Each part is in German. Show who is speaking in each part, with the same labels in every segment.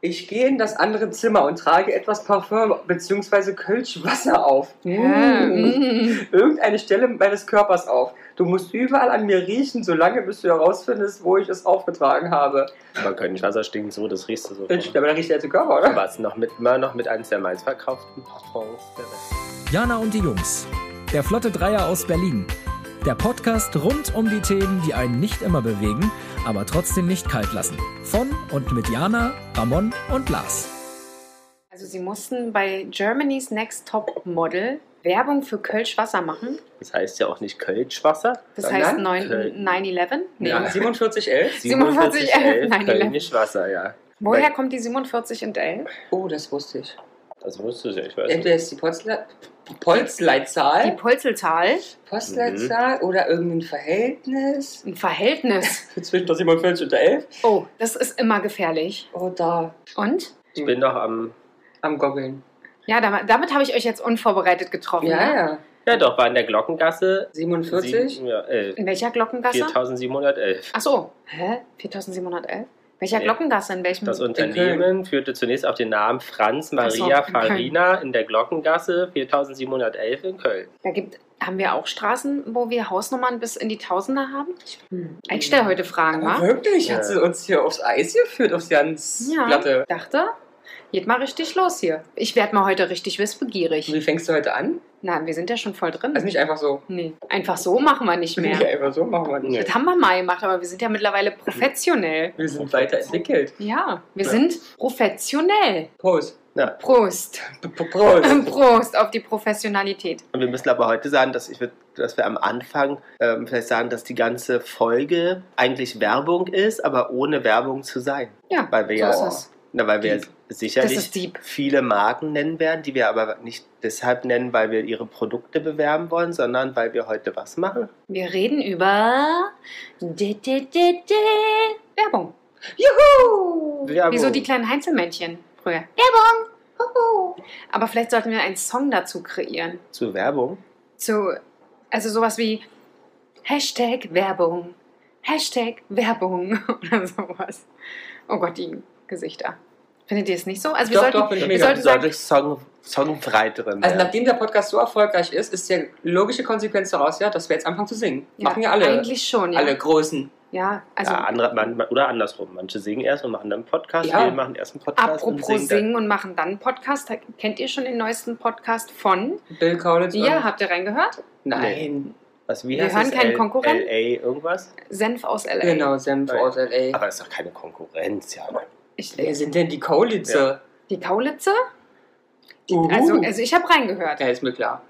Speaker 1: Ich gehe in das andere Zimmer und trage etwas Parfum bzw. Kölschwasser auf.
Speaker 2: Ja.
Speaker 1: Mm. Irgendeine Stelle meines Körpers auf. Du musst überall an mir riechen, solange bis du herausfindest, wo ich es aufgetragen habe.
Speaker 3: Aber Kölnwasser stinkt so, das riechst du so.
Speaker 1: Ich glaube, da riecht der ganze Körper, oder?
Speaker 3: Aber es ist noch mit, immer noch mit eines der meistverkauften Parfums der Welt.
Speaker 4: Jana und die Jungs. Der Flotte Dreier aus Berlin. Der Podcast rund um die Themen, die einen nicht immer bewegen, aber trotzdem nicht kalt lassen. Von und mit Jana, Ramon und Lars.
Speaker 2: Also sie mussten bei Germany's Next Top Model Werbung für Kölschwasser machen.
Speaker 3: Das heißt ja auch nicht Kölschwasser.
Speaker 2: Das
Speaker 1: Sondern
Speaker 2: heißt neun-
Speaker 3: Köln.
Speaker 2: 9-11. Nee.
Speaker 1: Ja. 4711?
Speaker 2: 47,
Speaker 3: 4711
Speaker 2: nein,
Speaker 3: Kölnisch Wasser, ja.
Speaker 2: Woher kommt die 47 und 11?
Speaker 1: Oh, das wusste ich.
Speaker 3: Das wusstest du ja, ich weiß nicht.
Speaker 1: Entweder ist die Postleitzahl
Speaker 2: Die
Speaker 1: Postleitzahl,
Speaker 2: Polzelzahl.
Speaker 3: Mhm.
Speaker 1: Postleitzahl oder irgendein Verhältnis
Speaker 2: Ein Verhältnis.
Speaker 1: zwischen der 47 und der 11
Speaker 2: Oh, das ist immer gefährlich.
Speaker 1: oder
Speaker 2: Und?
Speaker 3: Ich bin doch am.
Speaker 1: am Goggeln.
Speaker 2: Ja, damit, damit habe ich euch jetzt unvorbereitet getroffen.
Speaker 1: Ja,
Speaker 2: ne?
Speaker 1: ja.
Speaker 3: Ja, doch, war in der Glockengasse.
Speaker 1: 47?
Speaker 3: Sieben, ja, äh,
Speaker 2: In welcher Glockengasse?
Speaker 3: 4711.
Speaker 2: Ach so. Hä? 4711? Welcher
Speaker 3: Nee.
Speaker 2: Glockengasse? In welchem?
Speaker 3: Das
Speaker 1: In
Speaker 3: Unternehmen führte zunächst auf den Namen Franz
Speaker 2: Ach
Speaker 3: Maria
Speaker 2: so, in Köln.
Speaker 3: Farina in der Glockengasse 4711 in Köln.
Speaker 2: Da gibt, haben wir auch Straßen, wo wir Hausnummern bis in die Tausender haben? Hm. Ich stelle heute Fragen,
Speaker 1: Aber
Speaker 2: wa?
Speaker 1: Oh, wirklich
Speaker 3: Ja.
Speaker 1: hat sie uns hier aufs Eis geführt, aufs ganz
Speaker 2: Ja.
Speaker 1: Glatte.
Speaker 2: Dachte, geht mal richtig los hier. Ich werde mal heute richtig wissbegierig.
Speaker 1: Wie fängst du heute an?
Speaker 2: Na, wir sind ja schon voll drin.
Speaker 1: Also nicht einfach so.
Speaker 2: nee. Einfach so machen wir nicht
Speaker 1: Nicht
Speaker 2: mehr.
Speaker 1: einfach so machen wir nicht.
Speaker 3: Nee.
Speaker 2: Das haben wir mal gemacht, aber wir sind ja mittlerweile professionell.
Speaker 1: Wir sind weiterentwickelt.
Speaker 2: Ja, wir
Speaker 3: Ja.
Speaker 2: sind professionell.
Speaker 1: Prost.
Speaker 2: Prost.
Speaker 1: P- p- Prost.
Speaker 2: Prost auf die Professionalität.
Speaker 3: Und wir müssen aber heute sagen, dass, ich, würd- dass wir am Anfang ähm, vielleicht sagen, dass die ganze Folge eigentlich Werbung ist, aber ohne Werbung zu sein.
Speaker 2: Ja,
Speaker 3: Weil wir
Speaker 2: so
Speaker 3: ja-
Speaker 2: ist es.
Speaker 3: Na, weil wir
Speaker 1: Deep.
Speaker 2: Das
Speaker 3: sicherlich
Speaker 2: ist deep.
Speaker 3: viele Marken nennen werden, die wir aber nicht deshalb nennen, weil wir ihre Produkte bewerben wollen, sondern weil wir heute was machen.
Speaker 2: Wir reden über di- di- di- di- Werbung.
Speaker 1: Juhu!
Speaker 3: Werbung.
Speaker 2: Wieso die kleinen Heinzelmännchen früher? Werbung! Huhu. Aber vielleicht sollten wir einen Song dazu kreieren.
Speaker 3: Zur Werbung.
Speaker 2: Zu, also sowas wie Hashtag Werbung. Hashtag Werbung oder sowas. Oh Gott, die Gesichter. Findet ihr es nicht so? Also wir
Speaker 1: Doch,
Speaker 2: sollten,
Speaker 1: doch, finde ich
Speaker 2: wir
Speaker 1: mega.
Speaker 2: sollten sagen,
Speaker 3: Sollte Song,
Speaker 1: Also
Speaker 3: Songwriterin werden.
Speaker 1: nachdem der Podcast so erfolgreich ist, ist die logische Konsequenz daraus ja, dass wir jetzt anfangen zu singen.
Speaker 2: ja,
Speaker 1: Machen ja alle.
Speaker 2: Eigentlich schon, ja.
Speaker 1: Alle Großen.
Speaker 2: Ja, also
Speaker 3: ja, andere, man, man- oder andersrum. Manche singen erst und machen dann einen Podcast.
Speaker 1: Ja.
Speaker 3: Wir machen erst einen Podcast
Speaker 2: apropos
Speaker 3: und
Speaker 2: singen,
Speaker 3: singen.
Speaker 2: und machen dann einen Podcast. Kennt ihr schon den neuesten Podcast von?
Speaker 1: Bill Kaulitz. und-
Speaker 2: Ja, habt ihr reingehört?
Speaker 1: Nein.
Speaker 3: Dann. Was, wie
Speaker 2: Wir
Speaker 3: heißt
Speaker 2: hören
Speaker 3: es?
Speaker 2: keinen
Speaker 3: L-
Speaker 2: Konkurrenten.
Speaker 3: LA irgendwas?
Speaker 2: Senf aus LA.
Speaker 1: Genau, Senf
Speaker 3: Nein.
Speaker 1: aus L.A.
Speaker 3: Aber es ist doch keine Konkurrenz, ja.
Speaker 2: Ich,
Speaker 1: Wer sind denn die Kaulitze?
Speaker 2: die Kaulitze?
Speaker 1: Uhu.
Speaker 2: Also, also ich habe reingehört.
Speaker 1: Uh. ja, ist mir klar.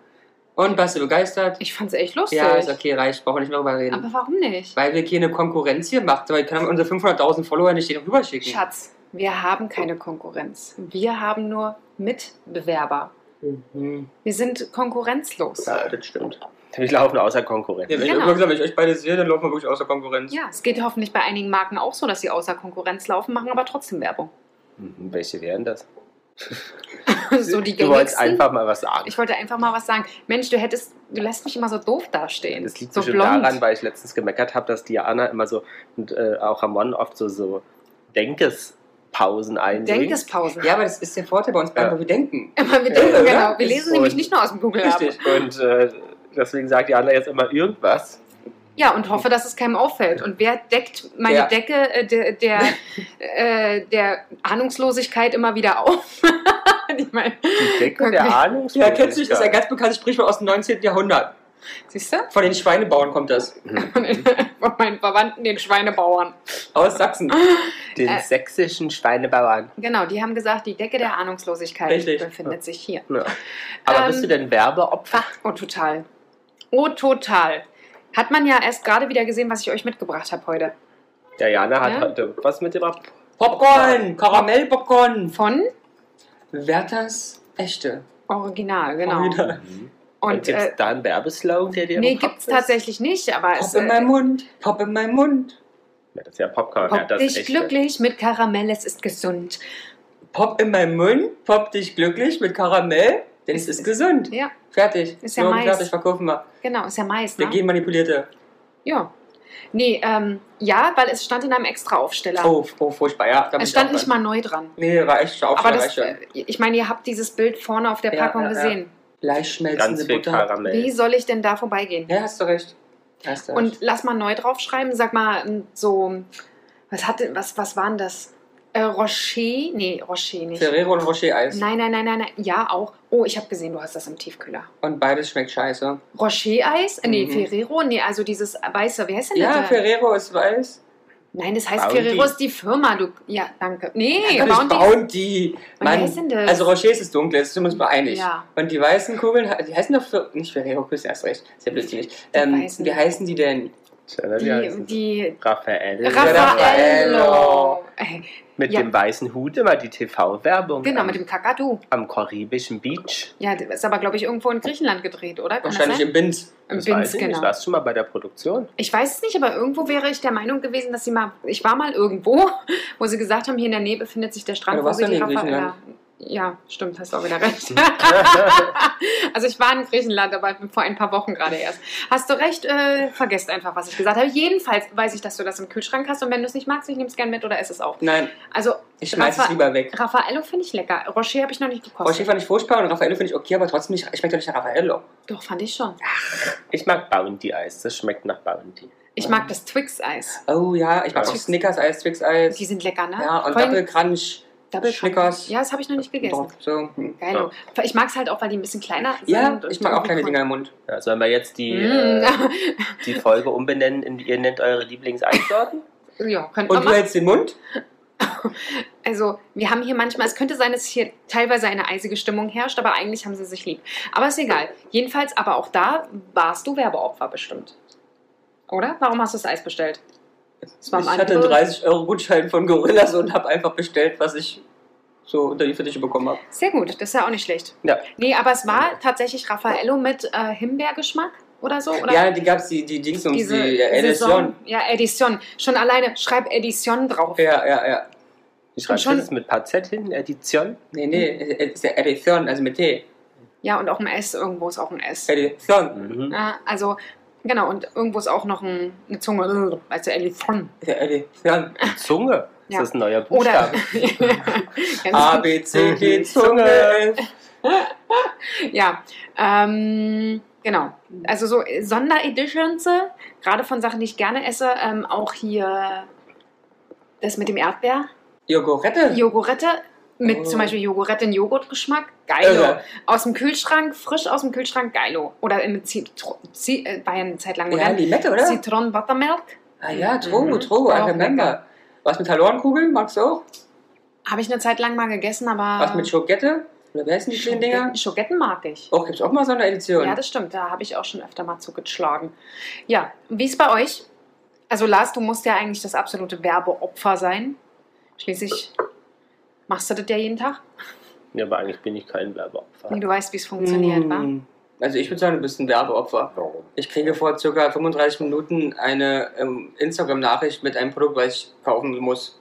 Speaker 1: Und warst du begeistert?
Speaker 2: Ich fand's echt lustig.
Speaker 1: Ja, ist okay, reicht. Brauchen wir nicht mehr drüber reden.
Speaker 2: Aber warum nicht?
Speaker 1: Weil wir keine Konkurrenz hier machen, weil können wir unsere 500.000 Follower nicht denen rüberschicken.
Speaker 2: Schatz, wir haben keine Konkurrenz. Wir haben nur Mitbewerber.
Speaker 1: Mhm.
Speaker 2: Wir sind konkurrenzlos.
Speaker 3: ja. Das stimmt. Wir laufen außer Konkurrenz.
Speaker 1: Ja, wenn,
Speaker 2: Genau.
Speaker 1: ich, wirklich, wenn ich euch beide sehe, dann laufen wir wirklich außer Konkurrenz.
Speaker 2: Ja, es geht hoffentlich bei einigen Marken auch so, dass sie außer Konkurrenz laufen, machen aber trotzdem Werbung.
Speaker 3: Mhm, Welche wären das?
Speaker 2: so die
Speaker 3: du wolltest
Speaker 2: gängigsten.
Speaker 3: einfach mal was sagen.
Speaker 2: Ich wollte einfach mal was sagen. Mensch, du hättest, du lässt mich immer so doof dastehen.
Speaker 3: Das liegt
Speaker 2: so
Speaker 3: bestimmt daran, weil ich letztens gemeckert habe, dass Diana immer so und äh, auch Ramon oft so, so Denkespausen einlegt.
Speaker 2: Denkespausen.
Speaker 1: Ja, aber das ist der Vorteil bei uns beiden,
Speaker 3: Ja.
Speaker 1: weil wir denken.
Speaker 2: aber wir
Speaker 3: Ja,
Speaker 2: denken
Speaker 1: oder?
Speaker 2: genau. Wir
Speaker 3: Ist
Speaker 2: lesen nämlich
Speaker 3: und-
Speaker 2: nicht nur aus dem Google ab.
Speaker 3: Richtig. Und äh, deswegen sagt Diana jetzt immer irgendwas.
Speaker 2: Ja, und hoffe, dass es keinem auffällt. Und wer deckt meine
Speaker 1: Ja.
Speaker 2: Decke äh, der, der, äh, der Ahnungslosigkeit immer wieder auf? ich meine,
Speaker 3: Die Decke der
Speaker 2: Wirklich?
Speaker 3: Ahnung.
Speaker 1: Ja, kennst du dich? Das ist ein ganz bekanntes Sprichwort aus dem 19. Jahrhundert.
Speaker 2: siehst du?
Speaker 1: Von den Schweinebauern kommt das.
Speaker 2: Von meinen Verwandten, den Schweinebauern.
Speaker 1: Aus Sachsen.
Speaker 3: Den
Speaker 2: Äh.
Speaker 3: sächsischen Schweinebauern.
Speaker 2: Genau, die haben gesagt, die Decke der Ahnungslosigkeit
Speaker 1: Richtig.
Speaker 2: befindet sich hier.
Speaker 3: Ja. Aber
Speaker 2: Ähm.
Speaker 3: bist du denn Werbeopfer?
Speaker 2: Oh, total. Oh, total. Hat man ja erst gerade wieder gesehen, was ich euch mitgebracht habe heute.
Speaker 3: Diana hat
Speaker 2: Ja.
Speaker 3: heute was mitgebracht.
Speaker 1: Popcorn! Karamellpopcorn!
Speaker 2: Von
Speaker 1: Werthers echte.
Speaker 2: Original, genau.
Speaker 1: Original.
Speaker 2: Und
Speaker 3: gibt es
Speaker 2: äh,
Speaker 3: da einen Werbeslogan, der dir
Speaker 2: nee,
Speaker 3: im Kopf
Speaker 2: gibt's
Speaker 3: ist?
Speaker 2: tatsächlich nicht, aber es
Speaker 1: Pop in meinem
Speaker 2: äh,
Speaker 1: Mund, Pop in meinem Mund.
Speaker 3: Ja, das ist ja Popcorn. ja,
Speaker 2: Pop
Speaker 3: das
Speaker 2: dich
Speaker 3: echte.
Speaker 2: glücklich mit Karamell, es ist gesund.
Speaker 1: Pop in meinem Mund, pop dich glücklich mit Karamell, denn es ist gesund.
Speaker 2: Ja,
Speaker 1: Fertig.
Speaker 2: Ist ja
Speaker 1: Slogan
Speaker 2: Mais.
Speaker 1: Fertig, verkaufen wir.
Speaker 2: genau, ist ja Mais,
Speaker 1: Wir
Speaker 2: ne?
Speaker 1: gehen manipulierte.
Speaker 2: Ja. Nee, ähm, ja, weil es stand in einem extra Aufsteller.
Speaker 1: Oh, oh furchtbar, ja. da bin
Speaker 2: es
Speaker 1: ich
Speaker 2: stand
Speaker 1: auch
Speaker 2: nicht
Speaker 1: dran.
Speaker 2: mal neu dran.
Speaker 1: Nee, war echt
Speaker 2: Aber
Speaker 1: Aufsteller.
Speaker 2: das, äh,
Speaker 1: Reiche.
Speaker 2: ich meine, ihr habt dieses Bild vorne auf der
Speaker 1: Ja,
Speaker 2: Packung
Speaker 1: ja, ja.
Speaker 2: gesehen.
Speaker 1: Leicht schmelzende
Speaker 3: Ganz viel
Speaker 1: Butter.
Speaker 2: Wie
Speaker 3: Karamell.
Speaker 2: soll ich denn da vorbeigehen?
Speaker 1: Ja, hast du recht. Hast du
Speaker 2: Und
Speaker 1: recht.
Speaker 2: lass mal neu draufschreiben, sag mal ähm, so, was hat denn, was, was waren das? Äh, Rocher? Nee, Rocher nicht.
Speaker 1: Ferrero und Rocher Eis.
Speaker 2: Nein, nein, nein, nein, nein. Ja, auch. Oh, ich habe gesehen, du hast das im Tiefkühler.
Speaker 1: Und beides schmeckt scheiße.
Speaker 2: Rocher-Eis? Äh, Nee,
Speaker 1: Mhm.
Speaker 2: Ferrero? Nee, also dieses weiße, wie heißt denn
Speaker 1: Ja,
Speaker 2: das?
Speaker 1: Ferrero ist weiß.
Speaker 2: Nein, das heißt
Speaker 3: Bounty.
Speaker 2: Ferrero ist die Firma. Du, ja, danke. Nee,
Speaker 1: Natürlich
Speaker 2: Bounty.
Speaker 1: Bounty.
Speaker 2: Wie
Speaker 1: Mann,
Speaker 2: heißt denn das?
Speaker 1: Also Rocher ist das Dunkle, das sind wir uns mal einig.
Speaker 2: Ja.
Speaker 1: Und die weißen Kugeln, die heißen doch für, nicht Ferrero Küsse, erst recht, ist ja blödsinnig. Ähm,
Speaker 2: weißen.
Speaker 1: wie heißen die denn?
Speaker 3: Tja, wie
Speaker 2: die,
Speaker 3: heißen die?
Speaker 2: die
Speaker 3: Raphael.
Speaker 2: Raffaello. Ey,
Speaker 3: Mit
Speaker 2: Ja.
Speaker 3: dem weißen Hut immer die TV-Werbung.
Speaker 2: Genau,
Speaker 3: am,
Speaker 2: mit dem Kakadu.
Speaker 3: am karibischen Beach.
Speaker 2: Ja, das ist aber, glaube ich, irgendwo in Griechenland gedreht, oder? Kann das
Speaker 1: Wahrscheinlich
Speaker 2: sein?
Speaker 1: im Bind.
Speaker 2: Im
Speaker 3: Das
Speaker 2: Binz,
Speaker 3: weiß ich
Speaker 2: genau.
Speaker 3: nicht. Warst du schon mal bei der Produktion?
Speaker 2: Ich weiß es nicht, aber irgendwo wäre ich der Meinung gewesen, dass sie mal. Ich war mal irgendwo, wo sie gesagt haben, hier in der Nähe befindet sich der Strand,
Speaker 1: Aber du warst
Speaker 2: wo sie
Speaker 1: doch
Speaker 2: die
Speaker 1: nie in
Speaker 2: Raffaella. Ja, stimmt, hast auch wieder recht. also ich war in Griechenland, aber vor ein paar Wochen gerade erst. Hast du recht, äh, vergesst einfach, was ich gesagt habe. Jedenfalls weiß ich, dass du das im Kühlschrank hast und wenn du es nicht magst, ich nehme es gern mit oder esse es auf.
Speaker 1: Nein,
Speaker 2: Also
Speaker 1: ich schmeiß es
Speaker 2: Raffa-
Speaker 1: lieber weg.
Speaker 2: Raffaello finde ich lecker. Rocher habe ich noch nicht
Speaker 1: Rocher
Speaker 2: gekostet.
Speaker 1: fand ich furchtbar und Raffaello finde ich okay, aber trotzdem nicht, schmeckt doch nicht nach Raffaello.
Speaker 2: Doch, fand ich schon.
Speaker 3: Ich mag Bounty-Eis. Das schmeckt nach Bounty.
Speaker 2: Ich mag das Twix-Eis.
Speaker 1: Oh ja, ich mag
Speaker 3: Ja.
Speaker 1: auch Snickers Eis, Twix Eis.
Speaker 2: Die sind lecker, ne?
Speaker 1: Ja, und
Speaker 2: Vor allem
Speaker 1: Double Crunch.
Speaker 2: Double
Speaker 1: Snickers.
Speaker 2: Ja, das habe ich noch nicht gegessen.
Speaker 1: Doch, so. hm.
Speaker 2: Geil. Ich mag es halt auch, weil die ein bisschen kleiner sind.
Speaker 1: Ja,
Speaker 2: und
Speaker 1: ich mag auch kleine
Speaker 2: cool.
Speaker 1: Dinger im Mund.
Speaker 3: Ja, sollen Also, wir jetzt die, äh,
Speaker 2: Mm.
Speaker 3: die Folge umbenennen in Ihr nennt eure Lieblingseissorten?
Speaker 2: ja, könnte
Speaker 1: Und
Speaker 2: man
Speaker 1: du
Speaker 2: machen.
Speaker 1: hältst den Mund?
Speaker 2: Also, wir haben hier manchmal, es könnte sein, dass hier teilweise eine eisige Stimmung herrscht, aber eigentlich haben sie sich lieb. Aber ist egal. Jedenfalls, aber auch da warst du Werbeopfer bestimmt. Oder? Warum hast du das Eis bestellt? Es war am
Speaker 1: Ich hatte einen
Speaker 2: Angebot.
Speaker 1: 30-Euro-Gutschein von Gorillas und habe einfach bestellt, was ich so unter die Fittiche bekommen habe.
Speaker 2: Sehr gut, das ist ja auch nicht schlecht.
Speaker 3: Ja.
Speaker 2: Nee, aber es war tatsächlich Raffaello mit äh, Himbeergeschmack oder so? Oder?
Speaker 1: Ja, die gab es, die, die Dings und
Speaker 2: diese
Speaker 1: die äh,
Speaker 2: Saison.
Speaker 1: Edition.
Speaker 2: Ja, Edition. Schon alleine, schreib Edition drauf.
Speaker 1: Ja, ja, ja.
Speaker 3: Ich schreibe
Speaker 2: schon-
Speaker 3: schon mit PZ hinten, Edition.
Speaker 1: Nee, nee,
Speaker 2: Hm.
Speaker 1: es ist ja Edition, also mit T.
Speaker 2: Ja, und auch ein S, irgendwo ist auch ein S.
Speaker 1: Edition.
Speaker 3: Mhm.
Speaker 2: Ja, also, genau, und irgendwo ist auch noch ein, eine Zunge, weißt du, Elifon.
Speaker 1: Ist ja Edition.
Speaker 3: Die Zunge.
Speaker 2: Ja.
Speaker 3: Das ist ein neuer
Speaker 2: Oder.
Speaker 3: Buchstabe.
Speaker 2: Ganz
Speaker 1: A,
Speaker 2: gut.
Speaker 1: B, C, D,
Speaker 3: Mhm.
Speaker 1: Zunge.
Speaker 2: ja, ähm, genau. Also so Sondereditions, gerade von Sachen, die ich gerne esse, ähm, auch hier das mit dem Erdbeer.
Speaker 1: Jogurette.
Speaker 2: Jogurette, mit
Speaker 1: Oh.
Speaker 2: zum Beispiel Jogurette in Joghurtgeschmack, geilo.
Speaker 1: Irre.
Speaker 2: Aus dem Kühlschrank, frisch aus dem Kühlschrank, geilo. Oder in Zitro Zi äh, war ja eine Zeit lang
Speaker 1: Ja,
Speaker 2: modern.
Speaker 1: Limette, oder?
Speaker 2: Zitronen Buttermilk.
Speaker 1: ah ja, Drogo,
Speaker 2: Mhm.
Speaker 1: Drogo, I
Speaker 2: Auch
Speaker 1: remember.
Speaker 2: lecker.
Speaker 1: Was mit Halorenkugeln, magst du auch?
Speaker 2: Habe ich eine Zeit lang mal gegessen, aber.
Speaker 1: Was mit Schogette? Oder wie heißen die kleinen Dinger?
Speaker 2: Schogetten- Schogetten mag ich.
Speaker 1: Auch gibt's auch mal so eine Edition.
Speaker 2: Ja, das stimmt. Da habe ich auch schon öfter mal zugeschlagen. Ja, wie ist bei euch? Also Lars, du musst ja eigentlich das absolute Werbeopfer sein. Schließlich machst du das ja jeden Tag.
Speaker 3: Ja, aber eigentlich bin ich kein Werbeopfer.
Speaker 2: Nee, du weißt, wie es funktioniert,
Speaker 1: Mm.
Speaker 2: wa?
Speaker 1: Also ich würde sagen, du bist ein Werbeopfer.
Speaker 3: Warum?
Speaker 1: Ich kriege vor circa 35 Minuten eine ähm, Instagram-Nachricht mit einem Produkt, was ich kaufen muss.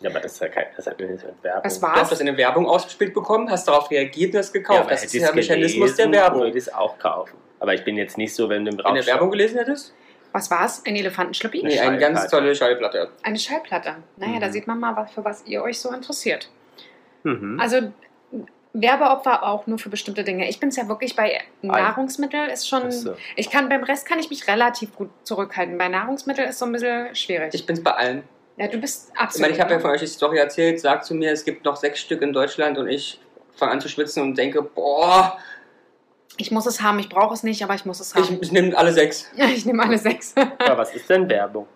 Speaker 3: Ja, aber das ist ja kein, das hat mir nichts mit Werbung.
Speaker 2: Was
Speaker 1: Du hast das
Speaker 2: war's?
Speaker 1: in der Werbung ausgespielt bekommen, hast darauf reagiert und hast
Speaker 3: Ja,
Speaker 1: gekauft.
Speaker 3: aber
Speaker 1: das
Speaker 3: hätte
Speaker 1: ist
Speaker 3: ich's
Speaker 1: der Mechanismus der
Speaker 3: gelesen,
Speaker 1: Werbung.
Speaker 3: Würde ich es auch kaufen. Aber ich bin jetzt nicht so, wenn du im
Speaker 1: Wenn du
Speaker 3: Raum
Speaker 1: Werbung gelesen hättest?
Speaker 2: Was war's? Ein Elefantenschlüppi?
Speaker 3: Eine
Speaker 1: Nee, Mm. eine ganz
Speaker 3: Schallplatte.
Speaker 1: tolle Schallplatte.
Speaker 2: Eine Schallplatte. Naja,
Speaker 3: Mhm.
Speaker 2: da sieht man mal, was- für was ihr euch so interessiert.
Speaker 1: Mm.
Speaker 3: mhm.
Speaker 2: Also Werbeopfer auch nur für bestimmte Dinge. Ich bin es ja wirklich bei Nahrungsmittel ist schon.
Speaker 3: Ach
Speaker 1: Also,
Speaker 3: so.
Speaker 2: Ich kann beim Rest kann ich mich relativ gut zurückhalten. Bei Nahrungsmittel ist so ein bisschen schwierig.
Speaker 1: Ich bin's bei allen.
Speaker 2: ja, du bist
Speaker 1: Ich
Speaker 2: absolut.
Speaker 1: meine, ich habe ja von euch die Story erzählt, sagt zu mir, es gibt noch sechs Stück in Deutschland und ich fange an zu schwitzen und denke, boah,
Speaker 2: Ich muss es haben, ich brauche es nicht, aber ich muss es
Speaker 1: ich,
Speaker 2: haben.
Speaker 1: ich nehme alle sechs.
Speaker 2: Ich, nehme alle sechs.
Speaker 3: Aber was ist denn Werbung?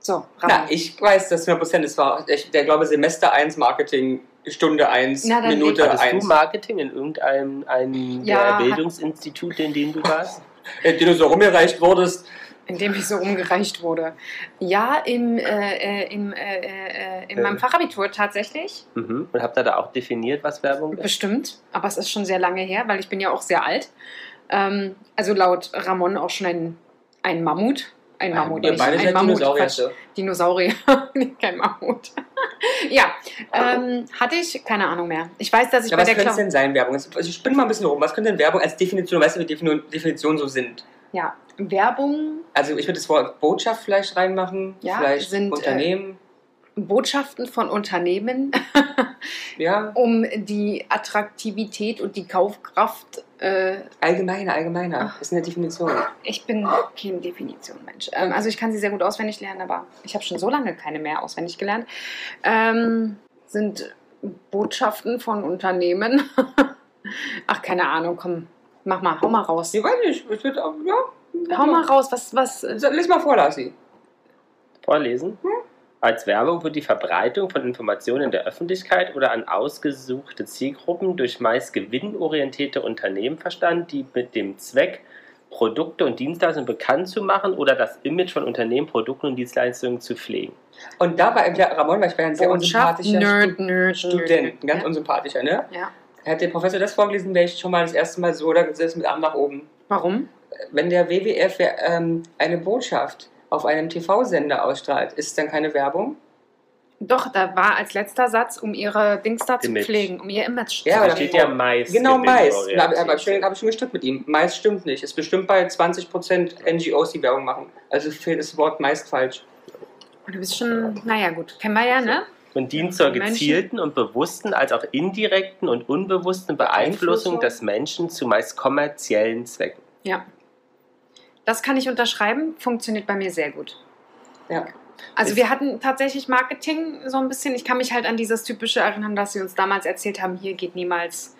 Speaker 2: So,
Speaker 1: Na,
Speaker 2: ran.
Speaker 1: ich weiß, dass 100% es war. Ich, der glaube, Semester 1 Marketing, Stunde 1,
Speaker 2: Na, dann
Speaker 1: Minute
Speaker 3: Hattest du
Speaker 1: 1.
Speaker 3: Marketing in irgendeinem einem
Speaker 2: Ja.
Speaker 3: der Bildungsinstitute, in dem du warst?
Speaker 1: Äh, den du so rumgereicht wurdest.
Speaker 2: Indem ich so rumgereicht wurde. Ja, im, äh, äh, im, äh, äh, in
Speaker 3: Äh.
Speaker 1: Ähm.
Speaker 2: meinem Fachabitur tatsächlich.
Speaker 3: Mhm. Und habt ihr da auch definiert, was Werbung ist?
Speaker 2: Bestimmt. Aber es ist schon sehr lange her, weil ich bin ja auch sehr alt. Ähm, also laut Ramon auch schon ein, ein Mammut. Ein
Speaker 3: Ein-
Speaker 2: Mammut,
Speaker 3: ihr
Speaker 2: nicht.
Speaker 1: beide
Speaker 2: ein
Speaker 1: seid
Speaker 2: Mammut,
Speaker 1: Dinosaurier.
Speaker 2: Quatsch. Dinosaurier, Nee, kein Mammut. ja, ähm, hatte ich keine Ahnung mehr. Ich weiß, dass ich
Speaker 1: Ja,
Speaker 2: bei
Speaker 1: was
Speaker 2: der
Speaker 1: könnte es
Speaker 2: Klausur...
Speaker 1: denn sein, Werbung? Also ich spinne mal ein bisschen rum. Was könnte denn Werbung als Definition, weißt du, wie Definitionen so sind?
Speaker 2: Ja, Werbung,
Speaker 1: Also ich würde das Wort Botschaft vielleicht reinmachen,
Speaker 2: Ja,
Speaker 1: vielleicht
Speaker 2: sind, äh,
Speaker 1: Unternehmen.
Speaker 2: Botschaften von Unternehmen,
Speaker 1: ja,
Speaker 2: um die Attraktivität und die Kaufkraft. Äh,
Speaker 1: allgemeiner, allgemeiner. Das ist eine Definition.
Speaker 2: ich bin kein Definition-Mensch. Ähm, also ich kann sie sehr gut auswendig lernen, aber ich habe schon so lange keine mehr auswendig gelernt. Ähm, sind Botschaften von Unternehmen. Ach, keine Ahnung, komm, mach mal, hau mal raus.
Speaker 1: Ich weiß nicht, ich würde auch, ja.
Speaker 2: Hau mal raus, was, was, äh,
Speaker 1: So, Lies mal vor, Lassi.
Speaker 3: Vorlesen.
Speaker 1: Hm?
Speaker 3: Als Werbung wird die Verbreitung von Informationen in der Öffentlichkeit oder an ausgesuchte Zielgruppen durch meist gewinnorientierte Unternehmen verstanden, die mit dem Zweck, Produkte und Dienstleistungen bekannt zu machen oder das Image von Unternehmen, Produkten und Dienstleistungen zu pflegen.
Speaker 1: Und da war eben der Ramon, weil ich war ja ein sehr
Speaker 2: Botschaft,
Speaker 1: unsympathischer
Speaker 2: nerd, nerd,
Speaker 1: Stu-
Speaker 2: nerd,
Speaker 1: Student, ein
Speaker 2: nerd.
Speaker 1: ganz unsympathischer, ne?
Speaker 2: Ja.
Speaker 1: Hat der Professor das vorgelesen, wäre ich schon mal das erste Mal so da gesessen mit Arm nach oben.
Speaker 2: Warum?
Speaker 1: Wenn der WWF ähm, eine Botschaft auf einem TV-Sender ausstrahlt, ist es dann keine Werbung?
Speaker 2: Doch, da war als letzter Satz, um ihre Dings da zu
Speaker 3: Image.
Speaker 2: pflegen, um ihr Image
Speaker 1: Ja,
Speaker 2: zu
Speaker 1: aber
Speaker 3: da
Speaker 1: dann-
Speaker 3: steht ja meist.
Speaker 1: Genau, Mais.
Speaker 3: gewinnorientiert.
Speaker 1: Da habe hab ich schon- hab ich schon gestimmt mit ihm. Mais stimmt nicht. Ist bestimmt bei 20% NGOs, die Werbung machen. Also fehlt das Wort meist falsch.
Speaker 2: Du bist schon, naja gut, kennen wir ja, ne?
Speaker 3: und dient zur
Speaker 2: Menschen-
Speaker 3: gezielten und bewussten als auch indirekten und unbewussten
Speaker 1: Beeinflussung?
Speaker 3: Beeinflussung des Menschen zu meist kommerziellen Zwecken.
Speaker 2: Ja. Das kann ich unterschreiben, funktioniert bei mir sehr gut.
Speaker 1: Ja.
Speaker 2: Also
Speaker 3: Ist-
Speaker 2: wir hatten tatsächlich Marketing so ein bisschen, ich kann mich halt an dieses typische erinnern, dass sie uns damals erzählt haben, hier geht niemals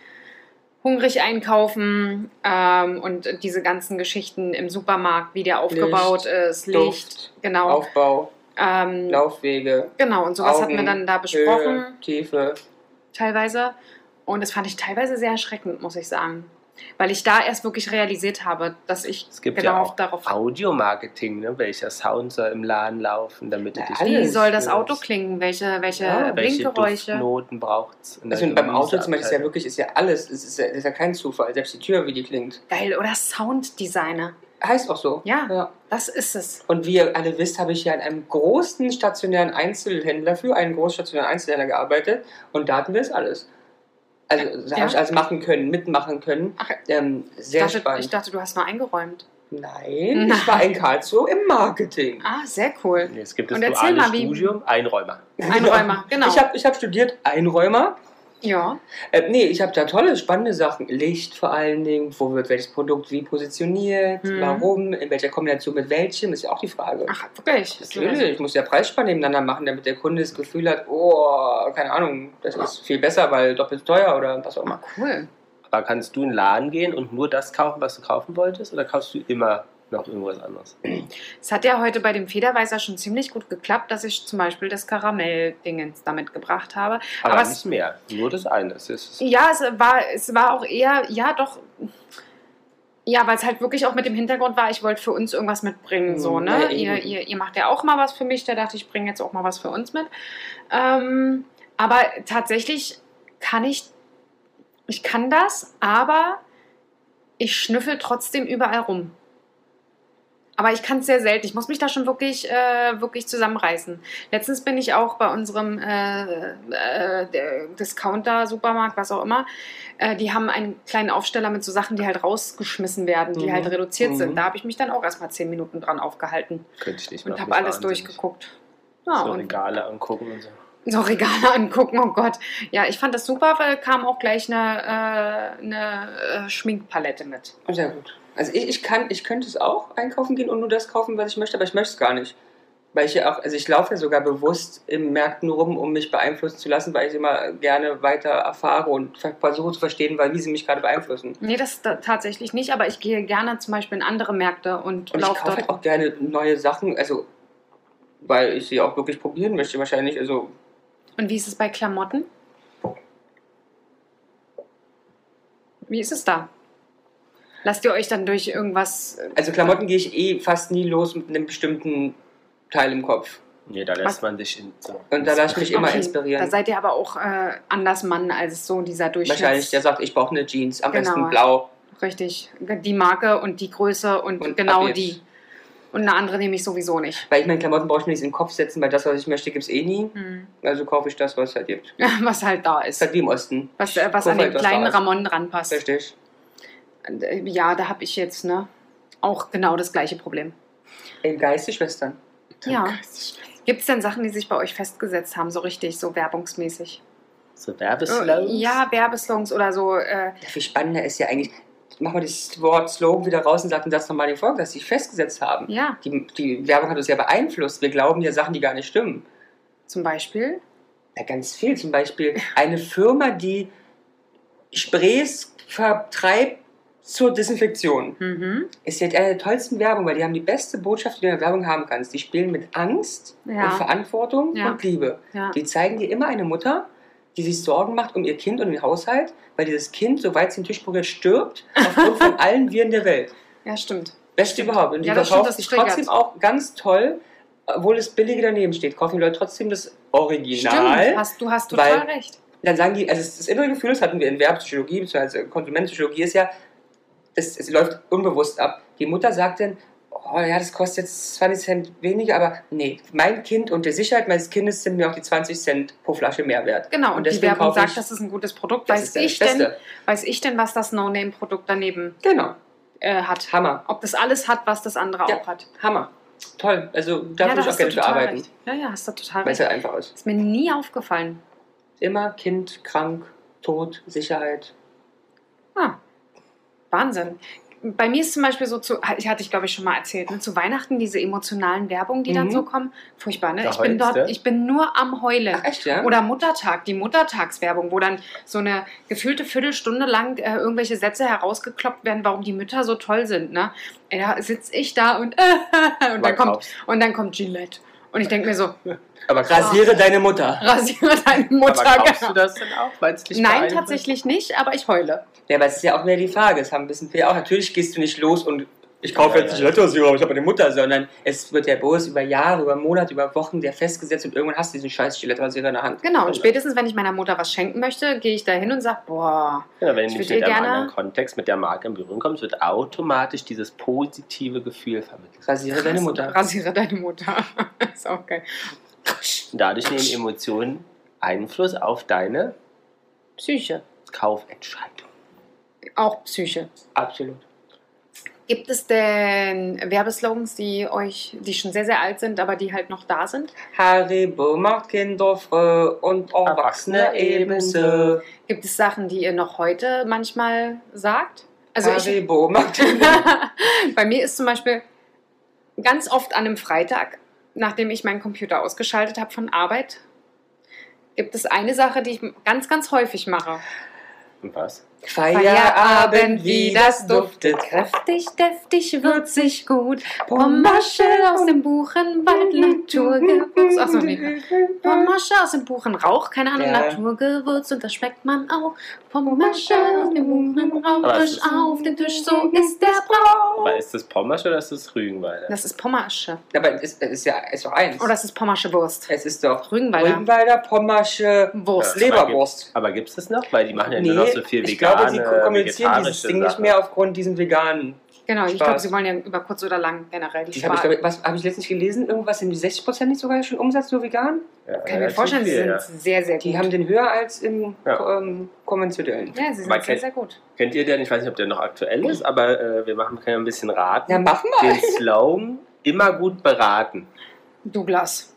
Speaker 2: hungrig einkaufen ähm, und diese ganzen Geschichten im Supermarkt, wie der aufgebaut ist, Licht,
Speaker 1: Duft,
Speaker 2: genau.
Speaker 1: Aufbau,
Speaker 2: ähm,
Speaker 1: Laufwege,
Speaker 2: Genau, und sowas hatten
Speaker 1: Augen,
Speaker 2: wir dann da besprochen,
Speaker 1: Höhe, Tiefe.
Speaker 2: teilweise. Und das fand ich teilweise sehr erschreckend, muss ich sagen. Weil ich da erst wirklich realisiert habe, dass ich
Speaker 3: Es gibt
Speaker 2: genau
Speaker 3: ja auch
Speaker 2: darauf.
Speaker 3: Audio-Marketing, ne? welcher Sound soll im Laden laufen, damit du
Speaker 1: Ja,
Speaker 3: dich
Speaker 1: alles.
Speaker 2: Wie soll das
Speaker 1: Alles.
Speaker 2: Auto klingen? Welche, welche
Speaker 1: Ja,
Speaker 3: welche
Speaker 2: Blinkgeräusche?
Speaker 3: Duftnoten braucht es.
Speaker 1: Also beim Auto zum Beispiel ist ja wirklich ist ja alles. Es ist ja, ist ja kein Zufall. Selbst die Tür, wie die klingt.
Speaker 2: Geil, oder Sounddesigner.
Speaker 1: Heißt auch so.
Speaker 2: Ja. Das ist es.
Speaker 1: Und wie ihr alle wisst, habe ich ja in einem großen stationären Einzelhändler für einen großen stationären Einzelhändler gearbeitet und da hatten wir das alles. Also da
Speaker 2: Ja.
Speaker 1: habe ich alles machen können, mitmachen können.
Speaker 2: Ach,
Speaker 1: Ähm, sehr
Speaker 2: ich, dachte,
Speaker 1: spannend.
Speaker 2: ich dachte, du hast nur eingeräumt.
Speaker 1: Nein,
Speaker 2: Nein.
Speaker 1: ich war in Karlsruhe im Marketing.
Speaker 2: Ah, sehr cool.
Speaker 3: Jetzt gibt es
Speaker 2: Und
Speaker 3: duales
Speaker 2: erzähl mal, wie-
Speaker 3: Studium, Einräumer.
Speaker 2: Einräumer, genau.
Speaker 1: Ich habe ich hab studiert Einräumer.
Speaker 2: ja,
Speaker 1: Äh, nee, ich habe da tolle, spannende Sachen. Licht vor allen Dingen, wo wird welches Produkt wie positioniert,
Speaker 2: Mhm.
Speaker 1: warum, in welcher Kombination mit welchem, ist ja auch die Frage.
Speaker 2: ach, wirklich. Das ist
Speaker 1: Natürlich, ich muss ja Preisspann nebeneinander machen, damit der Kunde das Gefühl hat, oh, keine Ahnung, das ist viel besser, weil doppelt teuer oder was auch immer.
Speaker 2: Cool.
Speaker 3: Aber kannst du in den Laden gehen und nur das kaufen, was du kaufen wolltest? Oder kaufst du immer noch irgendwas anderes?
Speaker 2: Es hat ja heute bei dem Federweißer schon ziemlich gut geklappt, dass ich zum Beispiel das Karamell-Dingens damit gebracht habe.
Speaker 3: Aber,
Speaker 2: Aber es-
Speaker 3: nicht mehr, nur das eine. Es ist,
Speaker 2: Ja, es war, es war auch eher, ja, doch. Ja, weil es halt wirklich auch mit dem Hintergrund war, ich wollte für uns irgendwas mitbringen, so,
Speaker 1: Mhm,
Speaker 2: ne?
Speaker 1: ja, eben.
Speaker 2: ihr, ihr, ihr macht ja auch mal was für mich, da dachte ich, ich bringe jetzt auch mal was für uns mit. Ähm, aber tatsächlich kann ich, ich kann das, aber ich schnüffel trotzdem überall rum. Aber ich kann es sehr selten. Ich muss mich da schon wirklich, äh, wirklich zusammenreißen. Letztens bin ich auch bei unserem äh, äh, der Discounter, Supermarkt, was auch immer. Äh, die haben einen kleinen Aufsteller mit so Sachen, die halt rausgeschmissen werden, die
Speaker 1: Mhm.
Speaker 2: halt reduziert
Speaker 1: Mhm.
Speaker 2: sind. Da habe ich mich dann auch erstmal zehn Minuten dran aufgehalten
Speaker 3: könnte ich nicht
Speaker 2: und
Speaker 3: machen,
Speaker 2: habe
Speaker 3: das ist
Speaker 2: alles
Speaker 3: wahnsinnig.
Speaker 2: durchgeguckt. Ja,
Speaker 3: so
Speaker 2: und
Speaker 3: Regale angucken und so.
Speaker 2: so Regale angucken, oh Gott. Ja, ich fand das super, weil kam auch gleich eine, äh, eine äh, Schminkpalette mit.
Speaker 1: Sehr gut. Also ich, ich kann, ich könnte es auch einkaufen gehen und nur das kaufen, was ich möchte, aber ich möchte es gar nicht. Weil ich ja auch, also ich laufe ja sogar bewusst in Märkten rum, um mich beeinflussen zu lassen, weil ich immer gerne weiter erfahre und ver- versuche zu verstehen, weil wie sie mich gerade beeinflussen.
Speaker 2: Nee, das ta- tatsächlich nicht, aber ich gehe gerne zum Beispiel in andere Märkte und,
Speaker 1: Und ich
Speaker 2: laufe
Speaker 1: kaufe
Speaker 2: dort.
Speaker 1: halt auch gerne neue Sachen, also weil ich sie auch wirklich probieren möchte wahrscheinlich. Also
Speaker 2: Und wie ist es bei Klamotten? Wie ist es da? Lasst ihr euch dann durch irgendwas.
Speaker 1: Also Klamotten gehe ich eh fast nie los mit einem bestimmten Teil im Kopf.
Speaker 3: Nee, da
Speaker 2: Was-
Speaker 3: lässt man sich in so.
Speaker 1: Und da lasse ich mich immer
Speaker 2: Okay, Da
Speaker 1: inspirieren.
Speaker 2: seid ihr aber auch äh, anders Mann als so dieser Durchschnitt.
Speaker 1: Wahrscheinlich, der sagt, ich brauche eine Jeans, am
Speaker 2: Genau.
Speaker 1: besten blau.
Speaker 2: Richtig. Die Marke und die Größe und,
Speaker 1: Und ab
Speaker 2: genau
Speaker 1: jetzt.
Speaker 2: die. Und eine andere nehme ich sowieso nicht.
Speaker 1: Weil ich meine, Klamotten brauche ich mir nicht in den Kopf setzen, weil das, was ich möchte, gibt es eh nie.
Speaker 2: Hm.
Speaker 1: Also kaufe ich das, was es halt gibt.
Speaker 2: Was halt da
Speaker 1: Das
Speaker 2: ist.
Speaker 1: ist halt wie im Osten.
Speaker 2: Was, äh, was
Speaker 1: Guck
Speaker 2: an
Speaker 1: mal,
Speaker 2: den
Speaker 1: was
Speaker 2: kleinen
Speaker 1: da ist.
Speaker 2: Ramon ranpasst.
Speaker 1: Richtig.
Speaker 2: Und, äh, Ja, da habe ich jetzt, ne? auch genau das gleiche Problem.
Speaker 1: Im Geist die Schwestern.
Speaker 2: Ja. Gibt es denn Sachen, die sich bei euch festgesetzt haben, so richtig, so werbungsmäßig? Äh,
Speaker 3: So Werbeslogans.
Speaker 2: Oh, Ja, Werbeslogans oder so. Äh,
Speaker 1: Ja, viel spannender ist ja eigentlich, machen wir das Wort Slogan wieder raus und sagt den Satz nochmal den Folgen, dass sie festgesetzt haben.
Speaker 2: ja,
Speaker 1: Die, die Werbung hat uns ja beeinflusst. Wir glauben ja Sachen, die gar nicht stimmen.
Speaker 2: zum Beispiel.
Speaker 1: Ja, ganz viel. Zum Beispiel eine Firma, die Sprays vertreibt zur Desinfektion.
Speaker 2: Mhm.
Speaker 1: Ist ja eine der tollsten Werbung, weil die haben die beste Botschaft, die du in der Werbung haben kannst. Die spielen mit Angst
Speaker 2: Ja.
Speaker 1: und Verantwortung
Speaker 2: Ja.
Speaker 1: und Liebe.
Speaker 2: Ja.
Speaker 1: Die zeigen dir immer eine Mutter, die sich Sorgen macht um ihr Kind und den Haushalt, weil dieses Kind, soweit es den Tisch berührt, stirbt, aufgrund von allen Viren der Welt.
Speaker 2: ja, stimmt.
Speaker 1: Beste überhaupt. Und die
Speaker 2: Ja, das
Speaker 1: verkauft
Speaker 2: stimmt, das
Speaker 1: sich
Speaker 2: triggert.
Speaker 1: trotzdem auch ganz toll, obwohl es billige daneben steht. Kaufen die Leute trotzdem das Original.
Speaker 2: Stimmt, hast, du hast total
Speaker 1: weil-
Speaker 2: recht.
Speaker 1: Dann sagen die, also das innere Gefühl, das hatten wir in Werbpsychologie, beziehungsweise Konsumentenpsychologie, ist ja, es, es läuft unbewusst ab. Die Mutter sagt dann, oh ja, das kostet jetzt 20 Cent weniger, aber nee, mein Kind und der Sicherheit meines Kindes sind mir auch die 20 Cent pro Flasche mehr wert.
Speaker 2: Genau, und die Werbung
Speaker 1: kaufe
Speaker 2: sagt, das ist ein gutes Produkt.
Speaker 1: das
Speaker 2: Weiß
Speaker 1: ist
Speaker 2: ich,
Speaker 1: das
Speaker 2: denn,
Speaker 1: Beste.
Speaker 2: weiß ich denn, was das No-Name-Produkt daneben
Speaker 1: Genau,
Speaker 2: äh, hat?
Speaker 1: Hammer,
Speaker 2: Ob das alles hat, was das andere
Speaker 1: Ja.
Speaker 2: auch hat?
Speaker 1: Hammer. Toll, also da
Speaker 2: ja,
Speaker 1: würde ich auch
Speaker 2: hast du
Speaker 1: gerne für
Speaker 2: total
Speaker 1: arbeiten,
Speaker 2: Recht. Ja, ja, hast du total
Speaker 1: weil es
Speaker 2: recht.
Speaker 1: halt einfach ist.
Speaker 2: Ist mir nie aufgefallen.
Speaker 1: Immer Kind, krank, tot, Sicherheit.
Speaker 2: Ah, Wahnsinn. Bei mir ist zum Beispiel so, zu, ich hatte ich glaube ich schon mal erzählt, ne, zu Weihnachten diese emotionalen Werbung, die dann
Speaker 1: Mhm.
Speaker 2: so kommen. Furchtbar, ne?
Speaker 3: Da
Speaker 2: Ich bin,
Speaker 3: heulst
Speaker 2: dort,
Speaker 3: du?
Speaker 2: ich bin nur am Heulen.
Speaker 1: Ach echt, ja?
Speaker 2: Oder Muttertag, die Muttertagswerbung, wo dann so eine gefühlte Viertelstunde lang äh, irgendwelche Sätze herausgekloppt werden, warum die Mütter so toll sind. Ne? Ey, Da sitze ich da und, und, dann kommt, und dann kommt Gillette. Und ich denke mir so,
Speaker 1: aber rasiere deine Mutter.
Speaker 2: rasiere deine
Speaker 3: Aber
Speaker 2: Mutter.
Speaker 3: kaufst
Speaker 2: genau.
Speaker 3: du das denn auch? Weil es dich
Speaker 2: Nein,
Speaker 3: beeinflusst?
Speaker 2: tatsächlich nicht, aber ich heule.
Speaker 1: Ja, aber es ist ja auch mehr die Frage. Es haben ein bisschen viel auch. Natürlich gehst du nicht los und ich kaufe
Speaker 3: Ja,
Speaker 1: jetzt
Speaker 3: ja.
Speaker 1: nicht Letteratur, aber ich habe eine Mutter, sondern es wird der Bus über Jahre, über Monate, über Wochen der festgesetzt und irgendwann hast du diesen scheiß Gillette-Rasierer in der Hand.
Speaker 2: Genau, und spätestens, wenn ich meiner Mutter was schenken möchte, gehe ich da hin und sage, boah,
Speaker 3: Ja, Genau, wenn
Speaker 2: Ich
Speaker 3: du nicht
Speaker 2: würd
Speaker 3: mit
Speaker 2: ihr
Speaker 3: einem
Speaker 2: gerne-
Speaker 3: anderen Kontext mit der Marke in Berührung kommst, wird automatisch dieses positive Gefühl vermittelt.
Speaker 1: Rasiere deine Mutter.
Speaker 2: rasiere deine Mutter. ist auch geil.
Speaker 3: Und dadurch nehmen Emotionen Einfluss auf deine
Speaker 2: Psyche.
Speaker 3: Kaufentscheidung.
Speaker 2: Auch Psyche.
Speaker 1: Absolut.
Speaker 2: Gibt es denn Werbeslogans, die euch, die schon sehr, sehr alt sind, aber die halt noch da sind?
Speaker 1: Haribo macht Kinder froh und Erwachsene
Speaker 3: Erwachsene
Speaker 1: ebenso.
Speaker 2: Gibt es Sachen, die ihr noch heute manchmal sagt? Also ich,
Speaker 1: Haribo macht
Speaker 2: bei mir ist zum Beispiel ganz oft an einem Freitag, nachdem ich meinen Computer ausgeschaltet habe von Arbeit, gibt es eine Sache, die ich ganz, ganz häufig mache.
Speaker 3: Und was?
Speaker 1: Feierabend, wie das duftet.
Speaker 2: Kräftig, deftig, würzig, gut. Pommasche
Speaker 1: Pommasche
Speaker 2: aus dem Buchenwald, Naturgewürz. Achso, nee. Pommasche aus dem Buchenrauch, keine Ahnung,
Speaker 1: Ja.
Speaker 2: Naturgewürz und das schmeckt man auch. Pommasche aus dem Buchenrauch,
Speaker 3: Aber es
Speaker 2: frisch
Speaker 3: ist-
Speaker 2: auf den Tisch, so ist der Brauch.
Speaker 3: Aber ist das Pommersch oder ist das Rügenwalder?
Speaker 2: Das ist Pommasche.
Speaker 1: Aber es ist, es ist ja es ist doch eins.
Speaker 2: Oder es ist Pommasche Wurst.
Speaker 1: es ist doch
Speaker 2: Rügenwalder.
Speaker 1: Rügenwalder, Pommersche,
Speaker 2: Wurst.
Speaker 3: Ja.
Speaker 1: Leberwurst.
Speaker 3: Aber gibt es das noch? Weil die machen ja nur
Speaker 1: Nee,
Speaker 3: noch so viel
Speaker 1: ich
Speaker 3: vegane,
Speaker 1: glaube, sie kommunizieren dieses
Speaker 3: vegetarische
Speaker 1: Ding nicht
Speaker 3: Sachen.
Speaker 1: mehr aufgrund diesen veganen.
Speaker 2: Genau, ich
Speaker 1: Spaß.
Speaker 2: glaube, sie wollen ja über kurz oder lang generell die
Speaker 1: Ich habe ich,
Speaker 2: Spaß.
Speaker 1: glaube, was habe ich letztens gelesen? Irgendwas in die 60 nicht sogar schon Umsatz nur vegan.
Speaker 3: Ja,
Speaker 2: Kann mir
Speaker 3: relativ
Speaker 2: vorstellen, sie
Speaker 3: viel,
Speaker 2: sind
Speaker 3: ja.
Speaker 2: sehr, sehr gut.
Speaker 1: Die haben den höher als im
Speaker 3: Ja.
Speaker 1: ähm, konventionellen.
Speaker 2: ja, sie sind
Speaker 3: Aber
Speaker 2: sehr,
Speaker 3: kenn-
Speaker 2: sehr gut.
Speaker 3: Kennt ihr den? Ich weiß nicht, ob der noch aktuell ist, aber äh, wir machen, können ja ein bisschen raten.
Speaker 1: Na, machen wir.
Speaker 3: den Slogan immer gut beraten.
Speaker 2: Douglas.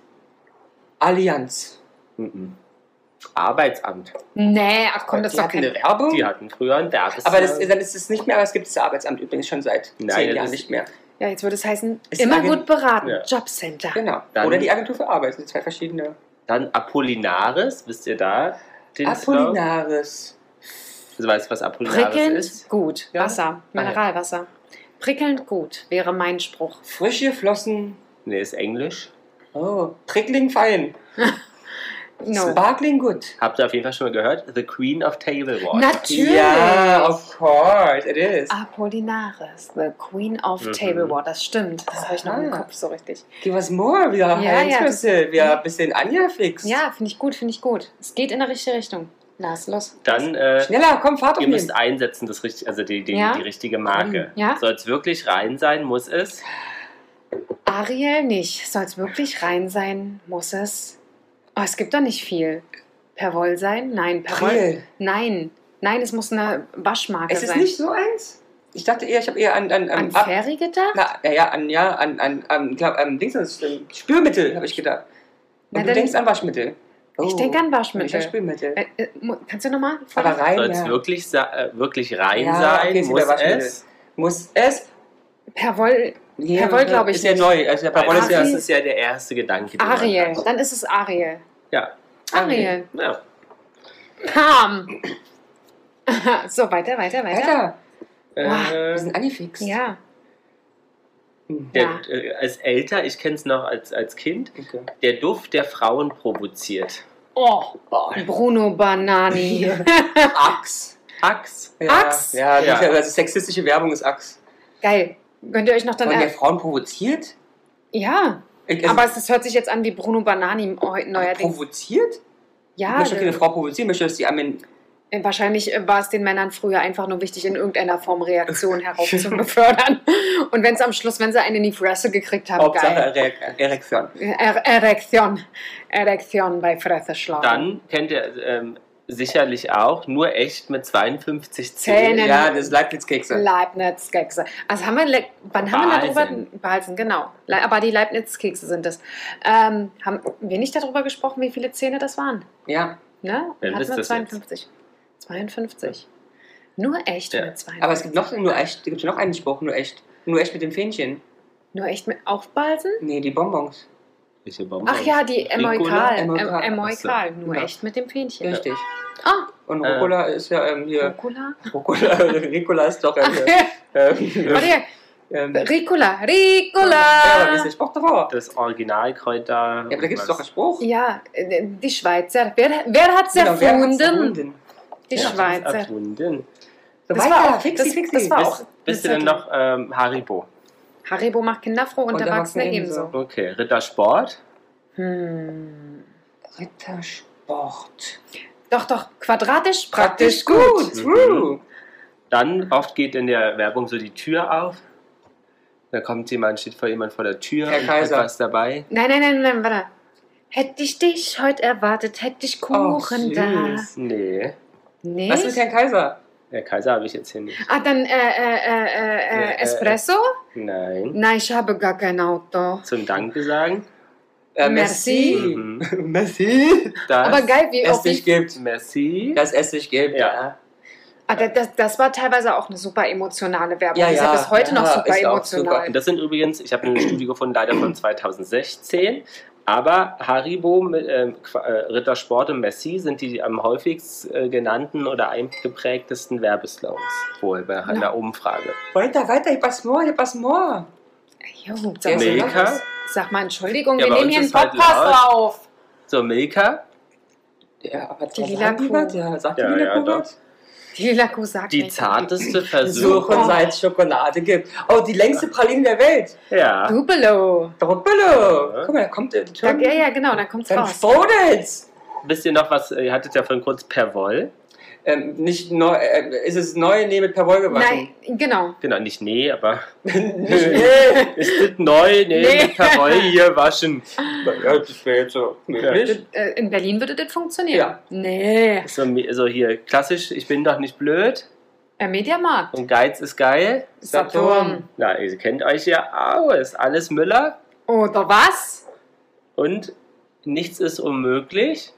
Speaker 1: Allianz.
Speaker 3: Mhm. Arbeitsamt.
Speaker 2: Nee, ach komm, das
Speaker 1: die
Speaker 2: ist doch
Speaker 1: hatten
Speaker 2: kein
Speaker 1: eine Werbung.
Speaker 3: Die hatten früher ein Werbes.
Speaker 1: aber das, dann ist es nicht mehr, aber es gibt das Arbeitsamt übrigens schon seit
Speaker 3: Nein,
Speaker 1: zehn
Speaker 3: das
Speaker 1: Jahren
Speaker 3: ist-
Speaker 1: nicht mehr.
Speaker 2: Ja, jetzt würde es heißen,
Speaker 1: Ist
Speaker 2: immer
Speaker 1: Agent-
Speaker 2: gut beraten.
Speaker 3: Ja.
Speaker 2: Jobcenter.
Speaker 1: Genau.
Speaker 3: Dann-
Speaker 1: Oder die Agentur für Arbeit. Das sind zwei verschiedene.
Speaker 3: Dann Apollinaris, wisst ihr da? Den Slogan?
Speaker 1: Apollinaris.
Speaker 3: Du weißt, was Apollinaris
Speaker 2: Prickelnd
Speaker 3: ist?
Speaker 2: gut.
Speaker 3: Ja.
Speaker 2: Wasser. Mineralwasser. Prickelnd gut wäre mein Spruch.
Speaker 1: Frische Flossen.
Speaker 3: Nee, ist Englisch.
Speaker 1: Oh, prickling fein.
Speaker 2: No.
Speaker 1: Sparkling good.
Speaker 3: Habt ihr auf jeden Fall schon mal gehört? The Queen of Table Watch.
Speaker 2: Natürlich.
Speaker 1: Ja, of course, it is.
Speaker 2: Apollinaris, the Queen of
Speaker 3: Mhm.
Speaker 2: Table War. Das stimmt. Das habe ich noch im
Speaker 1: Ah.
Speaker 2: Kopf so richtig.
Speaker 1: Give us more. Wir haben
Speaker 2: Ja,
Speaker 1: Heinz
Speaker 2: ja.
Speaker 1: Rüssel, wir haben ein bisschen Anja fix.
Speaker 2: Ja, finde ich gut, finde ich gut. Es geht in der richtigen Richtung. Lars, los.
Speaker 3: Dann, äh,
Speaker 1: Schneller, komm, Fahrt
Speaker 3: ihr müsst
Speaker 1: aufnehmen.
Speaker 3: einsetzen, das richtig, also die, die,
Speaker 2: Ja?
Speaker 3: die richtige Marke.
Speaker 2: Ja?
Speaker 3: Soll es wirklich rein sein, muss es.
Speaker 2: Ariel nicht. Soll es wirklich rein sein? Muss es? Oh, es gibt doch nicht viel. Perwoll sein? Nein. Perwoll?
Speaker 1: April.
Speaker 2: Nein. Nein, es muss eine Waschmarke
Speaker 1: Es ist
Speaker 2: sein.
Speaker 1: nicht so eins. Ich dachte eher, ich habe eher an, an,
Speaker 2: An
Speaker 1: an, Ähm, ab,
Speaker 2: Ferry gedacht?
Speaker 1: na, ja, ja, an, ja, an, an, an, glaub, an Dings, an Spülmittel, habe ich gedacht.
Speaker 2: Na,
Speaker 1: Und du
Speaker 2: dann-
Speaker 1: denkst an Waschmittel. Oh,
Speaker 2: ich denke an
Speaker 1: Ich an
Speaker 2: Waschmittel.
Speaker 1: Spülmittel.
Speaker 2: Äh, äh, mu- kannst du nochmal?
Speaker 1: Aber
Speaker 3: Soll
Speaker 1: rein,
Speaker 3: es
Speaker 1: ja.
Speaker 3: wirklich, sa- äh, wirklich rein
Speaker 1: Ja,
Speaker 3: sein?
Speaker 1: okay, ist
Speaker 3: Muss
Speaker 1: wieder Waschmittel.
Speaker 3: es?
Speaker 1: Muss es?
Speaker 2: Perwoll, Jawohl, glaub ich
Speaker 1: Ist ja
Speaker 2: nicht.
Speaker 1: neu. Also der
Speaker 3: Weil
Speaker 1: Parol ist ja...
Speaker 3: das ist ja der erste Gedanke. den man
Speaker 2: Ariel.
Speaker 3: hat.
Speaker 2: Dann ist es Ariel.
Speaker 3: Ja.
Speaker 2: Ariel.
Speaker 3: ja.
Speaker 2: Pam. so, weiter, weiter, weiter.
Speaker 1: Alter,
Speaker 3: Äh,
Speaker 1: Ah, wir sind angefixt.
Speaker 2: Ja.
Speaker 1: Hm.
Speaker 3: der,
Speaker 2: Ja.
Speaker 3: äh, als älter, ich kenne es noch als, als Kind,
Speaker 1: Okay.
Speaker 3: der Duft, der Frauen provoziert.
Speaker 2: Oh, Bruno Banani.
Speaker 1: Axt.
Speaker 3: Axt.
Speaker 1: Ja,
Speaker 2: Axt?
Speaker 1: Ja, das
Speaker 3: Ja.
Speaker 1: ist ja, also sexistische Werbung ist Axt.
Speaker 2: Geil. Könnt ihr euch noch dann.
Speaker 1: Wollen wir
Speaker 2: Er
Speaker 1: Frauen provoziert?
Speaker 2: ja,
Speaker 1: Ich, also
Speaker 2: aber es, das hört sich jetzt an wie Bruno Banani heu- neuerdings.
Speaker 1: provoziert?
Speaker 2: Ja,
Speaker 1: Möchte eine
Speaker 2: das,
Speaker 1: Frau provozieren? Möchte, dass die Amen...
Speaker 2: wahrscheinlich äh, war es den Männern früher einfach nur wichtig, in irgendeiner Form Reaktionen heraufzubefördern. Und wenn es am Schluss, wenn sie einen in die Fresse gekriegt haben, geil.
Speaker 1: Hauptsache Erek- Erektion.
Speaker 2: Er Erektion. Erektion bei Fresse schlagen.
Speaker 3: Dann kennt ihr ähm, sicherlich auch nur echt mit 52
Speaker 2: Zähne.
Speaker 3: Zähnen.
Speaker 1: Ja, das ist Leibniz-Kekse.
Speaker 2: Leibniz-Kekse. Also haben wir, Le wann haben wir
Speaker 3: Balsen.
Speaker 2: darüber, Balsen, genau. Le aber die Leibniz-Kekse sind es. Ähm, haben wir nicht darüber gesprochen, wie viele Zähne das waren?
Speaker 1: Ja,
Speaker 2: Ne?
Speaker 3: Dann
Speaker 2: Hatten
Speaker 3: wisst
Speaker 2: wir
Speaker 3: ihr's
Speaker 2: 52. 52. Nur echt
Speaker 3: Ja.
Speaker 2: mit 52.
Speaker 1: aber es gibt noch nur echt, gibt noch einen Spruch, nur echt. Nur echt mit dem Fähnchen.
Speaker 2: Nur echt mit Aufbalsen?
Speaker 1: Nee, die Bonbons.
Speaker 3: Ich hab auch
Speaker 2: Ach ja, die Emoikal.
Speaker 1: Emoikal. genau.
Speaker 2: Emoikal. Nur
Speaker 1: Ja.
Speaker 2: echt mit dem Fähnchen.
Speaker 1: Richtig.
Speaker 2: Ah,
Speaker 1: Und
Speaker 3: Äh.
Speaker 1: Rucola ist ja ähm, hier.
Speaker 2: Rucola.
Speaker 1: Rucola, Ricola ist doch ähm,
Speaker 2: Ach,
Speaker 1: hier. Ähm,
Speaker 2: warte,
Speaker 1: ähm,
Speaker 2: Ricola.
Speaker 1: Ja, aber wie
Speaker 2: Ricola.
Speaker 1: ist der Spruch davor?
Speaker 3: Das Originalkräuter.
Speaker 1: Ja, aber da gibt es doch einen Spruch.
Speaker 2: Ja, äh, die Schweizer. Wer, wer hat's
Speaker 1: Genau, wer hat's
Speaker 2: erfunden?
Speaker 1: erfunden?
Speaker 2: Die Schweizer.
Speaker 3: Erfunden.
Speaker 1: So
Speaker 2: Das
Speaker 1: weiter,
Speaker 2: war auch-
Speaker 1: fixi,
Speaker 2: das-
Speaker 1: fixi.
Speaker 2: das war auch-
Speaker 3: Bist, bist du denn noch ähm, Haribo?
Speaker 2: Haribo macht Kinder froh und, Erwachsene ebenso.
Speaker 3: Okay, Rittersport.
Speaker 2: Hm.
Speaker 1: Rittersport.
Speaker 2: Doch, doch, quadratisch praktisch, gut.
Speaker 3: Mhm.
Speaker 1: True.
Speaker 3: Dann oft geht in der Werbung so die Tür auf. Da kommt jemand, steht vor jemand vor der Tür
Speaker 1: Herr
Speaker 3: und
Speaker 1: Kaiser.
Speaker 3: hat was dabei.
Speaker 2: Nein, nein, nein, nein, warte. Hätte ich dich heute erwartet, hätte ich Kuchen
Speaker 1: Oh,
Speaker 2: da.
Speaker 1: süß.
Speaker 3: Nee,
Speaker 2: Nee.
Speaker 1: Was ist mit Herrn Kaiser?
Speaker 3: Herr Kaiser habe ich jetzt hier nicht.
Speaker 2: Ah, dann äh, äh, äh, äh,
Speaker 3: Äh,
Speaker 2: äh,
Speaker 3: äh,
Speaker 2: Espresso?
Speaker 3: Nein.
Speaker 2: Nein, ich habe gar kein Auto.
Speaker 3: Zum Danke sagen.
Speaker 1: Äh,
Speaker 2: Merci.
Speaker 3: Mhm.
Speaker 1: Messi.
Speaker 3: Das,
Speaker 2: Aber geil, wie
Speaker 1: Es
Speaker 2: auch
Speaker 1: dich
Speaker 2: wie,
Speaker 1: gibt.
Speaker 3: Merci.
Speaker 1: Dass es dich gibt.
Speaker 3: Ja.
Speaker 2: ah, das, das, das war teilweise auch eine super emotionale Werbung.
Speaker 1: Ja,
Speaker 2: die ist ja
Speaker 1: ja.
Speaker 2: bis heute noch
Speaker 1: Ja,
Speaker 2: super
Speaker 1: ist auch
Speaker 2: emotional.
Speaker 3: Und das sind übrigens, ich habe eine Studie gefunden, leider von 2016. Aber Haribo, mit, äh, Qua- äh, Rittersport und Messi sind die am häufigst äh, genannten oder eingeprägtesten Werbeslogans wohl bei
Speaker 2: Ja.
Speaker 3: einer Umfrage.
Speaker 1: Weiter, weiter, ich pass more, ich pass more.
Speaker 2: Jo,
Speaker 1: Ja,
Speaker 2: sag, mal,
Speaker 1: so
Speaker 3: Milka,
Speaker 1: was.
Speaker 2: sag mal, Entschuldigung,
Speaker 3: Ja,
Speaker 2: wir
Speaker 3: bei
Speaker 2: nehmen
Speaker 3: uns
Speaker 2: hier einen
Speaker 3: ist halt
Speaker 2: Podcast
Speaker 3: laut.
Speaker 2: auf.
Speaker 3: so Milka,
Speaker 1: Ja, aber
Speaker 2: Die
Speaker 1: was
Speaker 2: lila
Speaker 1: sagt die
Speaker 2: Kuh.
Speaker 1: was? Ja, sagt die
Speaker 3: Ja,
Speaker 1: lila
Speaker 3: ja,
Speaker 1: Kuh
Speaker 3: doch. Also
Speaker 1: was?
Speaker 2: Die Laku sagt
Speaker 3: die
Speaker 2: nicht.
Speaker 3: zarteste
Speaker 2: Oh.
Speaker 1: Suchen,
Speaker 3: Versuchung.
Speaker 1: seit es Schokolade gibt. Oh, die längste Praline der Welt.
Speaker 3: Ja.
Speaker 2: Dubelo.
Speaker 1: Druppelo.
Speaker 3: Ja.
Speaker 1: Guck mal, da kommt der
Speaker 2: Ja,
Speaker 1: Turm.
Speaker 2: ja, ja, genau, dann kommt's
Speaker 1: Dann
Speaker 2: raus.
Speaker 1: Frodel's.
Speaker 3: Wisst ihr noch was, äh, ihr hattet ja vorhin kurz Perwoll.
Speaker 1: Ähm, nicht neu, äh, ist es neu? Nee, mit Perwoll gewaschen.
Speaker 2: Nein, genau.
Speaker 3: Genau, nicht nee, aber
Speaker 1: nicht, nee.
Speaker 3: ist das neu? Nee,
Speaker 2: Nee.
Speaker 3: mit Perwoll hier waschen.
Speaker 1: Ja, das wäre jetzt so möglich.
Speaker 2: Äh, In Berlin würde das funktionieren.
Speaker 1: Ja.
Speaker 2: Nee.
Speaker 3: So, so hier klassisch, ich bin doch nicht blöd
Speaker 2: Äh, Mediamarkt.
Speaker 3: und Geiz ist geil.
Speaker 2: Saturn.
Speaker 3: Na, ihr kennt euch ja aus. Alles Müller
Speaker 2: Oder was?
Speaker 3: und nichts ist unmöglich.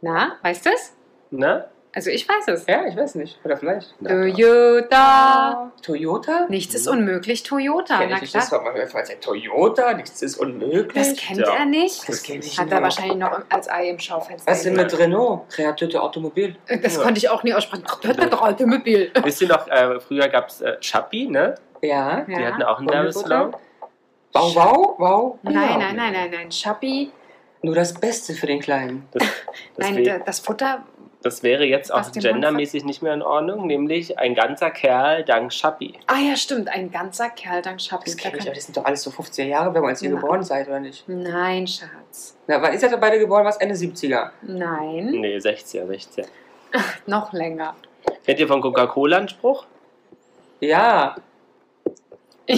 Speaker 2: Na, weißt du es?
Speaker 3: Ne?
Speaker 2: Also ich weiß es.
Speaker 1: Ja, ich weiß nicht. Oder vielleicht.
Speaker 2: Äh,
Speaker 3: Na doch.
Speaker 2: Toyota.
Speaker 1: Toyota?
Speaker 2: Nichts ist unmöglich, Toyota.
Speaker 1: Kenn
Speaker 2: Na
Speaker 1: ich nicht. Das
Speaker 2: klar.
Speaker 1: war mal ein Toyota, nichts ist
Speaker 2: Das
Speaker 1: unmöglich.
Speaker 2: kennt
Speaker 3: Ja.
Speaker 2: er nicht.
Speaker 1: Das kenn ich
Speaker 2: Hat er
Speaker 1: nicht.
Speaker 2: wahrscheinlich noch als Ei im Schaufenster. Äh,
Speaker 1: Was ist denn mit Renault? Kreative Automobil.
Speaker 2: das
Speaker 3: Ja.
Speaker 2: konnte ich auch nie aussprechen. Toyota doch Automobil.
Speaker 3: Wisst ihr noch, äh, früher gab es äh, Chappi, ne?
Speaker 1: Ja.
Speaker 3: Die hatten
Speaker 2: Ja.
Speaker 3: auch einen
Speaker 1: Bambi
Speaker 3: Werbeslogan.
Speaker 1: Wow, wow, wow. ja.
Speaker 2: Nein, nein, nein, nein, nein. Schappi.
Speaker 1: Nur das Beste für den Kleinen.
Speaker 3: Das,
Speaker 2: Nein,
Speaker 3: wär-
Speaker 2: da- das Futter.
Speaker 3: das wäre jetzt auch
Speaker 2: Was dem Hund
Speaker 3: gendermäßig nicht mehr in Ordnung, nämlich ein ganzer Kerl dank Chappi.
Speaker 2: Ah ja, stimmt. Ein ganzer Kerl dank Schappi.
Speaker 1: Das kenne ich, aber das sind doch alles so 50er Jahre, wenn man als ihr
Speaker 2: Nein.
Speaker 1: geboren seid, oder nicht?
Speaker 2: Nein, Schatz.
Speaker 1: Na, wann ist ihr beide geboren? Was? Ende 70er.
Speaker 2: Nein.
Speaker 3: Nee, 16er, 16er.
Speaker 2: Noch länger.
Speaker 3: Kennt ihr von Coca-Cola einen Spruch?
Speaker 1: Ja.
Speaker 2: Ja.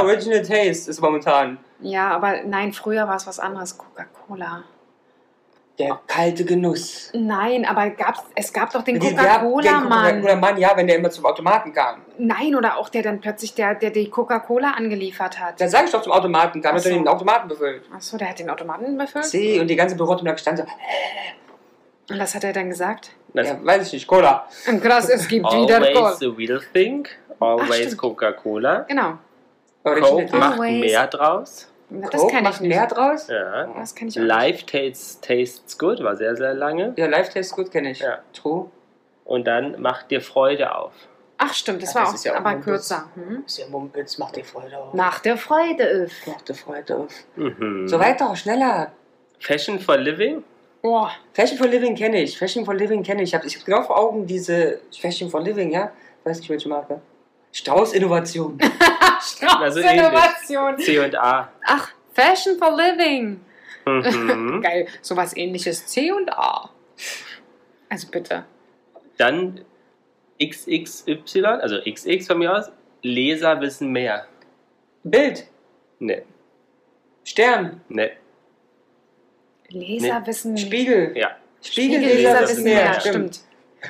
Speaker 1: Original, Original Taste ist momentan.
Speaker 2: ja, aber nein, früher war es was anderes. Coca-Cola.
Speaker 1: Der kalte Genuss.
Speaker 2: Nein, aber gab's, es gab doch den
Speaker 1: Die- der- den
Speaker 2: Coca-Cola-Mann.
Speaker 1: Coca-Cola-Mann, ja, wenn der immer zum Automaten kam.
Speaker 2: Nein, oder auch der dann plötzlich, der, der die Coca-Cola angeliefert hat.
Speaker 1: Dann sage ich doch zum Automaten, kam,
Speaker 2: Ach
Speaker 1: hat er
Speaker 2: so. Hm.
Speaker 1: den Automaten befüllt.
Speaker 2: Achso, der hat den Automaten befüllt?
Speaker 1: See, und die ganze Bürotum da gestanden so,
Speaker 2: Und was hat er dann gesagt?
Speaker 3: Das
Speaker 1: ja, weiß ich nicht, Cola.
Speaker 2: Und krass, es gibt wieder Cola.
Speaker 3: Always the real thing,
Speaker 2: Ach,
Speaker 3: always
Speaker 2: stimmt.
Speaker 3: Coca-Cola.
Speaker 2: Genau.
Speaker 1: Aber der
Speaker 3: Coke
Speaker 1: Chili-
Speaker 3: macht
Speaker 2: Always.
Speaker 3: mehr draus.
Speaker 2: Na, Das
Speaker 1: Coke
Speaker 2: kann ich
Speaker 1: macht mehr
Speaker 2: nicht.
Speaker 1: draus?
Speaker 3: Ja.
Speaker 2: Das kann ich auch nicht.
Speaker 3: Life tastes, tastes good, war sehr, sehr lange.
Speaker 1: Ja, Live-Test gut kenne ich.
Speaker 3: Ja.
Speaker 1: True.
Speaker 3: Und Dann macht dir Freude auf.
Speaker 2: Ach stimmt,
Speaker 1: Ja,
Speaker 2: das war
Speaker 1: das
Speaker 2: auch,
Speaker 1: ist ja auch
Speaker 2: aber
Speaker 1: ein
Speaker 2: kürzer. Hm?
Speaker 1: Ist ja Mumpitz, macht dir Freude auf.
Speaker 2: Nach der Freude. öff.
Speaker 1: Macht dir Freude auf.
Speaker 3: Mhm.
Speaker 1: So weiter, schneller.
Speaker 3: Fashion for Living?
Speaker 2: Boah,
Speaker 1: Fashion for Living kenne ich. Fashion for Living kenne ich. Ich habe ich hab genau vor Augen diese Fashion for Living, ja? Weiß nicht, welche Marke. Strauß Innovation.
Speaker 3: Also ähnlich.
Speaker 2: Innovation.
Speaker 3: C und A.
Speaker 2: Ach, Fashion for Living.
Speaker 3: Mhm.
Speaker 2: Geil, sowas ähnliches. C und A. Also bitte.
Speaker 3: Dann XXY, also XX von mir aus. Leser wissen mehr.
Speaker 1: Bild.
Speaker 3: Ne,
Speaker 1: Stern.
Speaker 3: ne.
Speaker 2: Leser wissen
Speaker 1: Spiegel.
Speaker 3: Mhm. Ja.
Speaker 1: Spiegelleser
Speaker 3: Spiegelleser
Speaker 1: wissen mehr.
Speaker 2: Stimmt.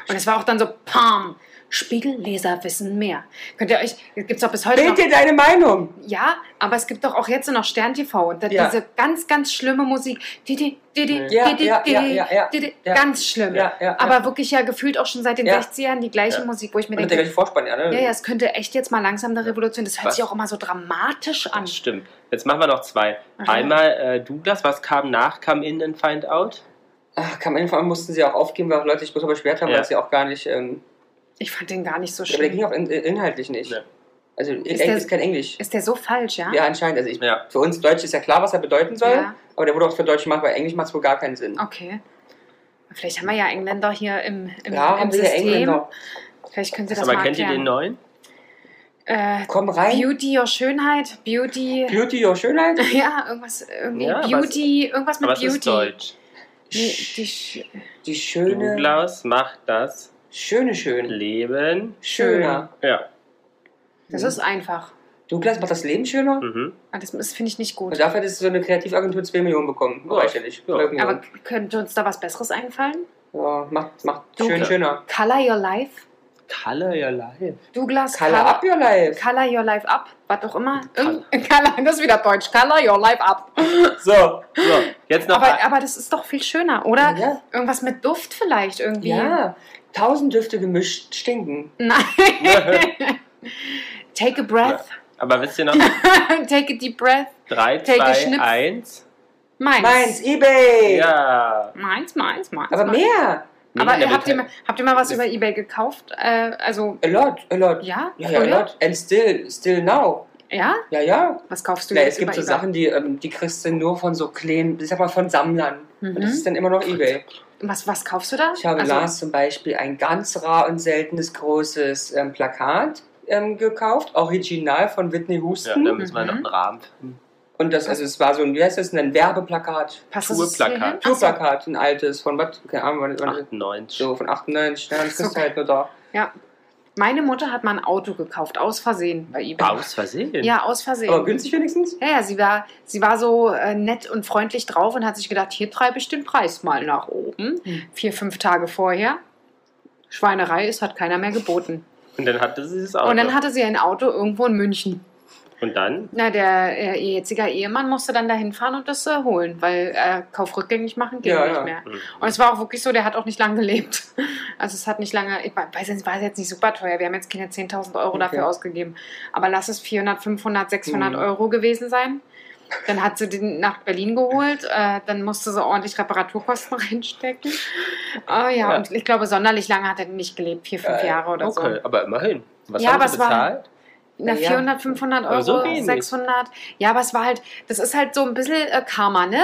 Speaker 2: Und es war auch dann so, pam, Spiegelleser wissen mehr. Könnt ihr euch, gibt es doch bis heute
Speaker 1: Bild
Speaker 2: noch,
Speaker 1: dir deine Meinung.
Speaker 2: Ja, aber es gibt doch auch jetzt noch Stern TV und da
Speaker 1: Ja.
Speaker 2: diese ganz, ganz schlimme Musik. Di, di, di, di,
Speaker 1: Ja,
Speaker 2: di, di,
Speaker 1: ja, ja, ja, ja.
Speaker 2: di, di.
Speaker 1: Ja.
Speaker 2: Ganz schlimm.
Speaker 1: Ja, ja. ja.
Speaker 2: Aber wirklich ja gefühlt auch schon seit den
Speaker 1: Ja.
Speaker 2: 60 ern die gleiche
Speaker 3: Ja.
Speaker 2: Musik, wo ich mir
Speaker 1: Und der
Speaker 2: denke,
Speaker 1: gleiche Vorspann, ja, ne?
Speaker 2: ja, ja, es könnte echt jetzt mal langsam eine Revolution. Das hört
Speaker 3: Was?
Speaker 2: sich auch immer so dramatisch an.
Speaker 3: Das stimmt. Jetzt machen wir noch zwei.
Speaker 2: Aha.
Speaker 3: Einmal äh, Douglas, was kam nach, kam in and find out?
Speaker 1: Ach, kam einfach, mussten sie auch aufgeben, weil Leute sich bloß überschwert haben,
Speaker 3: Ja.
Speaker 1: weil sie auch gar nicht. Ähm,
Speaker 2: Ich fand den gar nicht so
Speaker 1: aber der
Speaker 2: schlimm.
Speaker 1: ging auch in, äh, inhaltlich nicht.
Speaker 3: Ne.
Speaker 1: Also, ist,
Speaker 2: der-
Speaker 1: ist kein Englisch.
Speaker 2: Ist der so falsch, ja?
Speaker 1: Ja, anscheinend. Also ich,
Speaker 3: Ja.
Speaker 1: Für uns Deutsch ist ja klar, was er bedeuten soll,
Speaker 2: Ja.
Speaker 1: aber der wurde auch für Deutsch gemacht, weil Englisch macht es wohl gar keinen Sinn.
Speaker 2: Okay. Vielleicht haben wir ja Engländer hier im, im,
Speaker 1: Ja,
Speaker 2: im
Speaker 1: haben wir ja Engländer.
Speaker 2: Vielleicht können Sie Also das
Speaker 3: Aber
Speaker 2: mal
Speaker 3: kennt ihr den
Speaker 2: erklären.
Speaker 3: neuen?
Speaker 2: Äh,
Speaker 1: Komm rein.
Speaker 2: Beauty, your Schönheit, Beauty.
Speaker 1: Beauty, your Schönheit.
Speaker 2: Ja, irgendwas, irgendwie
Speaker 3: Ja, aber
Speaker 2: Beauty, irgendwas mit
Speaker 3: Aber es
Speaker 2: Beauty.
Speaker 3: ist deutsch.
Speaker 2: Nee, die Sch
Speaker 1: Die schöne,
Speaker 3: Douglas macht das
Speaker 1: schöne, schön.
Speaker 3: Leben.
Speaker 1: Schöner.
Speaker 3: Ja.
Speaker 2: das
Speaker 1: Mhm.
Speaker 2: ist einfach.
Speaker 1: Douglas macht das Leben schöner.
Speaker 3: Mhm.
Speaker 2: Ah, Das ist- finde ich nicht gut.
Speaker 1: Und dafür hat es so eine Kreativagentur 2 Millionen bekommen.
Speaker 3: Ja.
Speaker 1: Oh, Reicherlich.
Speaker 3: Ja.
Speaker 1: Ja.
Speaker 2: Aber könnte uns da was Besseres einfallen?
Speaker 1: ja, macht, macht
Speaker 2: Douglas.
Speaker 1: schön schöner.
Speaker 2: Color your life?
Speaker 3: Color your life.
Speaker 2: Douglas,
Speaker 1: Color up your life.
Speaker 2: color your life up? Was auch immer. Irgend- Color, das ist wieder deutsch. Color your life up.
Speaker 1: So.
Speaker 3: So, jetzt noch
Speaker 2: Aber,
Speaker 3: ein-
Speaker 2: aber das ist doch viel schöner, oder?
Speaker 1: Ja.
Speaker 2: Irgendwas mit Duft vielleicht irgendwie.
Speaker 1: ja. Tausend Düfte gemischt stinken.
Speaker 2: Nein. Take a breath.
Speaker 3: Aber wisst ihr noch?
Speaker 2: Take a deep breath.
Speaker 3: 3,
Speaker 2: Take a
Speaker 3: 2,
Speaker 2: Schnips.
Speaker 3: 1.
Speaker 2: Meins.
Speaker 1: Meins, Ebay.
Speaker 3: Ja.
Speaker 2: Meins, meins, meins.
Speaker 1: Aber
Speaker 2: meins.
Speaker 1: mehr.
Speaker 2: Aber
Speaker 3: Nee,
Speaker 2: habt, ihr
Speaker 3: wir-
Speaker 2: mal, habt ihr mal was
Speaker 3: Das-
Speaker 2: über Ebay gekauft? Äh, also,
Speaker 1: A lot, a lot.
Speaker 2: ja?
Speaker 1: Ja, ja, a
Speaker 2: Früher?
Speaker 1: lot. And still, still now.
Speaker 2: Ja?
Speaker 1: Ja, ja.
Speaker 2: Was kaufst du
Speaker 1: Na,
Speaker 2: jetzt
Speaker 1: es gibt so
Speaker 2: über eBay?
Speaker 1: Sachen, die, ähm, die kriegst du nur von so kleinen, ich sag mal von Sammlern.
Speaker 2: Mhm.
Speaker 1: Und das ist dann immer noch Ebay.
Speaker 2: Was, was kaufst du da? Also,
Speaker 1: Ich habe Lars zum Beispiel ein ganz rar und seltenes großes ähm, Plakat ähm, gekauft, original von Whitney
Speaker 3: Ja,
Speaker 1: Houston.
Speaker 3: da müssen wir
Speaker 2: Mhm.
Speaker 3: noch einen Rahmen finden.
Speaker 1: Und das, also es war so ein, wie heißt das, ein Werbeplakat.
Speaker 2: Passt Das
Speaker 3: Tourplakat.
Speaker 2: so hier hin? Ach
Speaker 1: Tourplakat, ein altes, von was, keine Ahnung, wann, wann,
Speaker 3: 98.
Speaker 1: so von 98, ja, das kriegst du
Speaker 2: Okay.
Speaker 1: halt nur da.
Speaker 2: so. Meine Mutter hat mal ein Auto gekauft, aus Versehen bei eBay.
Speaker 3: Aus Versehen.
Speaker 2: Ja, aus Versehen.
Speaker 1: Aber günstig wenigstens?
Speaker 2: ja, ja, sie war, sie war so äh, nett und freundlich drauf und hat sich gedacht, hier treibe ich den Preis mal nach oben.
Speaker 1: Hm.
Speaker 2: Vier, fünf Tage vorher. Schweinerei, es hat keiner mehr geboten.
Speaker 3: Und dann hatte sie das Auto.
Speaker 2: Und dann hatte sie ein Auto irgendwo in München.
Speaker 3: Und dann?
Speaker 2: Na, der äh, ihr jetziger Ehemann musste dann dahin fahren und das äh, holen, weil äh, Kauf rückgängig machen ging
Speaker 1: Ja,
Speaker 2: nicht
Speaker 1: ja.
Speaker 2: mehr.
Speaker 3: Mhm.
Speaker 2: Und es war auch wirklich so, der hat auch nicht lange gelebt. Also es hat nicht lange, ich weiß jetzt, war es jetzt nicht super teuer, wir haben jetzt keine 10.000 Euro
Speaker 1: Okay.
Speaker 2: dafür ausgegeben, aber lass es 400, 500, 600
Speaker 1: Mhm.
Speaker 2: Euro gewesen sein. Dann hat sie den nach Berlin geholt, äh, dann musste sie ordentlich Reparaturkosten reinstecken. Ah ja,
Speaker 3: Ja.
Speaker 2: und ich glaube, sonderlich lange hat er nicht gelebt, vier, fünf
Speaker 1: Äh,
Speaker 2: Jahre oder so.
Speaker 3: Okay, aber immerhin. Was
Speaker 2: Ja,
Speaker 3: haben
Speaker 2: aber
Speaker 3: sie
Speaker 2: es war-
Speaker 3: bezahlt?
Speaker 2: Na,
Speaker 1: Ja.
Speaker 2: 400, 500 Euro,
Speaker 3: Aber so wenig.
Speaker 2: 600. Ja, aber es war halt, das ist halt so ein bisschen äh, Karma, ne?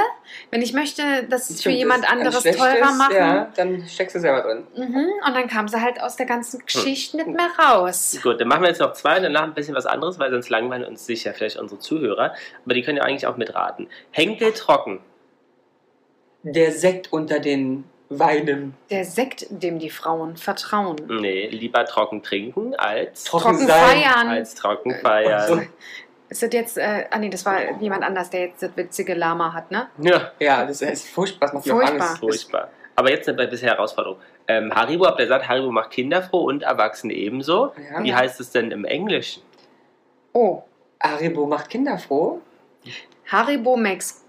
Speaker 2: Wenn ich möchte, dass es für
Speaker 1: Stimmt,
Speaker 2: jemand
Speaker 1: das- ein
Speaker 2: anderes
Speaker 1: schlechtes,
Speaker 2: teurer machen.
Speaker 1: Ja, dann steckst du selber drin.
Speaker 2: Mhm. Und dann kam sie halt aus der ganzen Geschichte nicht mehr raus.
Speaker 3: Gut, dann machen wir jetzt noch zwei und danach ein bisschen was anderes, weil sonst langweilen uns sicher vielleicht unsere Zuhörer. Aber die können ja eigentlich auch mitraten. Henkel trocken.
Speaker 1: Der Sekt unter den Weinen.
Speaker 2: Der Sekt, dem die Frauen vertrauen.
Speaker 3: Nee, lieber trocken trinken als,
Speaker 1: Trocken
Speaker 2: Trocken
Speaker 1: sein
Speaker 2: feiern.
Speaker 3: als trocken feiern.
Speaker 2: Ist das jetzt, äh, ah nee, das war jemand anders, der jetzt das witzige Lama hat, ne?
Speaker 3: Ja,
Speaker 1: Ja, das ist furchtbar, das macht mir auch
Speaker 2: Furchtbar.
Speaker 1: Angst.
Speaker 3: furchtbar. Aber jetzt eine bisher Herausforderung. Ähm, Haribo, habt ihr gesagt, Haribo macht Kinder froh und Erwachsene ebenso.
Speaker 1: Ja.
Speaker 3: Wie heißt es denn im Englischen?
Speaker 2: Oh,
Speaker 1: Haribo macht Kinder froh.
Speaker 2: Haribo makes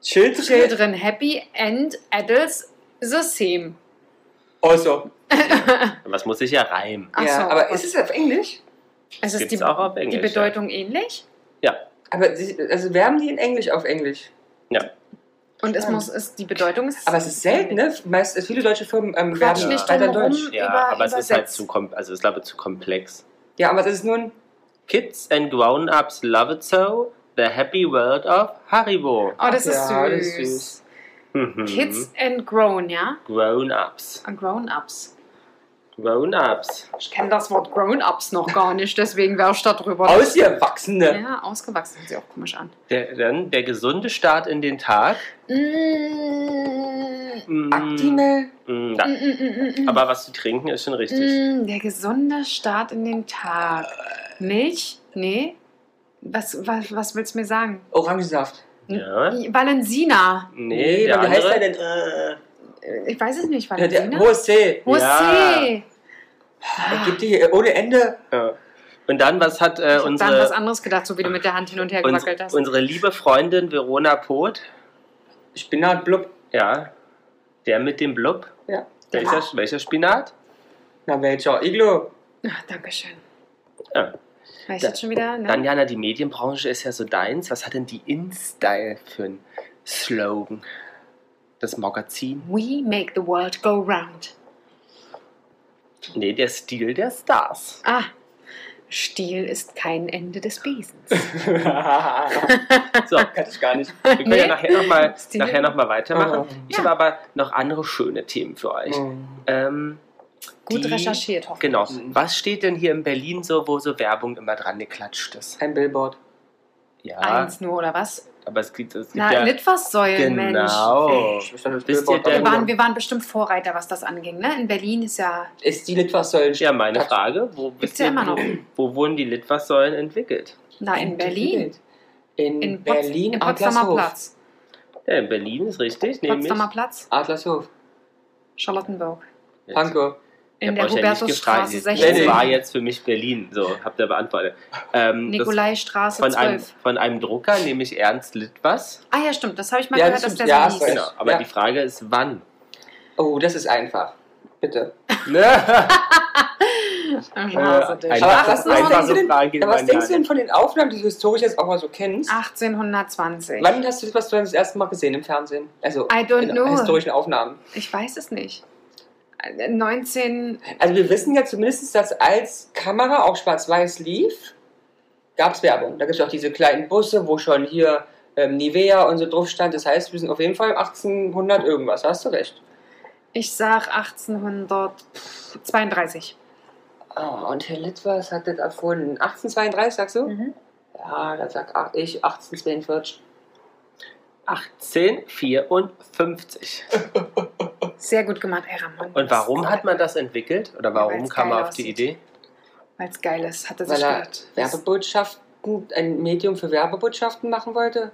Speaker 1: Children.
Speaker 2: children happy and adults the same.
Speaker 1: Also,
Speaker 3: Was muss ich ja reimen?
Speaker 2: Ach
Speaker 1: ja,
Speaker 2: so, oh
Speaker 1: aber
Speaker 2: Gott.
Speaker 1: ist es auf Englisch?
Speaker 2: Es ist
Speaker 3: Gibt's
Speaker 2: die,
Speaker 3: auch auf
Speaker 2: die
Speaker 3: Englisch,
Speaker 2: Bedeutung ähnlich?
Speaker 1: Aber sie, also werben die in Englisch auf Englisch.
Speaker 2: Und es
Speaker 1: Spannend.
Speaker 2: muss, es, die Bedeutung ist.
Speaker 1: Aber es ist selten, ne? Meist, viele deutsche Firmen ähm,
Speaker 2: Quatsch
Speaker 1: werben
Speaker 2: nicht
Speaker 1: weiter
Speaker 2: drumherum.
Speaker 1: Deutsch.
Speaker 3: Ja,
Speaker 2: Über-
Speaker 3: aber es ist halt
Speaker 2: übersetzt.
Speaker 3: zu, kom also ist, glaube ich, zu komplex.
Speaker 1: Ja, aber es ist nur ein.
Speaker 3: Kids and grown-ups love it so. The happy world of Haribo.
Speaker 2: Oh, das ist,
Speaker 1: Ja, das
Speaker 2: süß.
Speaker 1: ist süß.
Speaker 3: Mhm.
Speaker 2: Kids and grown, ja?
Speaker 3: Grown-ups.
Speaker 2: Und Grown-ups.
Speaker 3: Grown-ups.
Speaker 2: Ich kenne das Wort Grown-ups noch gar nicht, deswegen wäre ich da drüber.
Speaker 1: Ausgewachsene.
Speaker 2: ja, ausgewachsen hört sich auch komisch an.
Speaker 3: Der, dann der gesunde Start in den Tag.
Speaker 2: Mm,
Speaker 3: Mm,
Speaker 1: Aktime.
Speaker 3: mm, da.
Speaker 2: mm, mm, mm, mm.
Speaker 3: Aber was zu trinken ist schon richtig.
Speaker 2: Mm, der gesunde Start in den Tag. Milch? Nee. Was, was, was willst du mir sagen?
Speaker 1: Orangensaft.
Speaker 3: Ja.
Speaker 2: Valensina.
Speaker 3: Nee, der
Speaker 1: Mhm. aber wie heißt der
Speaker 3: andere.
Speaker 1: denn? Äh,
Speaker 2: Ich weiß es nicht,
Speaker 1: der, der,
Speaker 2: Valensina?
Speaker 1: hohes C.
Speaker 2: Hohe
Speaker 3: Äh,
Speaker 2: See.
Speaker 1: Er gibt Ah, die hier ohne Ende.
Speaker 3: Ja. Und dann, was hat äh,
Speaker 2: Ich hab dann was
Speaker 3: unsere,
Speaker 2: anderes gedacht, so wie du mit der Hand hin und her gewackelt
Speaker 3: uns,
Speaker 2: hast.
Speaker 3: unsere liebe Freundin Verona Poth?
Speaker 1: Spinat, blub.
Speaker 3: Ja. Der mit dem Blub.
Speaker 1: Ja.
Speaker 3: Welcher, welcher Spinat?
Speaker 1: Na, welcher? Iglo.
Speaker 2: Ach, Dankeschön.
Speaker 3: Ja.
Speaker 2: Ah, War ich
Speaker 3: Da-
Speaker 2: jetzt schon wieder? Ne?
Speaker 3: Dann, Jana, die Medienbranche ist ja so deins. Was hat denn die InStyle für ein Slogan? Das Magazin?
Speaker 2: We make the world go round.
Speaker 3: Nee, der Stil der Stars.
Speaker 2: Ah, Stiel ist kein Ende des Besens.
Speaker 1: Kann
Speaker 3: So, wir
Speaker 1: ich gar nicht.
Speaker 3: können ja nachher nochmal
Speaker 2: Stil-
Speaker 3: nachher noch mal weitermachen.
Speaker 1: Oh.
Speaker 3: Ich habe aber noch andere schöne Themen für euch. Ähm,
Speaker 2: Mhm. Gut
Speaker 3: die-
Speaker 2: recherchiert, hoffentlich.
Speaker 3: Genau. Was steht denn hier in Berlin so, wo so Werbung immer dran geklatscht ist?
Speaker 1: Ein Billboard.
Speaker 3: Ja,
Speaker 2: Eins nur, oder was?
Speaker 3: aber es gibt, es gibt
Speaker 2: Na,
Speaker 3: ja...
Speaker 2: nicht was sollen, Mensch.
Speaker 3: genau.
Speaker 1: Ich verstand das
Speaker 3: Wisst
Speaker 1: Billboard
Speaker 3: ihr
Speaker 1: auch
Speaker 3: denn-
Speaker 2: Wir
Speaker 1: nicht.
Speaker 2: waren, wir waren bestimmt Vorreiter, was das anging. Ne? In Berlin ist ja.
Speaker 1: Ist die Litfaßsäulen?
Speaker 3: Ja, meine Frage, wo,
Speaker 2: Gibt's
Speaker 3: wisst
Speaker 2: ja
Speaker 3: ihr,
Speaker 2: immer noch.
Speaker 3: wo wurden die Litfaßsäulen entwickelt?
Speaker 2: Na, Ah, in Berlin.
Speaker 1: In,
Speaker 2: In Pots-
Speaker 1: Berlin,
Speaker 2: In Potsdamer
Speaker 1: Adlershof.
Speaker 2: Platz.
Speaker 3: Ja, in Berlin ist richtig, nämlich...
Speaker 2: Potsdamer Platz.
Speaker 1: Adlershof.
Speaker 2: Charlottenburg.
Speaker 3: Jetzt-
Speaker 1: Pankow.
Speaker 2: In
Speaker 3: Ich
Speaker 2: der
Speaker 3: hab euch ja nicht
Speaker 2: Hubertusstraße
Speaker 3: gefragt. Das
Speaker 2: 16.
Speaker 3: war jetzt für mich Berlin. So, habt ihr beantwortet. Ähm, das
Speaker 2: Nikolaistraße
Speaker 3: von einem,
Speaker 2: 12.
Speaker 3: von einem Drucker, nämlich Ernst Litwas.
Speaker 2: Ah ja, stimmt. Das habe ich mal
Speaker 1: Ja,
Speaker 2: gehört,
Speaker 1: das
Speaker 2: dass der
Speaker 1: stimmt. Ja,
Speaker 2: so hieß.
Speaker 1: sorry.
Speaker 3: Genau, aber
Speaker 1: Ja.
Speaker 3: die Frage ist, wann?
Speaker 1: Oh, das ist einfach. Bitte.
Speaker 2: Ein
Speaker 3: Einfach-
Speaker 2: Hasedicht.
Speaker 1: Aber was- was denkst du
Speaker 2: 1800
Speaker 3: einfache
Speaker 1: denn-
Speaker 3: Frage.
Speaker 1: Ja, was denkst du denn von den Aufnahmen, die du historisch jetzt auch mal so kennst?
Speaker 2: Ah, 1820.
Speaker 1: Wann hast du das, was du das erste Mal gesehen im Fernsehen? Also
Speaker 2: I don't
Speaker 1: in
Speaker 2: know.
Speaker 1: historischen Aufnahmen.
Speaker 2: Ich weiß es nicht. Äh, 19.
Speaker 1: Also wir wissen ja zumindest, dass als Kamera auch schwarz-weiß lief, gab es Werbung. Da gibt es auch diese kleinen Busse, wo schon hier ähm, Nivea und so drauf stand. Das heißt, wir sind auf jeden Fall 1800 irgendwas. Hast du recht.
Speaker 2: Ich sag 1832.
Speaker 1: Ah, und Herr Litwas hat das erfunden. 1832, sagst du? Ja, dann sag ach- ich 1842.
Speaker 3: 1854.
Speaker 2: Sehr gut gemacht, Herr Ramon.
Speaker 3: Und warum hat man das entwickelt? Oder warum
Speaker 2: Weil's
Speaker 3: kam
Speaker 2: geil
Speaker 3: man auf die
Speaker 2: aussieht.
Speaker 3: Idee?
Speaker 2: Weil es geil ist, hat er
Speaker 1: Weil
Speaker 2: sich
Speaker 1: er
Speaker 2: gedacht.
Speaker 1: Werbebotschaften, ein Medium für Werbebotschaften machen wollte.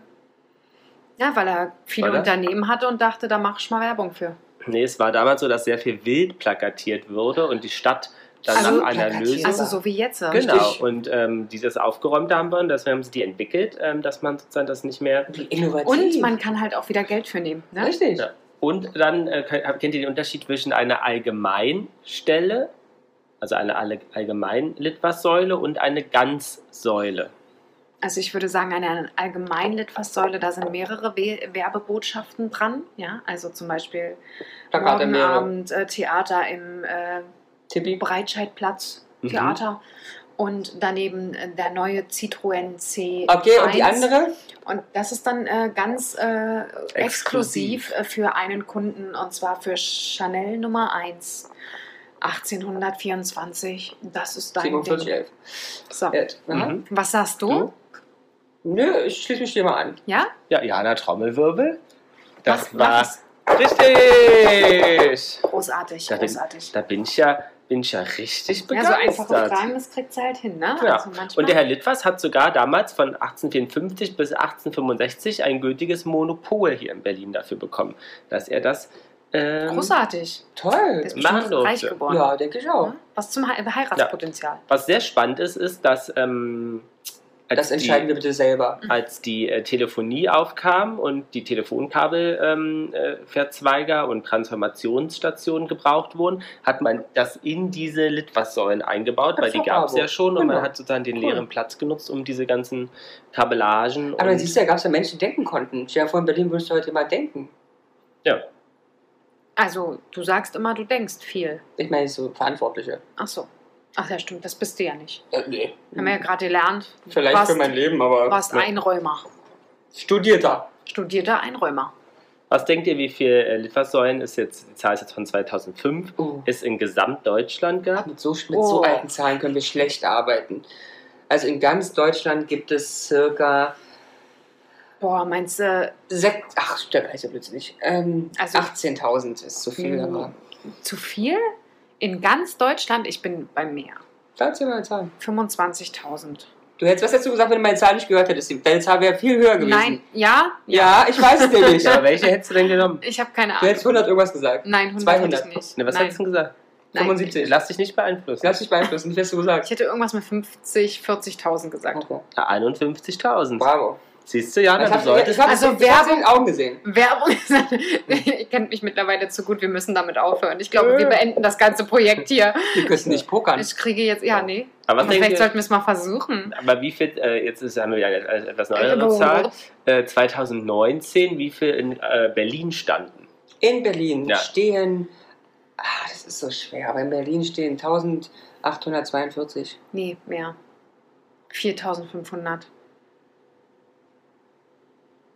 Speaker 2: Ja, weil er viele
Speaker 3: Weil er-
Speaker 2: Unternehmen hatte und dachte, da mache ich mal Werbung für.
Speaker 3: Nee, es war damals so, dass sehr viel wild plakatiert würde und die Stadt dann
Speaker 2: Also-
Speaker 3: nach einer
Speaker 1: Plakatiert.
Speaker 3: Lösung.
Speaker 2: Also so wie jetzt.
Speaker 3: Genau,
Speaker 1: Richtig.
Speaker 3: und ähm, dieses Aufgeräumte haben wir, und deswegen haben sie die entwickelt, ähm, dass man sozusagen das nicht mehr.
Speaker 1: Wie innovativ.
Speaker 2: Und man kann halt auch wieder Geld für nehmen. Ne?
Speaker 1: Richtig.
Speaker 3: Ja. Und dann äh, kennt kennt ihr den Unterschied zwischen einer Allgemeinstelle, also einer alle- allgemeinen Litfaßsäule und eine Ganzsäule.
Speaker 2: Also ich würde sagen, eine Allgemeinlitfaßsäule, da sind mehrere We Werbebotschaften dran. Ja, also zum Beispiel
Speaker 1: Plakate
Speaker 2: morgen
Speaker 1: mehrere.
Speaker 2: Abend äh, Theater im äh,
Speaker 1: Tippi.
Speaker 2: Breitscheidplatz
Speaker 3: Mhm.
Speaker 2: Theater und daneben äh, der neue Citroën C.
Speaker 1: Okay, und die andere?
Speaker 2: Und das ist dann äh, ganz äh,
Speaker 3: Exklusiv.
Speaker 2: exklusiv äh, für einen Kunden und zwar für Chanel Nummer 1. 1824, das ist dein
Speaker 1: 47,
Speaker 2: Ding.
Speaker 1: 11.
Speaker 2: So.
Speaker 1: Ja. aha.
Speaker 3: Mhm.
Speaker 2: Was sagst du?
Speaker 3: Du?
Speaker 1: Nö, ich schließe mich dir mal an.
Speaker 2: Ja?
Speaker 3: Ja, Jana Trommelwirbel. Das
Speaker 2: Mach- mach
Speaker 3: war
Speaker 2: es.
Speaker 3: richtig!
Speaker 2: Großartig,
Speaker 3: Da bin,
Speaker 2: großartig.
Speaker 3: da bin ich ja bin ich ja richtig
Speaker 2: Ja, so
Speaker 3: begeistert.
Speaker 2: einfache Fragen, das kriegt sie halt hin, ne?
Speaker 3: Ja.
Speaker 2: Also manchmal,
Speaker 3: Und der Herr Litwas hat sogar damals von 1854 bis 1865 ein gültiges Monopol hier in Berlin dafür bekommen, dass er das ähm,
Speaker 2: Großartig.
Speaker 1: Toll.
Speaker 2: Der ist
Speaker 3: machen
Speaker 2: bestimmt reich
Speaker 3: durfte.
Speaker 2: geworden.
Speaker 1: Ja, denke ich auch.
Speaker 2: Ne? Was zum He- Heiratspotenzial.
Speaker 3: Was sehr spannend ist, ist, dass ähm,
Speaker 1: Das entscheiden wir bitte selber.
Speaker 3: die, als die äh, Telefonie aufkam und die Telefonkabel, ähm, äh, Verzweiger und Transformationsstationen gebraucht wurden, hat man das in diese Litfaßsäulen eingebaut,
Speaker 1: Ach,
Speaker 3: weil die
Speaker 1: Vergabe.
Speaker 3: gab es ja schon und man
Speaker 1: Genau.
Speaker 3: hat sozusagen den
Speaker 1: Cool.
Speaker 3: leeren Platz genutzt, um diese ganzen Kabellagen
Speaker 1: Aber dann
Speaker 3: und
Speaker 1: siehst du, da gab es ja Menschen, die denken konnten. Stell dir vor, in Berlin würdest du heute jemand denken.
Speaker 2: Also, du sagst immer, du denkst viel.
Speaker 1: Ich meine, so Verantwortliche.
Speaker 2: Ach so. Ach ja, stimmt, das bist du ja nicht.
Speaker 1: Äh, nee.
Speaker 2: Haben wir ja gerade gelernt. Du
Speaker 1: Vielleicht
Speaker 2: warst,
Speaker 1: für mein Leben, aber.
Speaker 2: warst Einräumer.
Speaker 1: Studierter.
Speaker 2: Studierter Einräumer.
Speaker 3: Was denkt ihr, wie viel äh, Litfaßsäulen ist jetzt, die Zahl ist jetzt von 2005,
Speaker 1: Uh.
Speaker 3: es in Gesamtdeutschland gab?
Speaker 1: Mit, so, mit
Speaker 2: Oh.
Speaker 1: so alten Zahlen können wir schlecht arbeiten. Also in ganz Deutschland gibt es circa
Speaker 2: Boah, meinst du,
Speaker 1: sechs, ach, stimmt, also plötzlich. Ähm,
Speaker 2: Also-
Speaker 1: 18.000 ist zu viel,
Speaker 2: Mhm.
Speaker 1: aber
Speaker 2: zu viel? In ganz Deutschland, ich bin bei mehr.
Speaker 1: sag's dir mal eine Zahl.
Speaker 2: 25.000.
Speaker 1: Du hättest was dazu gesagt, wenn du meine Zahl nicht gehört hättest. Die deine Zahl wäre viel höher gewesen.
Speaker 2: Nein, ja?
Speaker 1: Ja, ich weiß es nämlich.
Speaker 3: Ja,
Speaker 1: Du
Speaker 3: welche hättest du denn genommen?
Speaker 2: Ich habe keine Ahnung.
Speaker 1: hättest 100 irgendwas gesagt.
Speaker 2: Nein, 100 hätte
Speaker 1: 200.
Speaker 2: ich nicht.
Speaker 3: Ne, was
Speaker 2: Nein.
Speaker 3: hättest du denn gesagt?
Speaker 2: Nein.
Speaker 1: 75.
Speaker 3: Lass dich nicht beeinflussen.
Speaker 1: Lass dich beeinflussen, nicht, was du gesagt
Speaker 2: Ich hätte irgendwas mit 50, 40.000 gesagt.
Speaker 1: Okay.
Speaker 3: Ja, 51.000.
Speaker 1: Bravo.
Speaker 3: Siehst du, Jana,
Speaker 1: Ich
Speaker 3: du
Speaker 1: hab-
Speaker 3: solltest.
Speaker 1: ich hab-
Speaker 2: Also
Speaker 1: ich hab's in
Speaker 2: Werbung-
Speaker 1: den Augen gesehen.
Speaker 2: Werbung. Ihr kennt mich mittlerweile zu gut, wir müssen damit aufhören. Ich glaube,
Speaker 1: Äh.
Speaker 2: wir beenden das ganze Projekt hier.
Speaker 1: Wir können
Speaker 2: Also
Speaker 1: nicht pokern.
Speaker 2: Ich kriege jetzt, ja, nee.
Speaker 3: Aber,
Speaker 2: Aber
Speaker 3: was
Speaker 2: vielleicht
Speaker 3: denkt ihr,
Speaker 2: sollten wir es mal versuchen.
Speaker 3: aber wie viel, äh, jetzt ist, haben wir ja eine, eine etwas neuere Zahl, äh, 2019, wie viel in äh, Berlin standen?
Speaker 1: In Berlin
Speaker 3: Ja.
Speaker 1: stehen, ah, das ist so schwer, aber in Berlin stehen 1842.
Speaker 2: Nee, mehr. 4500.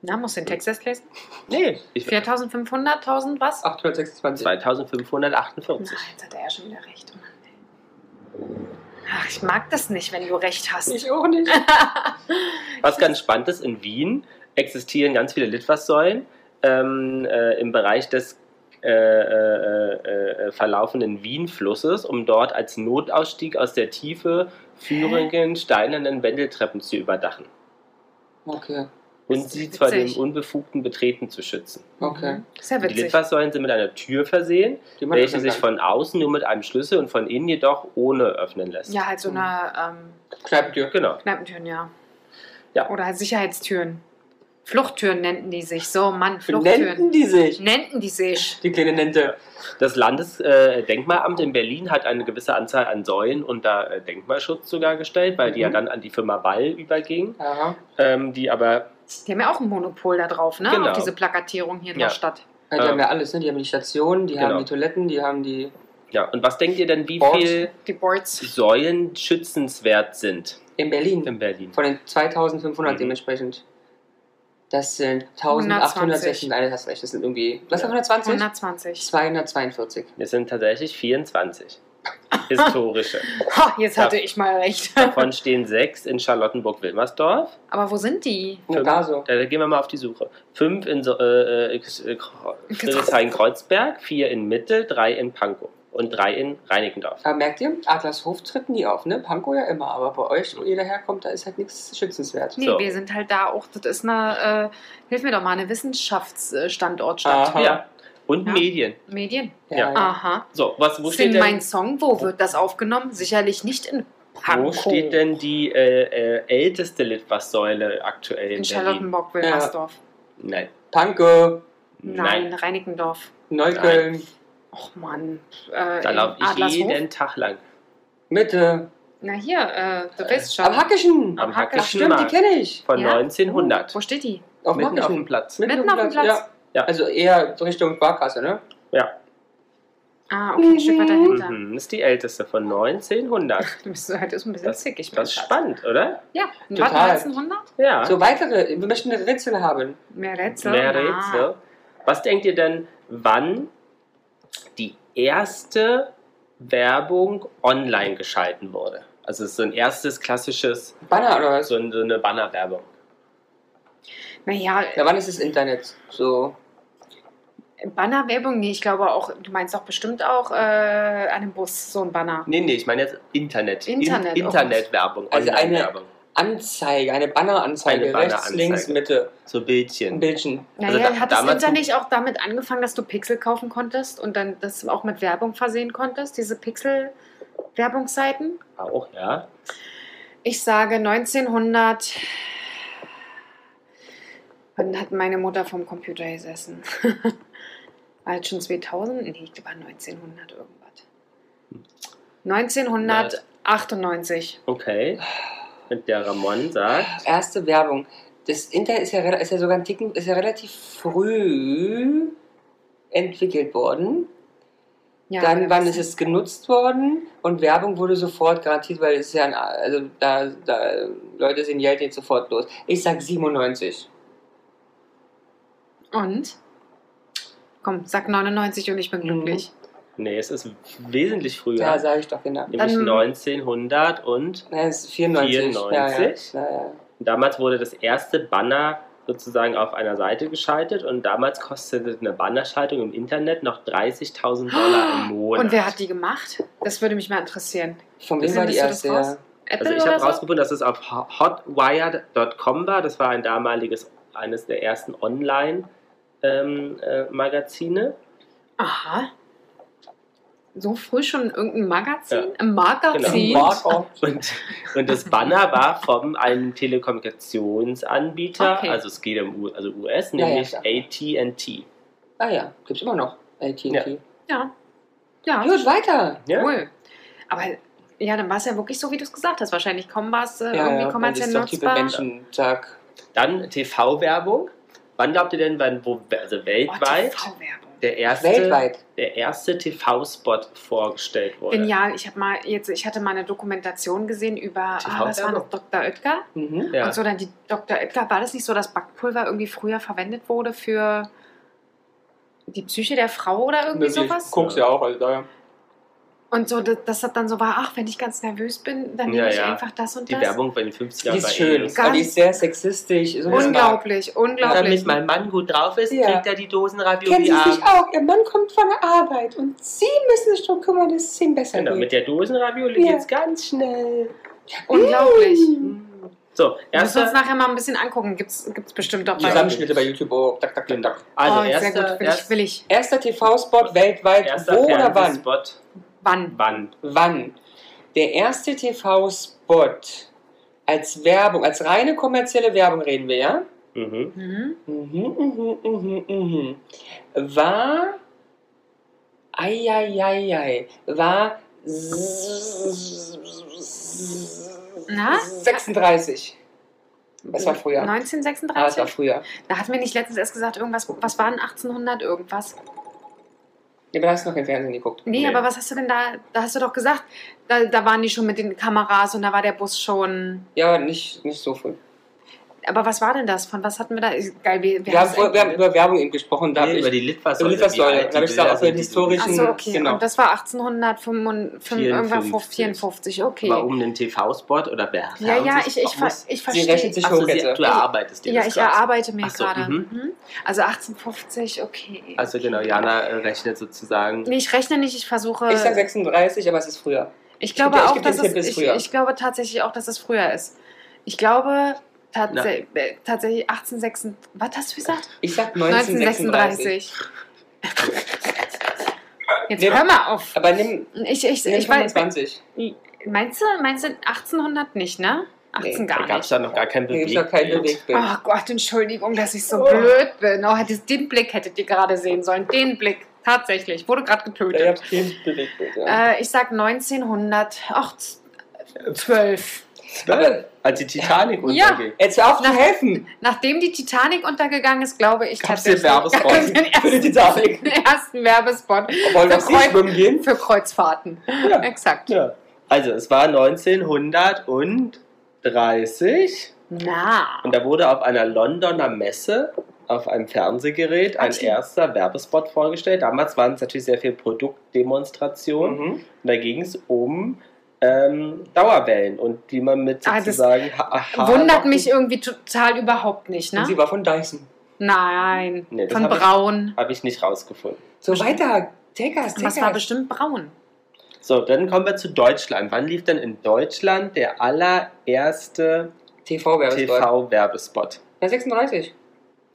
Speaker 2: Na, muss den Text erst lesen?
Speaker 3: Nee, ich
Speaker 2: 4500, 1000, was?
Speaker 1: 826.
Speaker 3: 2548.
Speaker 2: Na, jetzt hat er ja schon wieder recht. Oh Mann, ey. Ach, ich mag das nicht, wenn du recht hast.
Speaker 1: Ich auch nicht.
Speaker 3: Was ganz spannend ist, in Wien existieren ganz viele Litfaßsäulen ähm, äh, im Bereich des äh, äh, äh, verlaufenden Wienflusses, um dort als Notausstieg aus der Tiefe führenden steinernen Wendeltreppen zu überdachen
Speaker 1: Okay,
Speaker 3: und
Speaker 2: ist
Speaker 3: sie
Speaker 2: witzig.
Speaker 3: vor dem unbefugten Betreten zu schützen.
Speaker 1: okay.
Speaker 2: Ist ja
Speaker 3: Die
Speaker 2: witzig.
Speaker 3: Litfaßsäulen sind mit einer Tür versehen,
Speaker 1: Die macht
Speaker 3: welche
Speaker 1: das
Speaker 3: sich
Speaker 1: dann.
Speaker 3: von außen nur mit einem Schlüssel und von innen jedoch ohne öffnen lässt.
Speaker 2: Ja, halt so eine ähm,
Speaker 1: Kneipentür.
Speaker 3: Genau.
Speaker 2: Kneipentüren, ja.
Speaker 3: Ja.
Speaker 2: Oder halt Sicherheitstüren. Fluchttüren nennten die sich. So, Mann, Fluchttüren.
Speaker 1: Nennten die sich.
Speaker 2: Nennten die sich.
Speaker 1: Die kleine Nente.
Speaker 3: Das Landesdenkmalamt in Berlin hat eine gewisse Anzahl an Säulen unter äh, Denkmalschutz sogar gestellt, weil die
Speaker 1: Mhm.
Speaker 3: ja dann an die Firma Wall überging,
Speaker 1: Aha.
Speaker 3: ähm, die aber
Speaker 2: Die haben ja auch ein Monopol da drauf, ne?
Speaker 3: Genau.
Speaker 2: Auf diese Plakatierung hier in
Speaker 3: Ja.
Speaker 2: der Stadt.
Speaker 1: Ja, die
Speaker 3: Ähm.
Speaker 1: haben ja alles, ne? Die haben die Stationen, die
Speaker 3: Genau.
Speaker 1: haben die Toiletten, die haben die.
Speaker 3: ja. Und was denkt ihr denn, wie
Speaker 1: Boards.
Speaker 3: viel
Speaker 2: Die Boards.
Speaker 3: Säulen schützenswert sind
Speaker 1: In Berlin.
Speaker 3: in Berlin?
Speaker 1: Von den 2500
Speaker 3: Mhm.
Speaker 1: dementsprechend. Das sind 1860.
Speaker 2: 120.
Speaker 1: Nein, das hast recht. Das sind irgendwie. Was ja.
Speaker 3: Ja.
Speaker 1: 120?
Speaker 2: 120.
Speaker 1: 242.
Speaker 3: Es sind tatsächlich 24 historische.
Speaker 2: Ha, jetzt hatte ich mal recht.
Speaker 3: Davon stehen sechs in Charlottenburg-Wilmersdorf.
Speaker 2: Aber wo sind die?
Speaker 1: Na, da so.
Speaker 3: Da, da gehen wir mal auf die Suche. Fünf in so, äh, äh, Kreuzberg, vier in Mitte, drei in Pankow und drei in Reinickendorf.
Speaker 1: Aber merkt ihr, Adlershof tritt nie auf, ne? Pankow ja immer, aber bei euch, wo ihr daherkommt, da ist halt nichts schützenswert.
Speaker 2: Nee,
Speaker 3: So.
Speaker 2: wir sind halt da auch. Das ist eine, äh, hilf mir doch mal, eine Wissenschaftsstandortstadt.
Speaker 1: Aha.
Speaker 3: Ja. Und
Speaker 2: Ja.
Speaker 3: Medien.
Speaker 2: Medien.
Speaker 3: Ja.
Speaker 2: Aha.
Speaker 3: So, was, wo, steht
Speaker 2: Sing mein
Speaker 3: denn,
Speaker 2: Song, wo wird das aufgenommen? Sicherlich nicht in
Speaker 3: wo
Speaker 2: Pankow.
Speaker 3: steht denn die äh, äh, älteste Litfaßsäule aktuell in,
Speaker 2: In
Speaker 3: Berlin?
Speaker 2: Charlottenburg-Wilmersdorf.
Speaker 3: Nein.
Speaker 1: Pankow,
Speaker 2: Nein, Reinickendorf.
Speaker 1: Neukölln,
Speaker 2: Och Mann. Äh,
Speaker 3: Da
Speaker 2: in
Speaker 3: laufe ich
Speaker 2: Adlershof?
Speaker 3: jeden Tag lang.
Speaker 1: Mitte,
Speaker 2: Na hier, äh, du weißt schon.
Speaker 1: am Hackischen.
Speaker 3: Am
Speaker 2: Am Hack-
Speaker 1: Ach,
Speaker 3: Hackischen
Speaker 1: stimmt, die
Speaker 3: Markt
Speaker 1: kenne ich.
Speaker 3: von
Speaker 2: Ja. Oh,
Speaker 3: 1900.
Speaker 2: Wo steht die?
Speaker 1: Auf
Speaker 3: Mitten auf dem
Speaker 1: Hackischen.
Speaker 3: Platz.
Speaker 2: Mitten auf dem Platz.
Speaker 1: Ja.
Speaker 3: Ja.
Speaker 1: Also eher so Richtung Sparkasse, ne?
Speaker 2: Ah, okay, ein Stück weiter hinter.
Speaker 3: Mhm, ist die älteste von 1900.
Speaker 2: Du bist halt ist ein bisschen
Speaker 3: Das-
Speaker 2: zickig.
Speaker 3: Das ist
Speaker 2: mein Schatz.
Speaker 3: spannend, oder?
Speaker 2: Ja,
Speaker 1: Total.
Speaker 2: warte, 1900?
Speaker 3: Ja.
Speaker 1: So weitere, wir möchten eine Rätsel haben.
Speaker 2: Mehr Rätsel.
Speaker 3: Mehr
Speaker 2: Ah.
Speaker 3: Rätsel. Was denkt ihr denn, wann die erste Werbung online geschalten wurde? Also es ist so ein erstes klassisches,
Speaker 1: Banner oder was?
Speaker 3: so ein- so eine Bannerwerbung.
Speaker 2: Naja,
Speaker 1: Ja, wann ist das Internet? So
Speaker 2: Bannerwerbung? Nee, ich glaube auch, du meinst doch bestimmt auch äh, an einem Bus so ein Banner.
Speaker 3: Nee, nee, ich meine jetzt Internet.
Speaker 2: Internet,
Speaker 3: In,
Speaker 2: auch.
Speaker 3: Internetwerbung,
Speaker 1: Also eine-
Speaker 3: Online-Werbung.
Speaker 1: Anzeige, eine Banneranzeige,
Speaker 3: Eine
Speaker 1: rechts,
Speaker 3: Banneranzeige.
Speaker 1: links, Mitte,
Speaker 3: So
Speaker 1: ein
Speaker 3: Bildchen.
Speaker 1: Bildchen.
Speaker 2: Naja,
Speaker 3: Also da-
Speaker 2: hat das
Speaker 3: damals-
Speaker 2: Inter nicht auch damit angefangen, dass du Pixel kaufen konntest und dann das auch mit Werbung versehen konntest, diese Pixel-Werbungsseiten?
Speaker 3: Auch, ja.
Speaker 2: Ich sage 1900. Wann hat meine Mutter vom Computer gesessen? War das schon 2000? Nee, ich glaube 1900 irgendwas. 1998.
Speaker 3: Okay. Und der Ramon sagt,
Speaker 1: Erste Werbung. Das Internet ist ja, rela- ist ja sogar ein Ticken, ist ja relativ früh entwickelt worden.
Speaker 2: Ja,
Speaker 1: Dann,
Speaker 2: wir
Speaker 1: wann ist
Speaker 2: wissen.
Speaker 1: es genutzt worden? Und Werbung wurde sofort garantiert, weil es ist ja ein, also da, da Leute sehen Geld jetzt sofort los. Ich sag 97.
Speaker 2: Und? Komm, sag 99 und ich bin
Speaker 1: Mhm.
Speaker 2: glücklich.
Speaker 3: nee, es ist wesentlich früher.
Speaker 1: Ja, sage ich doch genau.
Speaker 3: nämlich
Speaker 2: Dann-
Speaker 3: 1900 und
Speaker 1: Nein, es ist 94.
Speaker 3: 94?
Speaker 1: Ja, ja. Ja, ja.
Speaker 3: damals wurde das erste Banner sozusagen auf einer Seite geschaltet und damals kostete eine Bannerschaltung im Internet noch 30.000 Dollar im Monat.
Speaker 2: Und wer hat die gemacht? Das würde mich mal interessieren.
Speaker 1: Von wem
Speaker 2: Findest
Speaker 1: war die
Speaker 2: du das
Speaker 1: erste?
Speaker 2: raus?
Speaker 1: Ja.
Speaker 2: Apple
Speaker 3: Also ich habe
Speaker 2: oder so?
Speaker 3: rausgefunden, dass es auf ho- hotwired.com war. Das war ein damaliges, eines der ersten ähm, äh, Online-Magazine.
Speaker 2: Aha. So früh schon irgendein Magazin? Ein Magazin?
Speaker 3: Genau.
Speaker 1: Marco.
Speaker 3: Und, und das Banner war von einem Telekommunikationsanbieter,
Speaker 2: Okay.
Speaker 3: also es geht um U also US,
Speaker 1: Ja, ja,
Speaker 3: nämlich
Speaker 1: klar.
Speaker 3: AT&T.
Speaker 1: Ah ja, gibt's immer noch. AT&T.
Speaker 3: Ja.
Speaker 2: Ja. Ja,
Speaker 1: Gut, weiter.
Speaker 3: Ja?
Speaker 2: cool. Aber ja, dann war es ja wirklich so, wie du es gesagt hast. Wahrscheinlich kaum war es äh, irgendwie
Speaker 1: das
Speaker 2: kommerziell
Speaker 1: ist doch typisch
Speaker 2: nutzbar.
Speaker 1: Menschentag.
Speaker 3: Dann TV-Werbung. Wann glaubt ihr denn, wann, wo, also
Speaker 2: Oh,
Speaker 3: weltweit,
Speaker 2: TV-Werbung.
Speaker 3: der erste,
Speaker 1: Weltweit.
Speaker 3: der erste TV-Spot vorgestellt wurde?
Speaker 2: Genial. Ich, hab mal jetzt, ich hatte mal eine Dokumentation gesehen über, ah, was war das,
Speaker 3: TV-Werbung.
Speaker 2: Dr. Oetker?
Speaker 1: Mhm.
Speaker 3: Ja.
Speaker 2: Und so dann die Dr. Oetker, war das nicht so, dass Backpulver irgendwie früher verwendet wurde für die Psyche der Frau oder irgendwie
Speaker 1: Möglich.
Speaker 2: sowas?
Speaker 1: Guck's ja auch, also da.
Speaker 2: Und so, dass dass das dann so war, ach, wenn ich ganz nervös bin, dann
Speaker 3: Ja,
Speaker 2: nehme ich
Speaker 3: ja.
Speaker 2: einfach das und
Speaker 3: Die
Speaker 2: das.
Speaker 3: Werbung bei E den 50ern
Speaker 1: Die
Speaker 3: war
Speaker 1: ist schön,
Speaker 3: ähnlich.
Speaker 1: aber die ist sehr sexistisch. So
Speaker 2: Unglaublich, unglaublich.
Speaker 3: Damit mein Mann gut drauf ist,
Speaker 1: Ja.
Speaker 3: kriegt er die Dosen
Speaker 1: Kennen
Speaker 3: Ravioli
Speaker 1: Sie sich
Speaker 3: abends.
Speaker 1: auch? Ihr Mann kommt von der Arbeit und Sie müssen sich darum kümmern, dass es ihm besser
Speaker 3: Genau, mit
Speaker 1: geht.
Speaker 3: der Dosen Ravioli
Speaker 1: Ja.
Speaker 3: geht's ganz schnell.
Speaker 2: Unglaublich.
Speaker 3: Mm. So,
Speaker 2: Müssen wir uns
Speaker 3: erster,
Speaker 2: nachher mal ein bisschen angucken. Gibt's, gibt's bestimmt doch bei.
Speaker 3: Zusammen-
Speaker 1: Zusammenschnitte bei YouTube. Oh, tak, tak, tak, tak.
Speaker 3: also
Speaker 2: oh,
Speaker 3: erster,
Speaker 2: sehr gut. Will
Speaker 3: erst-
Speaker 2: ich, will ich.
Speaker 1: Erster TV-Spot weltweit.
Speaker 3: erster
Speaker 1: Wo oder wann?
Speaker 3: Fernsehspot.
Speaker 2: Wann?
Speaker 3: Wann?
Speaker 1: Wann? Der erste TV-Spot als Werbung, als reine kommerzielle Werbung reden wir, ja?
Speaker 3: Mhm.
Speaker 2: Mhm.
Speaker 1: Mhm, mhm, mhm, mhm. War. Eieiei. War.
Speaker 2: Na?
Speaker 1: 36. Das war früher. Ah, das war
Speaker 2: 1936?
Speaker 1: früher.
Speaker 2: da hat mir nicht letztens erst gesagt, irgendwas, was war denn 1800 irgendwas?
Speaker 1: Nee, aber da hast du noch kein Fernsehen geguckt.
Speaker 2: Nee,
Speaker 3: Nee.
Speaker 2: aber was hast du denn da? Da hast du doch gesagt, da, da waren die schon mit den Kameras und da war der Bus schon.
Speaker 1: Ja, aber nicht, nicht so früh.
Speaker 2: Aber was war denn das? Von was hatten wir da? Ist Geil, wir,
Speaker 1: Wir haben, vorher, wir haben über Werbung eben gesprochen. Da hab
Speaker 3: nee,
Speaker 1: ich,
Speaker 3: über die Litfaßsäule.
Speaker 1: über die Litfaßsäule. Da hab ich gesagt, aus den historischen-
Speaker 2: Achso, okay.
Speaker 1: Genau.
Speaker 2: Und das war 1855, irgendwann vor
Speaker 3: 54.
Speaker 2: 54, okay.
Speaker 3: Warum um den TV-Spot oder wer?
Speaker 2: Ja, ja, ich, ich, ver
Speaker 3: verstehe.
Speaker 2: ich
Speaker 1: sie rechnet
Speaker 2: verstehe.
Speaker 1: sich hoch jetzt.
Speaker 3: Du erarbeitest dir
Speaker 2: Also, Ja,
Speaker 3: das
Speaker 2: ich
Speaker 3: gerade.
Speaker 2: erarbeite mir
Speaker 3: Ach so,
Speaker 2: gerade.
Speaker 3: mhm.
Speaker 2: Mhm. Also 1850, okay.
Speaker 3: Also genau, Jana äh, rechnet sozusagen.
Speaker 2: Nee, ich rechne nicht, ich versuche.
Speaker 1: Ich sag 36, aber es ist früher.
Speaker 2: Ich
Speaker 1: geb
Speaker 2: glaube
Speaker 1: dir- ich
Speaker 2: auch,
Speaker 1: geb dir
Speaker 2: dass
Speaker 1: einen Tipp,
Speaker 2: es,
Speaker 1: ist
Speaker 2: ich,
Speaker 1: früher.
Speaker 2: ich glaube tatsächlich auch, dass es früher ist. Ich glaube tatsä äh, tatsächlich 1836. Was hast du gesagt?
Speaker 1: Ich sag 1936.
Speaker 2: 1936. Jetzt
Speaker 1: Nee.
Speaker 2: hör mal auf.
Speaker 1: Aber nimm,
Speaker 2: Ich, ich,
Speaker 1: nimm
Speaker 2: ich weiß.
Speaker 1: 25.
Speaker 2: Meinst du, meinst du 1800 nicht, ne? 18
Speaker 1: Nee,
Speaker 3: Da
Speaker 2: gar
Speaker 3: gab
Speaker 2: nicht.
Speaker 3: es ja noch gar kein
Speaker 1: Nee,
Speaker 3: Bewegtbild.
Speaker 1: ich sag kein Bewegbild.
Speaker 2: Oh Gott, Entschuldigung, dass ich so blöd bin. Oh, hättest, den Blick hättet ihr gerade sehen sollen. Den Blick. Tatsächlich. Wurde gerade
Speaker 1: Ich
Speaker 2: getötet.
Speaker 1: hab kein Bewegbild. Ja.
Speaker 2: Äh, ich sag 1912.
Speaker 3: Zwölf, Als die Titanic
Speaker 2: Ja.
Speaker 3: unterging.
Speaker 1: Jetzt hör auf zu helfen.
Speaker 2: Nachdem die Titanic untergegangen ist, glaube ich
Speaker 3: Gab's den Werbespot
Speaker 2: gab's den
Speaker 1: für die
Speaker 2: ersten,
Speaker 1: Titanic?
Speaker 2: den ersten Werbespot
Speaker 1: Wollen wir
Speaker 2: Kreuz-
Speaker 1: schwimmen gehen?
Speaker 2: für Kreuzfahrten.
Speaker 3: Ja.
Speaker 2: Exakt.
Speaker 3: Ja. Also es war 1930
Speaker 2: Na,
Speaker 3: und da wurde auf einer Londoner Messe auf einem Fernsehgerät ein
Speaker 2: Okay.
Speaker 3: erster Werbespot vorgestellt. Damals waren es natürlich sehr viel Produktdemonstrationen.
Speaker 1: Mhm.
Speaker 3: Und da ging es um ähm, Dauerwellen und die man mit
Speaker 2: Ah, das
Speaker 3: sozusagen ha- ha-
Speaker 2: wundert mich irgendwie total überhaupt nicht,
Speaker 1: Und
Speaker 2: ne?
Speaker 1: sie war von Dyson.
Speaker 2: Nein.
Speaker 3: Nee, das
Speaker 2: Von
Speaker 3: hab ich-
Speaker 2: Braun.
Speaker 3: Habe ich nicht rausgefunden.
Speaker 1: So weiter. Tickers,
Speaker 2: Was war bestimmt Braun?
Speaker 3: So, dann kommen wir zu Deutschland. Wann lief denn in Deutschland der allererste
Speaker 1: TV-Werbespot.
Speaker 3: TV-Werbespot?
Speaker 1: Ja, 36.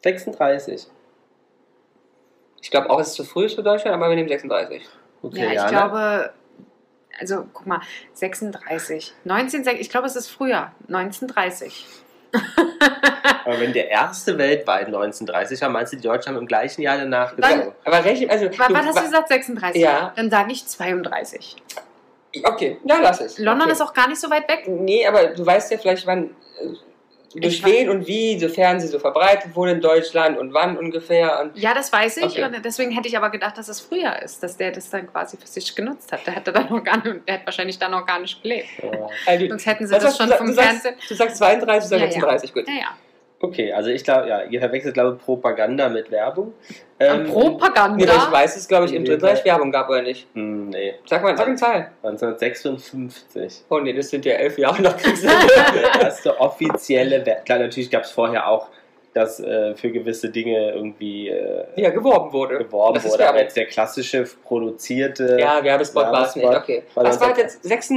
Speaker 3: 36.
Speaker 1: Ich glaube auch, es ist zu früh für Deutschland, aber wir nehmen 36.
Speaker 3: Okay,
Speaker 2: ja, ich
Speaker 3: Jana.
Speaker 2: glaube, also guck mal, 36. 19, sech- ich glaube, es ist früher. 1930.
Speaker 3: Aber wenn der erste weltweit 1930 war, meinst du, die Deutschen haben im gleichen Jahr danach gezogen?
Speaker 1: Aber rechnen, also.
Speaker 2: Was,
Speaker 1: du-
Speaker 2: was hast
Speaker 1: wa-
Speaker 2: du gesagt? 36?
Speaker 1: Ja.
Speaker 2: Dann sage ich 32.
Speaker 1: Okay, na lass es.
Speaker 2: London
Speaker 1: okay.
Speaker 2: ist auch gar nicht so weit weg.
Speaker 1: Nee, aber du weißt ja vielleicht, wann. äh, Durch
Speaker 2: Ich weiß-
Speaker 1: wen und wie, sofern sie so verbreitet wurde in Deutschland und wann ungefähr. Und
Speaker 2: Ja, das weiß ich.
Speaker 1: Okay.
Speaker 2: Und deswegen hätte ich aber gedacht, dass es früher ist, dass der das dann quasi für sich genutzt hat. Der hätte dann noch gar nicht, der hat wahrscheinlich dann noch gar nicht gelebt.
Speaker 3: Ja.
Speaker 1: also,
Speaker 2: Sonst hätten sie
Speaker 1: was
Speaker 2: das
Speaker 1: sagst
Speaker 2: schon
Speaker 1: du,
Speaker 2: vom
Speaker 1: du sagst,
Speaker 2: Fernsehen.
Speaker 1: du sagst 32, du sagst
Speaker 2: Ja, ja.
Speaker 1: 36, gut.
Speaker 2: Ja, ja.
Speaker 3: Okay, also ich glaube, ja, ihr verwechselt, glaube ich, Propaganda mit Werbung. Ähm,
Speaker 2: Propaganda.
Speaker 1: Nee, weil ich weiß, dass es, glaube ich, im
Speaker 3: Nee,
Speaker 1: Drittreich
Speaker 3: weil-
Speaker 1: Werbung gab, oder nicht?
Speaker 3: Hm, nee,
Speaker 1: Sag mal, sag eine Zahl.
Speaker 3: 1956.
Speaker 1: Oh nee, das sind ja elf Jahre nach Kriegsende.
Speaker 3: Der erste offizielle Wer Klar, natürlich gab es vorher auch, dass äh, für gewisse Dinge irgendwie äh,
Speaker 1: ja, geworben wurde.
Speaker 3: geworben
Speaker 1: das ist
Speaker 3: wurde. Aber
Speaker 1: Werbung.
Speaker 3: jetzt der klassische produzierte
Speaker 1: Ja, Werbespot war es nicht,
Speaker 3: Werbespot.
Speaker 1: okay.
Speaker 3: War
Speaker 1: Was
Speaker 3: dann
Speaker 1: war jetzt 6.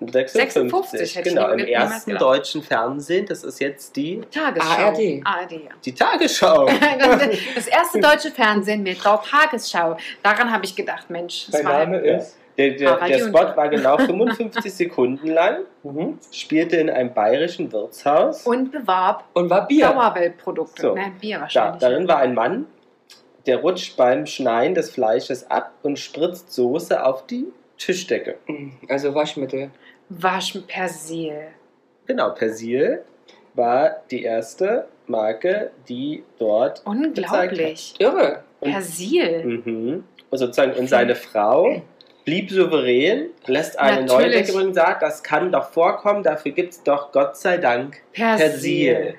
Speaker 3: 56.
Speaker 2: 56, hätte ich
Speaker 3: genau,
Speaker 2: nie-
Speaker 3: im
Speaker 2: niemals
Speaker 3: ersten
Speaker 2: gedacht.
Speaker 3: deutschen Fernsehen. Das ist jetzt die,
Speaker 2: Tagesschau.
Speaker 1: ARD.
Speaker 2: ARD, ja.
Speaker 3: die Tagesschau.
Speaker 2: Das erste deutsche Fernsehen mit Frau Tagesschau. Daran habe ich gedacht, Mensch, das
Speaker 1: Mein
Speaker 2: war
Speaker 1: Name
Speaker 2: halt,
Speaker 3: Ja.
Speaker 1: ist.
Speaker 3: Der, der,
Speaker 2: Aber
Speaker 3: der
Speaker 2: die
Speaker 3: Spot
Speaker 2: Unter-
Speaker 3: war genau 55 Sekunden lang,
Speaker 1: Mhm.
Speaker 3: spielte in einem bayerischen Wirtshaus.
Speaker 2: und bewarb
Speaker 1: Und war Bier.
Speaker 2: Dauerweltprodukte.
Speaker 3: So.
Speaker 2: Nein, Bier
Speaker 3: Da,
Speaker 2: wahrscheinlich.
Speaker 3: darin war ein Mann, der rutscht beim Schneiden des Fleisches ab und spritzt Soße auf die Tischdecke.
Speaker 1: Mhm, Also Waschmittel.
Speaker 2: Waschen Persil.
Speaker 3: Genau, Persil war die erste Marke, die dort
Speaker 2: Unglaublich.
Speaker 1: Irre.
Speaker 3: Und-
Speaker 2: Persil.
Speaker 3: mhm, und sozusagen und seine Frau blieb souverän, lässt eine neue
Speaker 2: Natürlich.
Speaker 3: Entdeckung und sagt, das kann doch vorkommen, dafür gibt es doch Gott sei Dank Persil.
Speaker 2: Persil.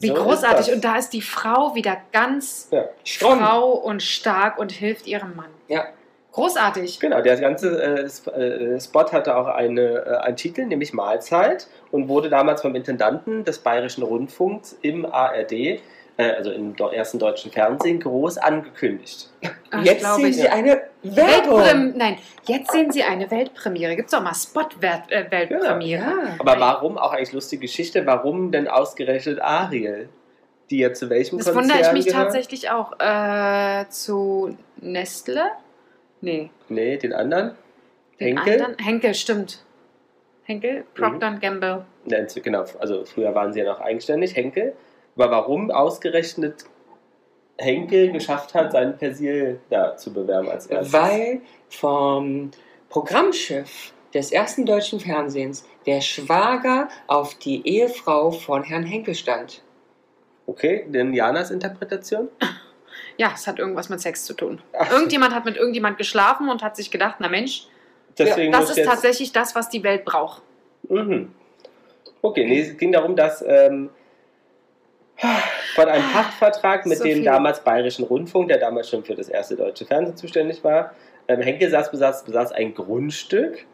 Speaker 2: Wie
Speaker 3: So ist
Speaker 2: großartig.
Speaker 3: das.
Speaker 2: Und da ist die Frau wieder ganz
Speaker 3: ja.
Speaker 1: Strom.
Speaker 2: frau und stark und hilft ihrem Mann.
Speaker 1: Ja.
Speaker 2: Großartig.
Speaker 3: Genau, der ganze äh, Sp- äh, Spot hatte auch eine, äh, einen Titel, nämlich Mahlzeit, und wurde damals vom Intendanten des Bayerischen Rundfunks im ARD, äh, also im do- ersten deutschen Fernsehen, groß angekündigt.
Speaker 2: Ach,
Speaker 1: Jetzt
Speaker 2: glaub
Speaker 1: sehen
Speaker 2: ich.
Speaker 1: Sie eine Werbung.
Speaker 2: Weltprem Nein, jetzt sehen Sie eine Weltpremiere. Gibt es doch mal äh, Spot-Weltpremiere.
Speaker 1: Ja.
Speaker 3: Aber warum, auch eigentlich lustige Geschichte, warum denn ausgerechnet Ariel, die ja zu welchem
Speaker 2: Das
Speaker 3: Konzern genau.
Speaker 2: wundere ich mich
Speaker 3: gehört?
Speaker 2: tatsächlich auch. Äh, zu Nestle? Nee.
Speaker 3: Nee, den anderen?
Speaker 2: Den
Speaker 3: Henkel? Mhm.
Speaker 2: anderen? Henkel, stimmt. Henkel, Procter Gamble.
Speaker 3: Nein, zu- genau, also früher waren sie ja noch eigenständig, Henkel. Aber warum ausgerechnet Henkel geschafft hat, seinen Persil da zu bewerben als erstes?
Speaker 1: Weil vom Programmchef des ersten deutschen Fernsehens der Schwager auf die Ehefrau von Herrn Henkel stand.
Speaker 3: Okay, denn Janas Interpretation?
Speaker 2: Ja, es hat irgendwas mit Sex zu tun. Irgendjemand hat mit irgendjemand geschlafen und hat sich gedacht, na Mensch,
Speaker 3: Deswegen
Speaker 2: das
Speaker 3: muss
Speaker 2: ist
Speaker 3: jetzt-
Speaker 2: tatsächlich das, was die Welt braucht.
Speaker 3: Mhm. Okay, nee, es ging darum, dass ähm, von einem Pachtvertrag mit
Speaker 2: So
Speaker 3: dem
Speaker 2: viel.
Speaker 3: damals Bayerischen Rundfunk, der damals schon für das erste deutsche Fernsehen zuständig war, ähm, Henkel saß, besaß, besaß ein Grundstück.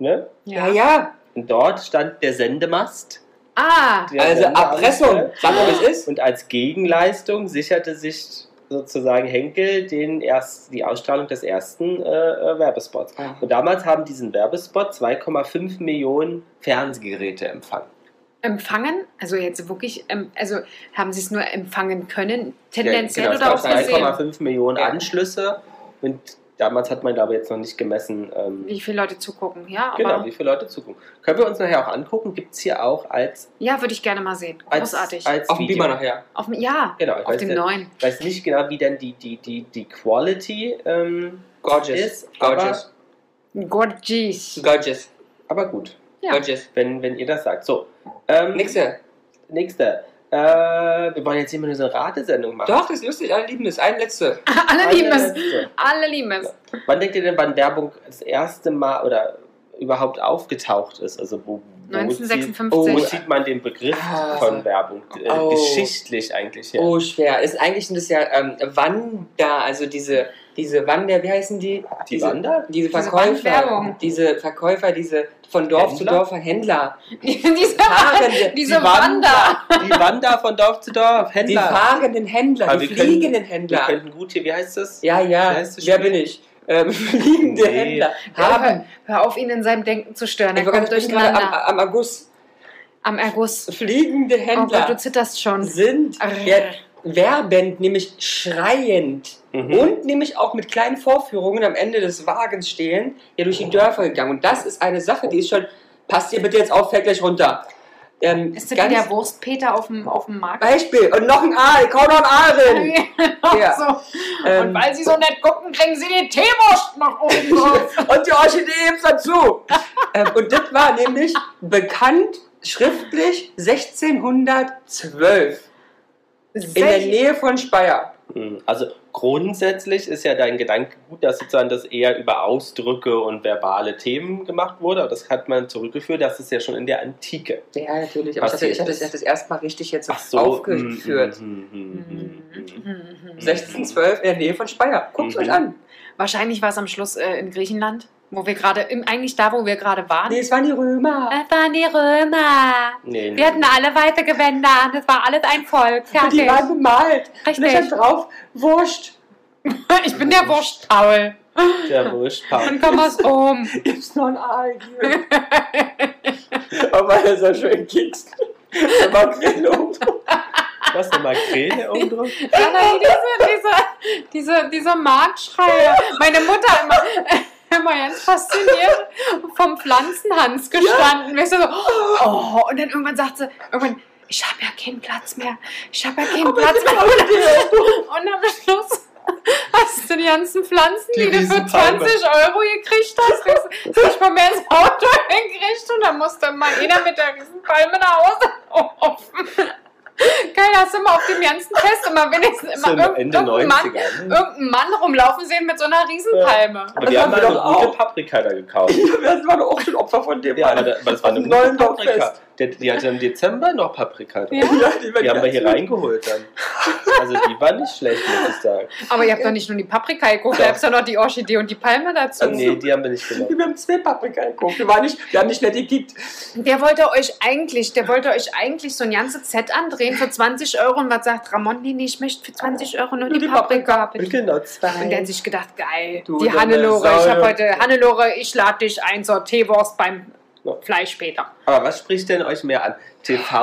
Speaker 3: Ne?
Speaker 1: Ja, ja.
Speaker 3: Und dort stand der Sendemast.
Speaker 2: Ah,
Speaker 3: der
Speaker 1: also
Speaker 3: Sendeanstalt.
Speaker 1: Erpressung. Sag mal, was ist?
Speaker 3: Und als Gegenleistung sicherte sich sozusagen Henkel den erst, die Ausstrahlung des ersten äh, äh, Werbespots.
Speaker 1: Ah.
Speaker 3: Und damals haben diesen Werbespot 2,5 Millionen Fernsehgeräte empfangen.
Speaker 2: empfangen? Also jetzt wirklich, ähm, also haben sie es nur empfangen können, tendenziell
Speaker 3: Ja, genau,
Speaker 2: oder
Speaker 3: es
Speaker 2: auch
Speaker 3: gab
Speaker 2: gesehen?
Speaker 3: 2,5 Millionen
Speaker 1: Ja.
Speaker 3: Anschlüsse und damals hat man glaube ich, jetzt noch nicht gemessen, ähm,
Speaker 2: Wie viele Leute zugucken, ja, aber
Speaker 3: genau, wie viele Leute zugucken. Können wir uns nachher auch angucken, gibt es hier auch als,
Speaker 2: ja, würde ich gerne mal sehen.
Speaker 3: als,
Speaker 2: Großartig.
Speaker 3: als
Speaker 1: Auf dem
Speaker 3: Video.
Speaker 1: Beamer nachher.
Speaker 2: auf dem, ja,
Speaker 3: Genau, ich
Speaker 2: auf
Speaker 3: weiß,
Speaker 2: dem
Speaker 3: ja-
Speaker 2: neuen.
Speaker 3: weiß nicht genau, wie denn die, die, die, die Quality ähm,
Speaker 1: Gorgeous.
Speaker 3: ist, aber,
Speaker 1: Gorgeous.
Speaker 2: Gorgeous.
Speaker 1: Gorgeous.
Speaker 3: aber gut,
Speaker 2: Ja.
Speaker 1: Gorgeous. äh,
Speaker 3: wenn, wenn ihr das sagt. So, ähm,
Speaker 1: Nächste.
Speaker 3: nächste. Äh, wir wollen jetzt immer nur so eine Ratesendung machen.
Speaker 1: Doch, das ist lustig. Alle lieben es. Ein letzte.
Speaker 2: Alle
Speaker 3: Eine
Speaker 2: lieben es.
Speaker 3: letzte.
Speaker 2: Alle lieben es.
Speaker 3: Wann denkt ihr denn, wann Werbung das erste Mal oder überhaupt aufgetaucht ist? Also wo, wo, Zieht,
Speaker 2: 1956.
Speaker 3: wo zieht man den Begriff
Speaker 1: Ah.
Speaker 3: von Werbung äh,
Speaker 1: Oh.
Speaker 3: geschichtlich eigentlich her?
Speaker 1: Oh, schwer. Ist eigentlich das ja, ähm, wann da, also diese diese Wander, wie heißen die?
Speaker 3: Die
Speaker 1: diese,
Speaker 3: Wander?
Speaker 1: Diese
Speaker 2: Diese
Speaker 1: Verkäufer,
Speaker 2: Wandwerbung.
Speaker 1: diese Verkäufer, diese von Dorf zu
Speaker 3: Händler?
Speaker 1: Dorf Händler.
Speaker 2: diese
Speaker 1: Fahrende,
Speaker 2: diese Wander.
Speaker 3: Die Wander von Dorf zu Dorf,
Speaker 1: die
Speaker 3: Händler.
Speaker 1: fahrenden Händler,
Speaker 3: Aber
Speaker 1: die
Speaker 3: wir können-
Speaker 1: fliegenden
Speaker 3: Wir
Speaker 1: Händler.
Speaker 3: könnten gut hier, wie heißt das?
Speaker 1: ja, ja,
Speaker 3: Wie heißt das
Speaker 1: wer
Speaker 3: Spiel?
Speaker 1: bin ich? Ähm, fliegende
Speaker 3: Nee.
Speaker 1: Händler.
Speaker 2: Hör,
Speaker 1: Haben.
Speaker 2: hör auf, ihn in seinem Denken zu stören. Er
Speaker 1: Ich, war
Speaker 2: kommt
Speaker 1: gerade- ich bin gerade am,
Speaker 2: durcheinander.
Speaker 1: am August.
Speaker 2: Am Erguss.
Speaker 1: Fliegende
Speaker 2: Oh Gott, du
Speaker 1: Händler
Speaker 2: zitterst schon.
Speaker 1: sind
Speaker 2: Arr.
Speaker 1: wer- werbend, nämlich schreiend.
Speaker 3: Mhm.
Speaker 1: Und nämlich auch mit kleinen Vorführungen am Ende des Wagens stehend, ja durch die Dörfer gegangen. Und das ist eine Sache, die ist schon, passt ihr bitte jetzt auf, fällt gleich runter. Ähm,
Speaker 2: Ist das wie
Speaker 1: ganz
Speaker 2: der Wurstpeter auf dem, auf dem Markt?
Speaker 1: Beispiel, und noch ein Aal, kaum noch ein Aal drin. Ja.
Speaker 2: so. Ah, Und
Speaker 1: Ähm,
Speaker 2: weil sie so nett gucken, kriegen sie den Teewurst noch oben drauf.
Speaker 1: und die Orchidee gibt's dazu. ähm, und das war nämlich bekannt schriftlich 1612 in der Nähe von Speyer.
Speaker 3: Mhm. Also grundsätzlich ist ja dein Gedanke gut, dass sozusagen das eher über Ausdrücke und verbale Themen gemacht wurde. Aber das hat man zurückgeführt, das ist ja schon in der Antike.
Speaker 1: Ja, natürlich. Aber ich hatte, ich hatte, ich hatte das erstmal richtig jetzt aufgeführt.
Speaker 3: mhm, mhm, mhm, mhm.
Speaker 2: Mhm.
Speaker 1: 1612 in der Nähe von Speyer. Guckt
Speaker 3: Mhm.
Speaker 1: euch an.
Speaker 2: Wahrscheinlich war es am Schluss äh, in Griechenland, wo wir gerade, im- eigentlich da, wo wir gerade waren.
Speaker 1: Nee, es waren die Römer.
Speaker 2: Das waren die Römer.
Speaker 3: Nee, nee.
Speaker 2: Wir hatten alle weite Gewänder. Das war alles ein
Speaker 1: Und
Speaker 2: Volk.
Speaker 1: die
Speaker 2: Fertig.
Speaker 1: waren bemalt. Und da
Speaker 2: Richtig.
Speaker 1: stand drauf, Wurst.
Speaker 2: Ich bin der Wursttaul
Speaker 3: Der Wurschtpaar.
Speaker 2: und komme aus Rom.
Speaker 1: Gibt's noch ein Aal hier? Aber er ist ja schön kickst. Der Makrele oben drauf.
Speaker 3: Was eine Makrele oben drauf?
Speaker 2: Ja, nein, diese, diese, diese, diese Marktschreie. Meine Mutter immer, immer ganz fasziniert vom Pflanzenhans gestanden. Weißt du, so, oh, und dann irgendwann sagt sie, irgendwann, ich habe ja keinen Platz mehr. Ich habe ja keinen Platz mehr. Und am Schluss hast du die ganzen Pflanzen, die,
Speaker 3: Die
Speaker 2: du für 20
Speaker 3: Riesenpalme.
Speaker 2: Euro gekriegt hast, hast du nicht mal mehr ins Auto hingekriegt und dann musste immer jeder mit der Riesenpalme nach Hause laufen. Geil, hast du immer auf dem ganzen Fest immer wenigstens
Speaker 3: So
Speaker 2: immer
Speaker 3: im
Speaker 2: irgend-
Speaker 3: Ende
Speaker 2: irgendeinen Mann,
Speaker 3: 90er. ne?
Speaker 2: irgendeinen Mann rumlaufen sehen mit so einer Riesenpalme.
Speaker 3: Aber wir haben
Speaker 1: Das
Speaker 3: eine
Speaker 1: haben wir doch
Speaker 3: gute
Speaker 1: auch.
Speaker 3: Paprika da gekauft.
Speaker 1: Das war doch auch schon Opfer von dem
Speaker 3: Ja, aber
Speaker 1: Mann.
Speaker 3: da- aber das war eine
Speaker 1: Auf dem
Speaker 3: gute
Speaker 1: neuen
Speaker 3: Paprika.
Speaker 1: Dorffest.
Speaker 3: Der, die hatte im Dezember noch Paprika drin.
Speaker 2: Ja.
Speaker 1: die
Speaker 3: Die
Speaker 1: waren
Speaker 3: haben wir hier
Speaker 1: ganz-
Speaker 3: reingeholt dann. Also die war nicht schlecht, muss ich sagen.
Speaker 2: Aber ihr habt doch nicht nur die Paprika geguckt,
Speaker 3: Doch.
Speaker 2: ihr habt doch noch die Orchidee und die Palme dazu.
Speaker 3: Äh, Nee, die haben wir nicht genommen.
Speaker 1: Wir haben zwei Paprika geguckt. Wir, waren nicht, wir haben nicht nett gekickt.
Speaker 2: Der wollte euch eigentlich, der wollte euch eigentlich so ein ganzes Set andrehen für 20 Euro und was sagt Ramon, nee, nee, ich möchte für 20 Euro nur die,
Speaker 1: die
Speaker 2: Paprika. bitte.
Speaker 3: Genau,
Speaker 2: Und
Speaker 3: zwei.
Speaker 2: der hat sich gedacht, geil,
Speaker 1: Du
Speaker 2: die
Speaker 1: dumme
Speaker 2: Hannelore, ich hab
Speaker 1: Sau.
Speaker 2: heute, Hannelore, ich lade dich ein zur Teewurst beim
Speaker 3: Ja.
Speaker 2: Fleisch später.
Speaker 3: Aber was spricht denn euch mehr an?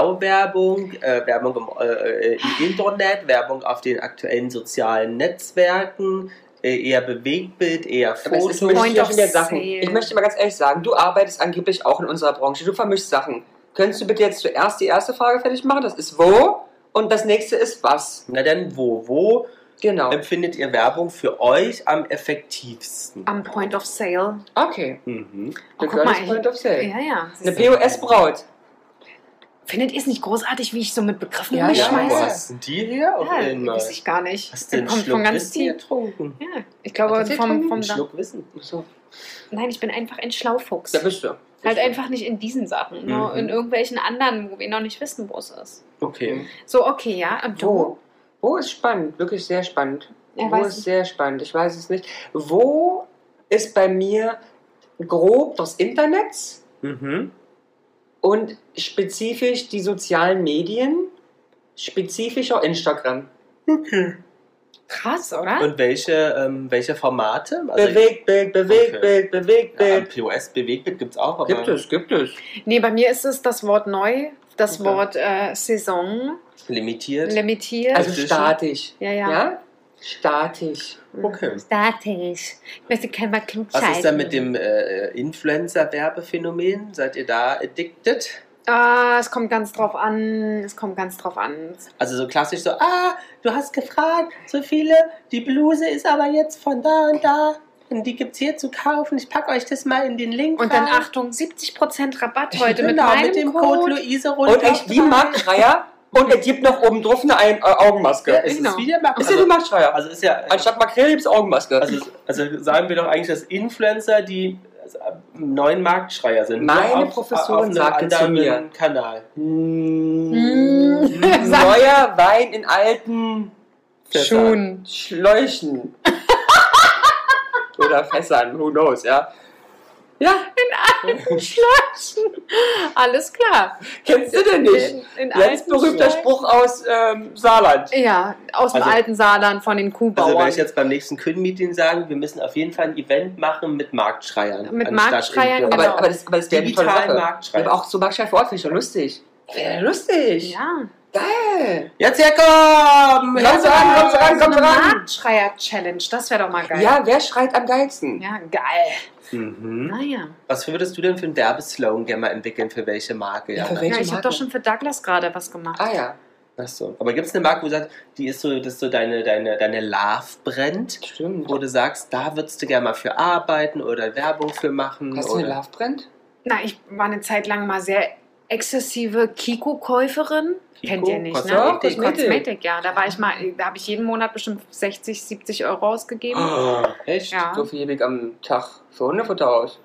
Speaker 3: TV-Werbung, äh, Werbung im, äh, äh, im Internet, Werbung auf den aktuellen sozialen Netzwerken, äh, eher Bewegtbild, eher
Speaker 1: Aber es ist,
Speaker 3: Fotos.
Speaker 1: möchte
Speaker 2: Point
Speaker 1: ich, ja
Speaker 2: of
Speaker 1: schon wieder Sachen.
Speaker 2: sale.
Speaker 1: ich möchte mal ganz ehrlich sagen, du arbeitest angeblich auch in unserer Branche. Du vermischst Sachen. Könntest du bitte jetzt zuerst die erste Frage fertig machen? Das ist wo und das nächste ist was.
Speaker 3: Na dann, wo, wo
Speaker 1: Genau.
Speaker 3: empfindet ihr Werbung für euch am effektivsten?
Speaker 1: Ah.
Speaker 2: Am Point of Sale.
Speaker 1: Okay.
Speaker 3: Mhm.
Speaker 2: Oh,
Speaker 1: Dann
Speaker 2: guck mal,
Speaker 1: gehört das
Speaker 2: ich-
Speaker 1: Point of Sale.
Speaker 2: Ja, ja.
Speaker 1: Eine POS-Braut.
Speaker 2: Findet ihr es nicht großartig, wie ich so mit Begriffen
Speaker 1: Ja,
Speaker 2: ja, mich
Speaker 1: ja.
Speaker 2: schmeiße?
Speaker 3: wo
Speaker 1: weiß.
Speaker 3: hast denn die her? Auf
Speaker 2: Ah, Ja,
Speaker 3: einmal?
Speaker 2: weiß ich gar nicht.
Speaker 3: Hast du einen
Speaker 2: Kommt
Speaker 3: Schluck
Speaker 2: von ganz
Speaker 3: Whisky
Speaker 2: tief.
Speaker 3: getrunken?
Speaker 2: Ja, ich glaube
Speaker 1: Hat er
Speaker 2: vom, vom
Speaker 3: Einen Schluck Wissen.
Speaker 1: So,
Speaker 2: Nein, ich bin einfach ein Schlaufuchs.
Speaker 1: da bist du.
Speaker 2: halt einfach nicht in diesen Sachen, nur
Speaker 3: Mhm.
Speaker 2: in irgendwelchen anderen, wo wir noch nicht wissen, wo es ist.
Speaker 3: Okay.
Speaker 2: So, okay, ja. Und
Speaker 1: Wo?
Speaker 2: du?
Speaker 1: Wo ist spannend? Wirklich sehr spannend.
Speaker 2: Er
Speaker 1: wo
Speaker 2: weiß
Speaker 1: ist
Speaker 2: es.
Speaker 1: sehr spannend? Ich weiß es nicht. Wo ist bei mir grob das Internet
Speaker 3: Mhm.
Speaker 1: und spezifisch die sozialen Medien? Spezifisch auch Instagram.
Speaker 2: Krass, oder?
Speaker 3: Und welche, ähm, welche Formate?
Speaker 1: Bewegtbild, Bewegtbild,
Speaker 3: Also Ja, am
Speaker 1: Bewegtbild.
Speaker 3: POS Bewegtbild gibt es auch, aber
Speaker 1: Gibt es, gibt es.
Speaker 2: Nee, bei mir ist es das Wort neu, das
Speaker 1: Okay.
Speaker 2: Wort äh, Saison,
Speaker 3: limitiert.
Speaker 2: limitiert.
Speaker 1: Also
Speaker 3: Dazwischen?
Speaker 1: statisch.
Speaker 2: ja, ja. Mhm.
Speaker 1: Ja? Statisch.
Speaker 3: Okay.
Speaker 2: Statisch. Ich möchte kein Mal Kind
Speaker 3: Was ist
Speaker 2: schalten.
Speaker 3: dann mit dem äh, Influencer-Werbephänomen? Seid ihr da addicted?
Speaker 2: Ah, es kommt ganz drauf an. Es kommt ganz drauf an.
Speaker 3: Also so klassisch so, ah, du hast gefragt, so viele, die Bluse ist aber jetzt von da und da. Und die gibt's hier zu kaufen. Ich packe euch das mal in den Link.
Speaker 2: Und dann
Speaker 3: rein.
Speaker 2: Achtung, 70% Rabatt heute mit
Speaker 3: Genau,
Speaker 2: meinem
Speaker 3: mit dem Code,
Speaker 2: Code.
Speaker 3: Luise
Speaker 1: Und ich wie Marc Schreier und er gibt noch oben drauf eine Ein- äh, Augenmaske.
Speaker 3: Ja,
Speaker 1: ist
Speaker 3: es
Speaker 2: Genau.
Speaker 3: ist wieder Mark.
Speaker 1: ja wie
Speaker 3: Also,
Speaker 1: Marc Schreier.
Speaker 3: also ist ja.
Speaker 1: Anstatt Makrele gibt es Augenmaske.
Speaker 3: Also, also sagen wir doch eigentlich, dass Influencer die äh, neuen Marktschreier sind. nur
Speaker 1: Meine Professorin
Speaker 3: auf einem
Speaker 1: sagte zu
Speaker 3: anderen
Speaker 1: mir.
Speaker 3: Kanal.
Speaker 1: Mm,
Speaker 2: Hm, Sag-
Speaker 1: Neuer Wein in alten
Speaker 3: Fässern.
Speaker 2: Schon.
Speaker 1: Schläuchen. oder Fässern, who knows, ja. Ja,
Speaker 2: Klatschen. Alles klar.
Speaker 1: kennst du denn nicht?
Speaker 2: In, in
Speaker 1: Jetzt
Speaker 2: alten
Speaker 1: berühmter
Speaker 2: Schlägen.
Speaker 1: Spruch aus ähm, Saarland.
Speaker 2: Ja, aus dem
Speaker 3: Also-
Speaker 2: alten Saarland von den Kuhbauern.
Speaker 3: Also werde ich jetzt beim nächsten Kühn-Meeting sagen, wir müssen auf jeden Fall ein Event machen mit Marktschreiern.
Speaker 2: Mit
Speaker 3: anstatt
Speaker 2: Marktschreiern,
Speaker 3: Info.
Speaker 2: genau.
Speaker 1: Aber, aber das, aber das wäre eine tolle
Speaker 3: Digitalen
Speaker 1: Sache.
Speaker 3: Marktschreier.
Speaker 1: Aber auch so Marktschreier vor Ort finde ich schon lustig. Wäre lustig.
Speaker 2: ja. Also,
Speaker 1: Geil.
Speaker 3: Jetzt herkommen!
Speaker 1: Kommst du ran, kommst du ran, kommst du ran.
Speaker 2: Marktschreier-Challenge, das wäre doch mal geil.
Speaker 1: Ja, Hm. wer schreit am geilsten?
Speaker 2: Ja, geil.
Speaker 3: Mhm.
Speaker 2: Naja.
Speaker 3: Was würdest du denn für einen Werbeslogan gerne mal entwickeln? Für welche Marke?
Speaker 1: Ja,
Speaker 3: Ja,
Speaker 1: für
Speaker 3: ne?
Speaker 1: welche?
Speaker 2: Ja, ich habe
Speaker 1: Marke?
Speaker 2: doch schon für Douglas gerade was gemacht.
Speaker 1: Ah ja,
Speaker 3: Ach so. Aber gibt es eine Marke, wo du sagst, die ist so, dass so deine, deine, deine Love brennt?
Speaker 1: stimmt.
Speaker 3: Wo du sagst, da würdest du gerne mal für arbeiten oder Werbung für machen?
Speaker 1: Hast du
Speaker 3: oder?
Speaker 1: eine Love Brand?
Speaker 2: Na, ich war eine Zeit lang mal sehr exzessive Kiko-Käuferin.
Speaker 3: Kiko?
Speaker 2: Kennt ihr nicht, ne?
Speaker 3: Kosmetik?
Speaker 1: Doch,
Speaker 2: Kosmetik, ja. Da war ich mal, da habe ich jeden Monat bestimmt 60, 70 Euro ausgegeben.
Speaker 3: Oh, echt?
Speaker 2: Ja.
Speaker 1: So viel gebe ich am Tag für Hundefutter aus.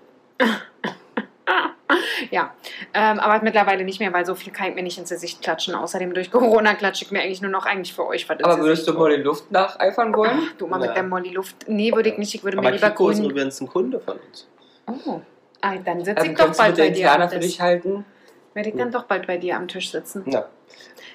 Speaker 2: Ähm, aber mittlerweile nicht mehr, weil so viel kann ich mir nicht ins Gesicht klatschen. Außerdem durch Corona klatsche ich mir eigentlich nur noch eigentlich für euch was ins
Speaker 1: Aber würdest
Speaker 2: Gesicht.
Speaker 1: du mal die Luft
Speaker 2: Ah,
Speaker 1: nacheifern wollen?
Speaker 2: Du mal
Speaker 3: Ja.
Speaker 2: mit der Molly Luft. Nee, würde ich nicht. Ich würde
Speaker 3: Aber
Speaker 2: mir lieber
Speaker 3: Kiko ist
Speaker 2: grün.
Speaker 3: übrigens ein Kunde von uns.
Speaker 2: Oh. Ah, dann sitze
Speaker 1: Ähm,
Speaker 2: ich doch
Speaker 1: kannst du mit
Speaker 2: bald bei
Speaker 1: der
Speaker 2: dir am
Speaker 1: Indianer für
Speaker 2: Tisch.
Speaker 1: dich Hm. halten?
Speaker 2: Werde ich dann doch bald bei dir am Tisch sitzen.
Speaker 3: Ja.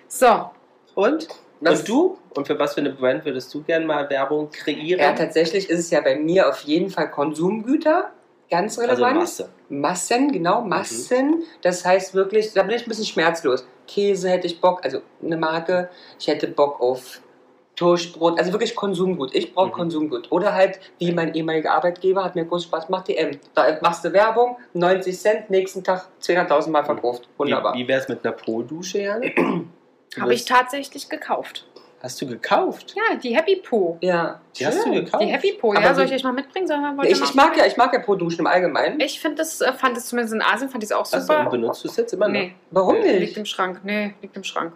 Speaker 2: So,
Speaker 3: Und?
Speaker 1: Das-
Speaker 3: Und du? Und für was für eine Brand würdest du gerne mal Werbung kreieren?
Speaker 1: Ja, tatsächlich ist es ja bei mir auf jeden Fall Konsumgüter, ganz
Speaker 3: also
Speaker 1: relevant.
Speaker 3: Masse.
Speaker 1: Massen,
Speaker 3: Mhm.
Speaker 1: genau, Massen. Das heißt wirklich, da bin ich ein bisschen schmerzlos. Käse hätte ich Bock, also eine Marke. Ich hätte Bock auf Toastbrot, also wirklich Konsumgut. Ich brauche
Speaker 3: Mhm.
Speaker 1: Konsumgut. Oder halt, wie mein ehemaliger Arbeitgeber, hat mir groß Spaß gemacht, DM. Da machst du Werbung, 90 Cent, nächsten Tag 200.000 Mal verkauft. Wunderbar.
Speaker 3: Wie, wie wär's mit einer Po-Dusche, Jana? Du
Speaker 2: habe ich
Speaker 3: bist-
Speaker 2: tatsächlich gekauft.
Speaker 3: Hast du gekauft?
Speaker 2: Ja, die Happy Po.
Speaker 1: Ja.
Speaker 3: Die hast du
Speaker 1: Schön.
Speaker 3: gekauft?
Speaker 2: Die Happy Po, ja.
Speaker 1: Oh. Aber
Speaker 2: Soll
Speaker 1: wie-
Speaker 2: ich euch mal mitbringen? Sollen wir
Speaker 1: Ich, ich
Speaker 2: mal-
Speaker 1: mag ja, ich mag ja Produschen im Allgemeinen.
Speaker 2: Ich finde das, äh, fand es zumindest in Asien, fand ich es auch
Speaker 3: Achso, und
Speaker 2: super.
Speaker 3: benutzt du es jetzt immer noch?
Speaker 2: nee,
Speaker 1: Warum
Speaker 3: Äh,
Speaker 2: liegt
Speaker 1: nicht?
Speaker 2: im Schrank. Nee, liegt im Schrank.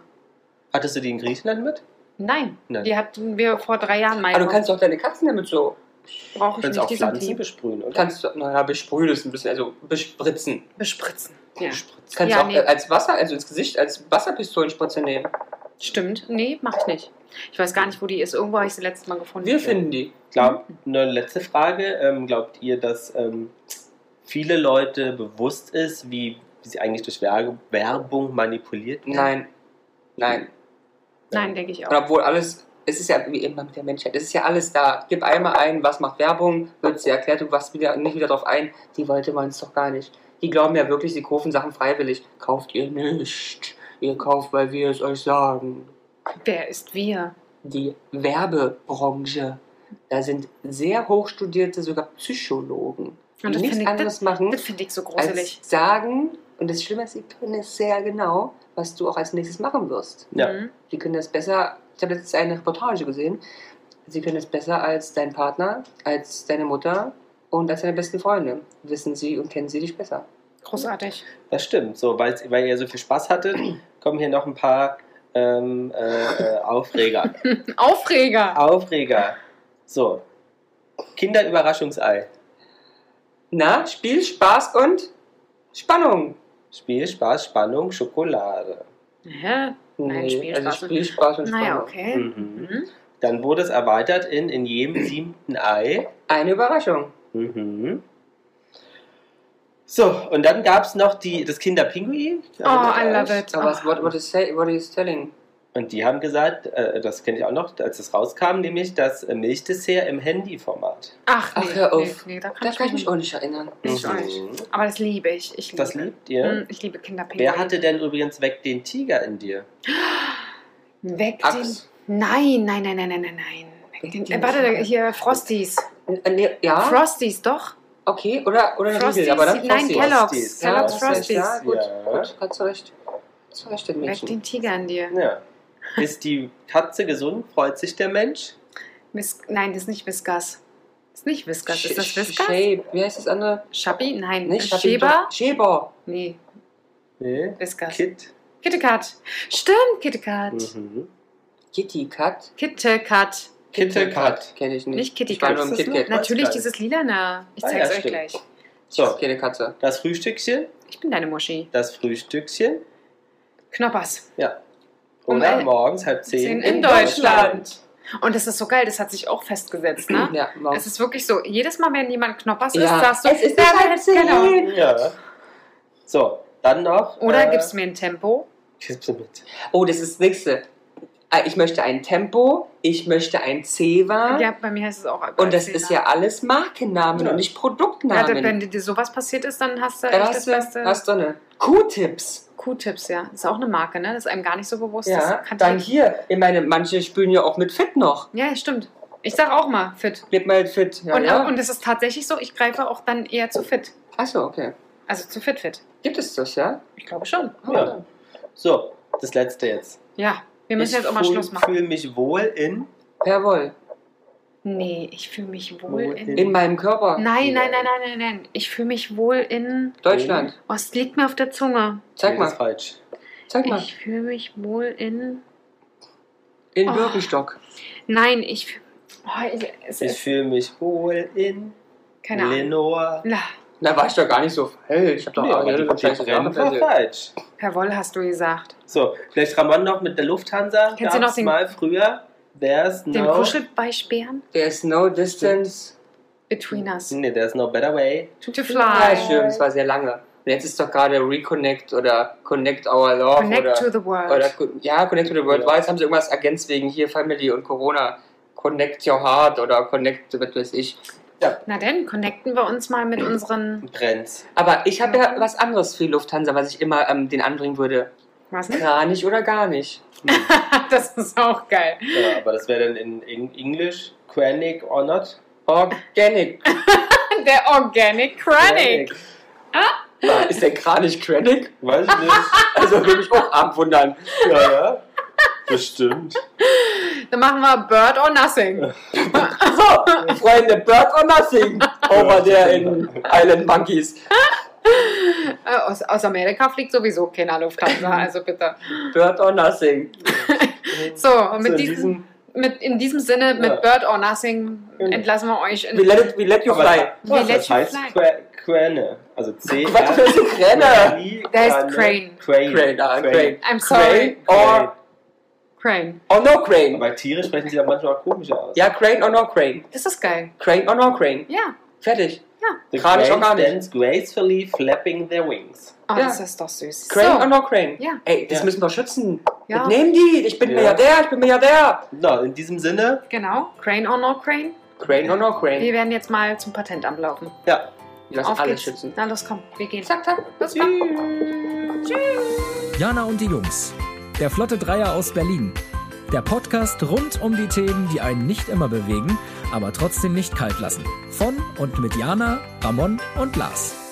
Speaker 3: Hattest du die in Griechenland mit?
Speaker 2: Nein,
Speaker 3: Nein.
Speaker 2: die hatten wir vor drei Jahren mal.
Speaker 1: Aber Ah, du kannst doch deine Katzen damit so.
Speaker 2: brauche
Speaker 3: Du
Speaker 2: ich
Speaker 3: kannst
Speaker 2: nicht
Speaker 3: auch
Speaker 2: diesen
Speaker 3: Pflanzen
Speaker 2: Tee
Speaker 3: besprühen, oder?
Speaker 1: Kannst du, naja, besprühen ist ein bisschen, also bespritzen.
Speaker 2: bespritzen. Ja.
Speaker 1: Das kannst
Speaker 2: Ja,
Speaker 1: du auch
Speaker 2: nee.
Speaker 1: äh, als Wasser, also ins Gesicht, als Wasserpistolenspritze nehmen.
Speaker 2: Stimmt. Nee, mache ich nicht. Ich weiß gar nicht, wo die ist. Irgendwo habe ich sie letztes Mal gefunden.
Speaker 1: Wir finden die.
Speaker 3: Glaub, eine letzte Frage. Ähm, glaubt ihr, dass ähm, viele Leute bewusst ist, wie, wie sie eigentlich durch Werbe- Werbung manipuliert werden?
Speaker 1: Nein. Nein.
Speaker 2: Nein, denke ich
Speaker 1: Und
Speaker 2: auch.
Speaker 1: obwohl alles, es ist ja wie immer mit der Menschheit, es ist ja alles da. Gib einmal ein, was macht Werbung, wird sie erklärt, du was wieder nicht wieder drauf ein. Die wollte man es doch gar nicht. Die glauben ja wirklich, sie kaufen Sachen freiwillig. Kauft ihr nicht. Ihr kauft, weil wir es euch sagen.
Speaker 2: Wer ist wir?
Speaker 1: Die Werbebranche. Da sind sehr hochstudierte, sogar Psychologen, die
Speaker 2: Und das
Speaker 1: nichts
Speaker 2: finde ich, das,
Speaker 1: anderes machen.
Speaker 2: das finde ich so gruselig.
Speaker 1: als sagen, und das Schlimme ist, sie können es sehr genau, was du auch als nächstes machen wirst.
Speaker 3: Ja.
Speaker 2: Mhm.
Speaker 1: Sie können das besser, ich habe letztens eine Reportage gesehen, sie können es besser als dein Partner, als deine Mutter und als deine besten Freunde. Wissen sie und kennen sie dich besser.
Speaker 2: Großartig.
Speaker 3: Das stimmt. So, weil's- weil ihr so viel Spaß hattet, kommen hier noch ein paar ähm, äh, äh, Aufreger.
Speaker 2: Aufreger.
Speaker 3: Aufreger. So. Kinderüberraschungsei.
Speaker 1: Na, Spiel, Spaß und Spannung.
Speaker 3: Spiel, Spaß, Spannung, Schokolade.
Speaker 2: Hä? Nein, Spiel,
Speaker 1: also
Speaker 2: Spaß und-
Speaker 1: Spiel, Spaß und Spannung.
Speaker 2: Naja, okay.
Speaker 3: Mhm.
Speaker 2: Mhm.
Speaker 3: Dann wurde es erweitert in in jedem siebten Ei.
Speaker 1: Eine Überraschung.
Speaker 3: Mhm. So, und dann gab es noch die, das Kinderpinguin.
Speaker 2: Oh, I love it.
Speaker 1: Aber
Speaker 2: Oh.
Speaker 1: was what, what, is say, what is telling?
Speaker 3: Und die haben gesagt, äh, das kenne ich auch noch, als es rauskam, nämlich das äh, Milchdessert im Handyformat.
Speaker 2: Ach, nee,
Speaker 1: Ach, hör
Speaker 2: nee,
Speaker 1: auf.
Speaker 2: nee, da kann
Speaker 1: Da kann ich mich
Speaker 2: nicht.
Speaker 1: auch nicht erinnern.
Speaker 3: Mhm.
Speaker 2: Ich weiß. Aber das liebe ich. ich liebe.
Speaker 3: Das liebt ihr.
Speaker 2: Mhm, Ich liebe Kinderpinguine.
Speaker 3: Wer hatte denn übrigens weg den Tiger in dir?
Speaker 2: Weg den.
Speaker 1: Axt.
Speaker 2: Nein, nein, nein, nein, nein, nein, nein. Weg den. Äh, warte, hier, Frosties.
Speaker 1: Äh, nee, Ja,
Speaker 2: Frosties, doch.
Speaker 1: okay, oder, oder eine
Speaker 2: Frosties,
Speaker 1: Riegel, aber dann
Speaker 2: nein,
Speaker 1: Frosties.
Speaker 2: Kellogg's.
Speaker 1: Ja,
Speaker 2: Kellogg's
Speaker 3: Frosties,
Speaker 1: hast
Speaker 3: ja.
Speaker 1: recht,
Speaker 2: Frosties.
Speaker 1: Ja, gut,
Speaker 3: Ja.
Speaker 1: gut, hast du recht. Hast du recht, den
Speaker 2: Weg
Speaker 1: Mädchen.
Speaker 2: den Tiger in dir.
Speaker 3: Ja. Ist die Katze gesund? Freut sich der Mensch?
Speaker 2: Miss, nein, das ist nicht Whiskas. Das ist nicht Whiskas. Ist das
Speaker 1: Sch- Sch-
Speaker 2: Whiskas?
Speaker 1: Shape. Wie heißt das andere?
Speaker 2: Schappi? Nein.
Speaker 1: Nicht Shape,
Speaker 2: Schäber?
Speaker 1: doch. Schäber.
Speaker 2: Nee,
Speaker 3: Nee.
Speaker 2: Whiskas.
Speaker 3: Kit.
Speaker 2: Kittekat. Stimmt, Kittekat.
Speaker 3: Mhm.
Speaker 1: Kitty Cat.
Speaker 2: Kittekat.
Speaker 3: Kittekat.
Speaker 1: Kenne ich nicht.
Speaker 2: Nicht
Speaker 1: Ich war
Speaker 2: Kittekat.
Speaker 1: nur im
Speaker 3: Ist das
Speaker 1: KitKat.
Speaker 3: nur-
Speaker 2: Natürlich
Speaker 3: gar nicht.
Speaker 2: dieses Lilane. Ich
Speaker 3: Ah,
Speaker 2: zeig's
Speaker 3: ja,
Speaker 2: euch
Speaker 3: stimmt.
Speaker 2: gleich.
Speaker 3: So,
Speaker 1: Keine Katze.
Speaker 3: das Frühstückchen,
Speaker 2: Ich bin deine Muschi.
Speaker 3: das Frühstückchen
Speaker 2: Knoppers.
Speaker 3: Ja.
Speaker 2: Um
Speaker 3: Oder
Speaker 2: elf-
Speaker 3: morgens halb
Speaker 2: zehn
Speaker 3: zehn
Speaker 2: in Deutschland. Und das ist so geil, das hat sich auch festgesetzt, ne?
Speaker 1: Ja, wow.
Speaker 2: Es ist wirklich so, jedes Mal, wenn jemand Knoppers ist,
Speaker 1: Genau. Ja.
Speaker 2: sagst du,
Speaker 1: Es ist
Speaker 2: "Ja,
Speaker 1: nicht halb
Speaker 2: halt,
Speaker 1: zehn."
Speaker 3: Ja. So, dann noch.
Speaker 2: Oder
Speaker 3: äh,
Speaker 2: gibst mir ein Tempo.
Speaker 3: gib's mir mit.
Speaker 1: Oh, das ist das nächste. Ah, Ich möchte ein Tempo, ich möchte ein Ceva.
Speaker 2: Ja, bei mir heißt es auch
Speaker 1: Und das ist ja alles Markennamen
Speaker 3: Ja.
Speaker 1: und nicht
Speaker 2: Ja,
Speaker 1: Produktnamen.
Speaker 2: da- wenn dir sowas passiert ist, dann hast du
Speaker 1: Dann
Speaker 2: echt das
Speaker 1: hast du,
Speaker 2: Beste.
Speaker 1: hast du eine Q-Tips.
Speaker 2: Q-Tips, ja. Ist auch eine Marke, ne? Das ist einem gar nicht so bewusst.
Speaker 1: Ja,
Speaker 2: das kann
Speaker 1: dann
Speaker 2: ich-
Speaker 1: hier. Ich meine, manche spülen ja auch mit Fit noch.
Speaker 2: ja, stimmt. Ich sag auch mal fit.
Speaker 1: Gib mal Fit. Ja,
Speaker 2: und,
Speaker 1: ja.
Speaker 2: und es ist tatsächlich so, ich greife auch dann eher zu fit.
Speaker 1: Achso, okay.
Speaker 2: Also zu fit fit.
Speaker 1: Gibt es das, ja?
Speaker 2: Ich glaube schon.
Speaker 1: Ah,
Speaker 3: Ja. So, das letzte jetzt.
Speaker 2: Ja, wir müssen jetzt auch mal Schluss
Speaker 3: Ich
Speaker 2: machen.
Speaker 3: fühle mich wohl in.
Speaker 1: Jawohl.
Speaker 2: Nee, ich fühle mich wohl
Speaker 3: Wohl
Speaker 2: in.
Speaker 3: in-
Speaker 1: In meinem Körper.
Speaker 2: Nein, nein, nein, nein, nein, nein. Ich fühle mich wohl in.
Speaker 1: Deutschland.
Speaker 2: Oh, es liegt mir auf der Zunge.
Speaker 1: Zeig
Speaker 3: Nee, Das ist
Speaker 1: mal.
Speaker 3: falsch.
Speaker 1: Zeig mal.
Speaker 2: Ich fühle mich wohl in.
Speaker 1: In
Speaker 2: Oh.
Speaker 1: Birkenstock.
Speaker 2: Nein, ich. fühl- Oh, ich- es
Speaker 3: Ich
Speaker 2: ist.
Speaker 3: fühle mich wohl in.
Speaker 2: Keine Ahnung.
Speaker 3: Lenore.
Speaker 2: Na,
Speaker 1: Na, war ich doch gar nicht so. Hey, ich hab doch
Speaker 3: Nee, aber die,
Speaker 1: alle
Speaker 3: die
Speaker 1: scheiße Also,
Speaker 3: Brennen
Speaker 1: Sachen
Speaker 3: war
Speaker 1: erzählt.
Speaker 3: falsch.
Speaker 2: per Woll hast du gesagt.
Speaker 3: So, vielleicht Ramon noch mit der Lufthansa.
Speaker 2: Kennst du
Speaker 3: Gab's
Speaker 2: noch den-
Speaker 3: mal früher? There's
Speaker 2: Den
Speaker 3: no...
Speaker 2: Kuschelbeispielen?
Speaker 1: There's no distance.
Speaker 2: Between us.
Speaker 3: Nee, there's no better way.
Speaker 2: To
Speaker 1: Ah,
Speaker 2: fly.
Speaker 1: stimmt, es war sehr lange. Und jetzt ist doch gerade Reconnect oder Connect Our Love oder,
Speaker 2: Connect to the
Speaker 1: oder
Speaker 2: world.
Speaker 1: ja, Connect to the World.
Speaker 3: Ja.
Speaker 1: War, jetzt haben sie irgendwas ergänzt wegen hier Family und Corona. Connect Your Heart oder Connect, was weiß ich.
Speaker 2: Na denn, connecten wir uns mal mit unseren.
Speaker 3: Brennt.
Speaker 1: Aber ich habe ja was anderes für Lufthansa, was ich immer ähm, den anbringen würde.
Speaker 2: Was denn?
Speaker 1: Gar nicht oder gar nicht.
Speaker 2: Das ist auch geil.
Speaker 3: Ja, aber das wäre dann in Eng- Englisch. Quanic or not.
Speaker 1: Organic.
Speaker 2: Der Organic Chronic.
Speaker 1: Ist der Kranich Chronic?
Speaker 3: Weiß ich nicht.
Speaker 1: Also würde mich auch arg wundern.
Speaker 3: ja, ja. Bestimmt.
Speaker 2: Dann machen wir Bird or Nothing.
Speaker 1: So, Freunde, Bird or Nothing. Over there in Island Monkeys.
Speaker 2: Äh, aus, aus Amerika fliegt sowieso keiner Lufthansa, also bitte.
Speaker 1: Bird or Nothing.
Speaker 2: So, und
Speaker 3: So,
Speaker 2: mit
Speaker 3: in
Speaker 2: diesem, mit, in diesem Sinne,
Speaker 3: Ja.
Speaker 2: mit Bird or Nothing
Speaker 3: Genau.
Speaker 2: entlassen wir euch in.
Speaker 1: We let, it, we let you
Speaker 3: Aber
Speaker 1: fly.
Speaker 2: We
Speaker 3: Was,
Speaker 2: let
Speaker 3: das
Speaker 2: you
Speaker 3: heißt
Speaker 2: fly.
Speaker 3: Qua- Quane. Also C.
Speaker 1: Was für eine Kräne?
Speaker 2: Der heißt Crane.
Speaker 3: Crane.
Speaker 1: Crane, ah, Crane. Crane
Speaker 2: I'm sorry.
Speaker 1: or,
Speaker 2: Crane.
Speaker 1: or no Crane.
Speaker 3: Aber Tiere sprechen sich ja manchmal komischer aus.
Speaker 1: Ja, Crane or no Crane.
Speaker 2: Das ist geil.
Speaker 1: Crane or no Crane.
Speaker 2: Ja.
Speaker 1: Fertig.
Speaker 3: The
Speaker 1: Gerade schon gar
Speaker 3: Crane
Speaker 1: nicht.
Speaker 3: stands gracefully flapping their wings.
Speaker 2: Oh,
Speaker 1: Ja.
Speaker 2: das ist doch süß.
Speaker 1: Crane or
Speaker 2: so.
Speaker 1: no Crane.
Speaker 2: Ja.
Speaker 1: Ey, das
Speaker 3: Ja.
Speaker 1: müssen wir schützen.
Speaker 2: Ja.
Speaker 1: Nehmen die. Ich bin
Speaker 3: Ja.
Speaker 1: Milliardär, ich bin Milliardär.
Speaker 3: So, in diesem Sinne,
Speaker 2: Genau. Crane or no Crane.
Speaker 1: Crane or no
Speaker 2: Wir
Speaker 1: Crane.
Speaker 2: werden jetzt mal zum Patentamt laufen.
Speaker 3: ja.
Speaker 1: Lass
Speaker 2: Auf
Speaker 1: alle
Speaker 2: geht's.
Speaker 1: schützen.
Speaker 2: Na los, komm, wir gehen.
Speaker 1: Zack, zack.
Speaker 2: Los, komm.
Speaker 4: Jana und die Jungs. Der Flotte Dreier aus Berlin. Der Podcast rund um die Themen, die einen nicht immer bewegen, aber trotzdem nicht kalt lassen. Von und mit Jana, Ramon und Lars.